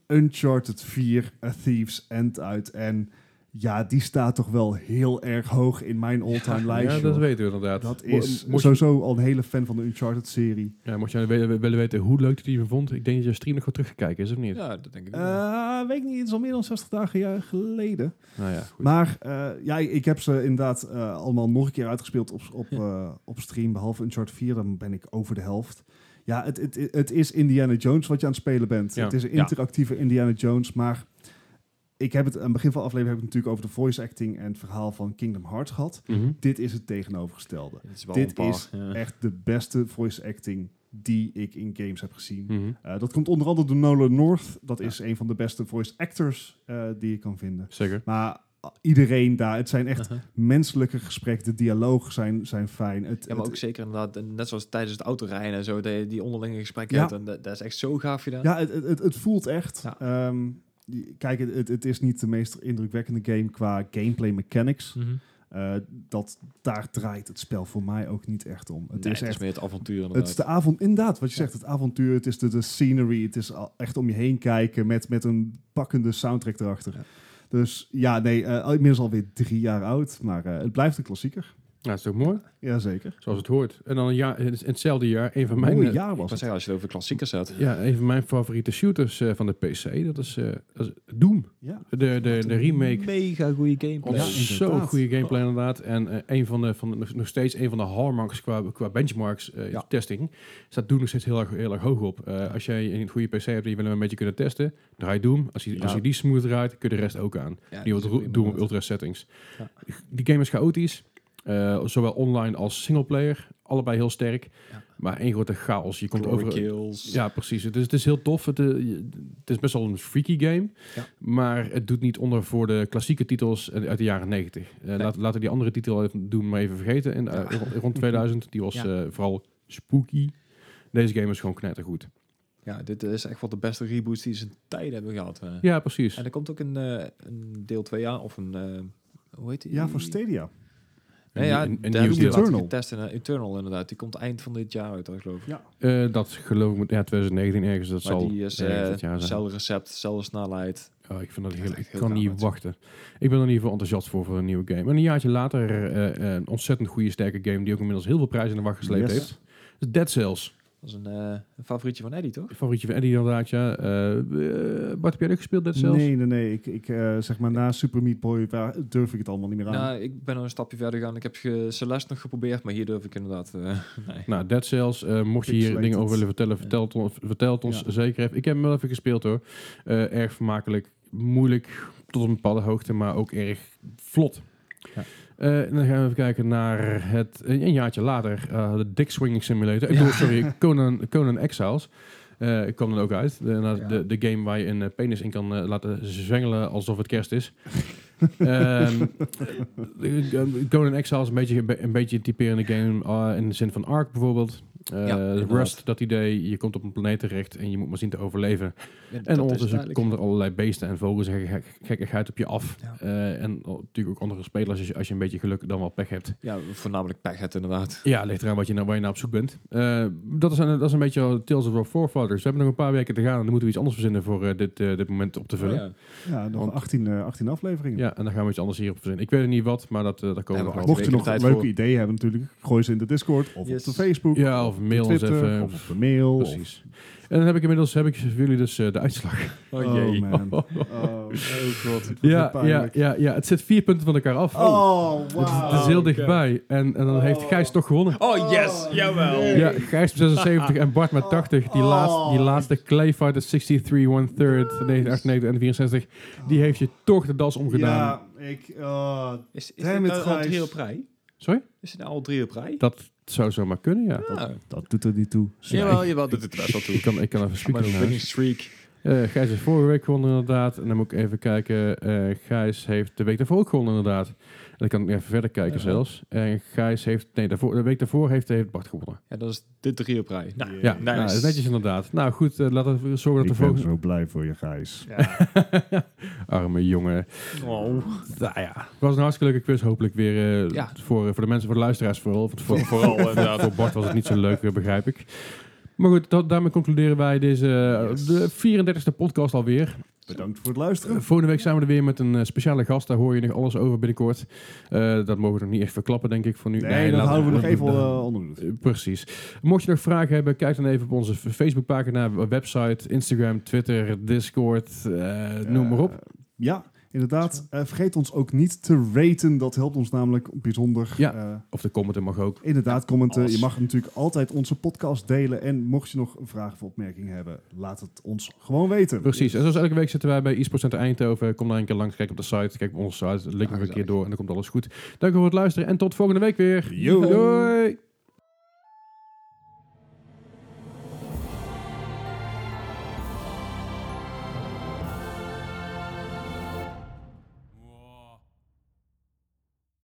Uncharted 4 A Thieves End uit. En ja, die staat toch wel heel erg hoog in mijn all-time lijstje.
Ja, dat weten we inderdaad.
Dat
Mo-
is
mocht je-
sowieso al een hele fan van de Uncharted-serie.
Ja, mocht je willen willen weten hoe leuk dat hij hem vond, ik denk dat je stream nog wel terugkijken is, of niet?
ja, dat denk ik wel.
Eh weet ik niet, het is al meer dan 60 dagen ja, geleden.
Nou ja, goed.
Maar eh, ja, ik heb ze inderdaad eh, allemaal nog een keer uitgespeeld op, op, eh, op stream. Behalve Uncharted 4, dan ben ik over de helft. Ja, het, het, het is Indiana Jones wat je aan het spelen bent.
Ja.
Het is een
Ja.
interactieve Indiana Jones, maar... Ik heb het aan het begin van de aflevering heb ik het natuurlijk over de voice acting en het verhaal van Kingdom Hearts gehad.
Mhm.
Dit is het tegenovergestelde.
Het is wel
dit
een paar,
is
ja.
Echt de beste voice acting die ik in games heb gezien.
Mhm.
Eh, dat komt onder andere door Nolan North. Dat
Hm. Ja.
is een van de beste voice actors eh, die je kan vinden.
Zeker.
Maar iedereen daar, het zijn echt
Uh-huh.
menselijke gesprekken. De dialoog zijn, zijn fijn. Het,
Ja, maar
het-
ook zeker inderdaad, en net zoals tijdens het autorijden en zo, dat je die onderlinge gesprekken
Ja.
hebt. En dat, dat is echt zo gaaf gedaan.
ja, het, het, het, het voelt echt.
Ja.
Ehm, die- kijk, het, het, het is niet de meest indrukwekkende game qua gameplay mechanics.
Mhm.
Eh, dat, daar draait het spel voor mij ook niet echt om. Het
Nee,
is echt...
meer het avontuur
Het is
inderdaad.
de avond, inderdaad, wat je zegt, het avontuur, het is de, de scenery, het is al echt om je heen kijken met, met een pakkende soundtrack erachter.
Ja.
Dus ja, nee, eh, inmiddels alweer drie jaar oud, maar eh, het blijft een klassieker.
dat is toch mooi?
Jazeker.
Zoals het hoort. En dan een jaar, in hetzelfde jaar, een van mijn...
Mooi
eh,
jaar
Ik
was
wou
het.
zeggen, als je het over klassiekers hebt.
Ja, een van mijn favoriete shooters eh, van de PC, dat is, eh, dat is Doom.
Ja.
De, de, de remake.
Mega goede gameplay.
Ja,
Zo'n
inderdaad.
goede gameplay inderdaad. En eh, een van de, van de- nog- nog steeds een van de hallmarks qua, qua benchmarks eh,
Ja.
testing staat Doom nog steeds heel erg, heel erg hoog op. Eh, Als jij een goede PC hebt die je wil een beetje kunnen testen, draai Doom. Als je, als
Ja.
je die smooth draait, kun je de rest ook aan.
Ja, dus-
Die
dat
wordt
is prima,
Doom op
inderdaad.
ultra settings.
Ja.
Die game is chaotisch. eh, zowel online als singleplayer. Allebei heel sterk.
Ja.
Maar één grote chaos. Je komt
Glory
over,
kills.
ja, precies. Het is, het is heel tof. Het, eh, je- het is best wel een freaky game.
Ja.
Maar het doet niet onder voor de klassieke titels uit de jaren 90. Eh, laat- laten we die andere titel even- doen maar even vergeten. En, eh, rond- Rond 2000, die was
Ja.
eh, vooral spooky. Deze game is gewoon knettergoed.
Ja, dit is echt wel de beste reboots die ze in tijden hebben gehad. hè.
Ja, precies.
En er komt ook een, eh, een deel 2 aan, of een... eh, hoe heet die?
Ja, voor Stadia.
Nee, ja,
En- en- en
daar
nieuw
hebben
deel.
we laten
Eternal.
testen, eh, Eternal inderdaad. Die komt eind van dit jaar uit, eh, geloof ik.
Ja,
Eh, dat geloof ik, moet- ja, 2019 ergens. Dat
maar
zal
die is
ergens
eh,
dit jaar zijn.
hetzelfde recept, dezelfde snelheid.
Oh, ik vind dat
Ja,
heel,
echt
ik
heel
kan
gaaf
niet
uit.
wachten. Ik ben er in ieder geval enthousiast voor voor een nieuwe game. En een jaartje later eh, eh, een ontzettend goede, sterke game die ook inmiddels heel veel prijzen in de wacht gesleept
Yes.
heeft. Dat is Dead Cells.
Dat is een, eh, een favorietje van Eddie, toch?
Favorietje van Eddie inderdaad, ja. Eh, eh, Bart, heb jij ook gespeeld dat zelfs?
Nee, nee, nee. Ik, ik eh, zeg maar na Super Meat Boy wa- durf ik het allemaal niet meer aan.
Nou, ik ben al een stapje verder gegaan. Ik heb ge- Celeste nog geprobeerd, maar hier durf ik inderdaad... eh, nee.
Nou, Dead Cells, eh, mocht je hier
Pixelated.
dingen over willen vertellen, vertel het, ons- vertel het ons
Ja.
zeker even. Ik heb hem wel even gespeeld hoor. Eh, erg vermakelijk, moeilijk tot een bepaalde hoogte, maar ook erg vlot.
Ja.
Eh, en dan gaan we even kijken naar het, een een jaartje later, eh, de Dick Swinging Simulator. Ik bedoel, sorry, Conan, Conan Exiles. Eh kwam dan ook uit. De, na-
Ja.
de, de game waar je een eh, penis in kan eh, laten zwengelen alsof het kerst is. Ehm eh, Conan Exiles een beetje een, beetje een typerende game eh, in de zin van Ark bijvoorbeeld. Eh,
Ja, inderdaad.
Rust, dat idee. Je komt op een planeet terecht en je moet maar zien te overleven.
Ja, dat is
en ondertussen
duidelijk.
komen er allerlei beesten en vogels en gek- gekkigheid op je af.
Ja.
Eh, en natuurlijk ook andere spelers als je, als je een beetje geluk dan wel pech hebt.
Ja, voornamelijk pech het inderdaad.
Ja, ligt eraan wat je nou, waar je naar op zoek bent. Eh, dat, is een, dat is een beetje Tales of Our Forefathers. We hebben nog een paar weken te gaan en dan moeten we iets anders verzinnen voor eh, dit, eh, dit moment op te vullen.
Oh, Ja.
ja, nog
want-
18, eh, 18 afleveringen.
Ja, en dan gaan we iets anders hierop verzinnen. Ik weet niet wat, maar dat, eh, daar komen
Ja,
we
maar
wel
Mocht
weken
je nog
tijd
leuke
voor.
ideeën hebben natuurlijk, gooi ze in de Discord of
Yes.
op de Facebook.
Ja, of
op de
mail ons
Twitter,
even.
Of op de mail. of-
Precies. En dan heb ik inmiddels heb ik voor jullie dus eh, de uitslag.
Oh
Oh,
jee.
man. Oh, oh god. Het wordt
Ja, ja,
pijnlijk.
ja, ja, het zit vier punten van elkaar af.
Oh,
Het is,
wauw.
het is heel dichtbij. En, en dan heeft Gijs toch gewonnen.
Oh yes, jawel.
Ja, Gijs met 76 en Bart met 80. Die, laatste, die laatste Clayfighter 63, one third, 1998 en 64. Die heeft je toch de das omgedaan.
Ja, ik... oh,
Is, is
Damn
dit
it,
nou al
Gijs.
drie op rij?
Sorry?
Is het nou al drie op rij?
Dat zou zomaar kunnen, ja.
Ah,
dat doet er niet toe.
Jawel, jawel, dat doet het best wel toe.
Ik kan, ik kan even
Maar
spieken.
een winning streak.
Eh Gijs heeft vorige week gewonnen inderdaad. En dan moet ik even kijken. eh Gijs heeft de week daarvoor ook gewonnen inderdaad. En dan kan ik even verder kijken
Ja.
zelfs. En Gijs heeft... Nee, daarvoor, de week daarvoor heeft, heeft Bart gewonnen.
Ja, dat is de drie op rij. Nou,
Ja,
Nice.
nou, dat is netjes inderdaad. Nou goed, eh, laten we zorgen dat
Ik
de
ben
volgende...
zo blij voor je, Gijs.
Arme jongen.
oh.
Nou ja, het was een hartstikke leuke quiz. Hopelijk weer eh,
Ja.
voor, voor de mensen, voor de luisteraars vooral. Want voor,
Vooral inderdaad.
voor Bart was het niet zo leuk, eh, begrijp ik. Maar goed, dat, daarmee concluderen wij deze eh,
Yes.
de 34e podcast alweer.
Bedankt voor het
Eh,
luisteren.
volgende week zijn we er weer met een eh, speciale gast. Daar hoor je nog alles over binnenkort. Eh, dat mogen we nog niet echt verklappen, denk ik, voor nu.
Nee, dat
laten
houden we nog even
dat-
eh, onder de
eh, Precies. Mocht je nog vragen hebben, kijk dan even op onze f- Facebookpagina, w- website, Instagram, Twitter, Discord, eh, noem maar op.
Ja, inderdaad. Eh, vergeet ons ook niet te raten. Dat helpt ons namelijk bijzonder.
Ja.
Eh,
Of de commenten mag ook.
inderdaad, commenten.
alles.
Je mag natuurlijk altijd onze podcast delen. En mocht je nog vragen of opmerkingen hebben, laat het ons gewoon weten.
Precies. En zoals elke week zitten wij bij eSports Center Eindhoven. Kom daar een keer langs, kijk op de site, kijk op onze site. Link nog een
gezellig.
keer door en dan komt alles goed. Dank u voor het luisteren en tot volgende week weer.
Yo.
Doei.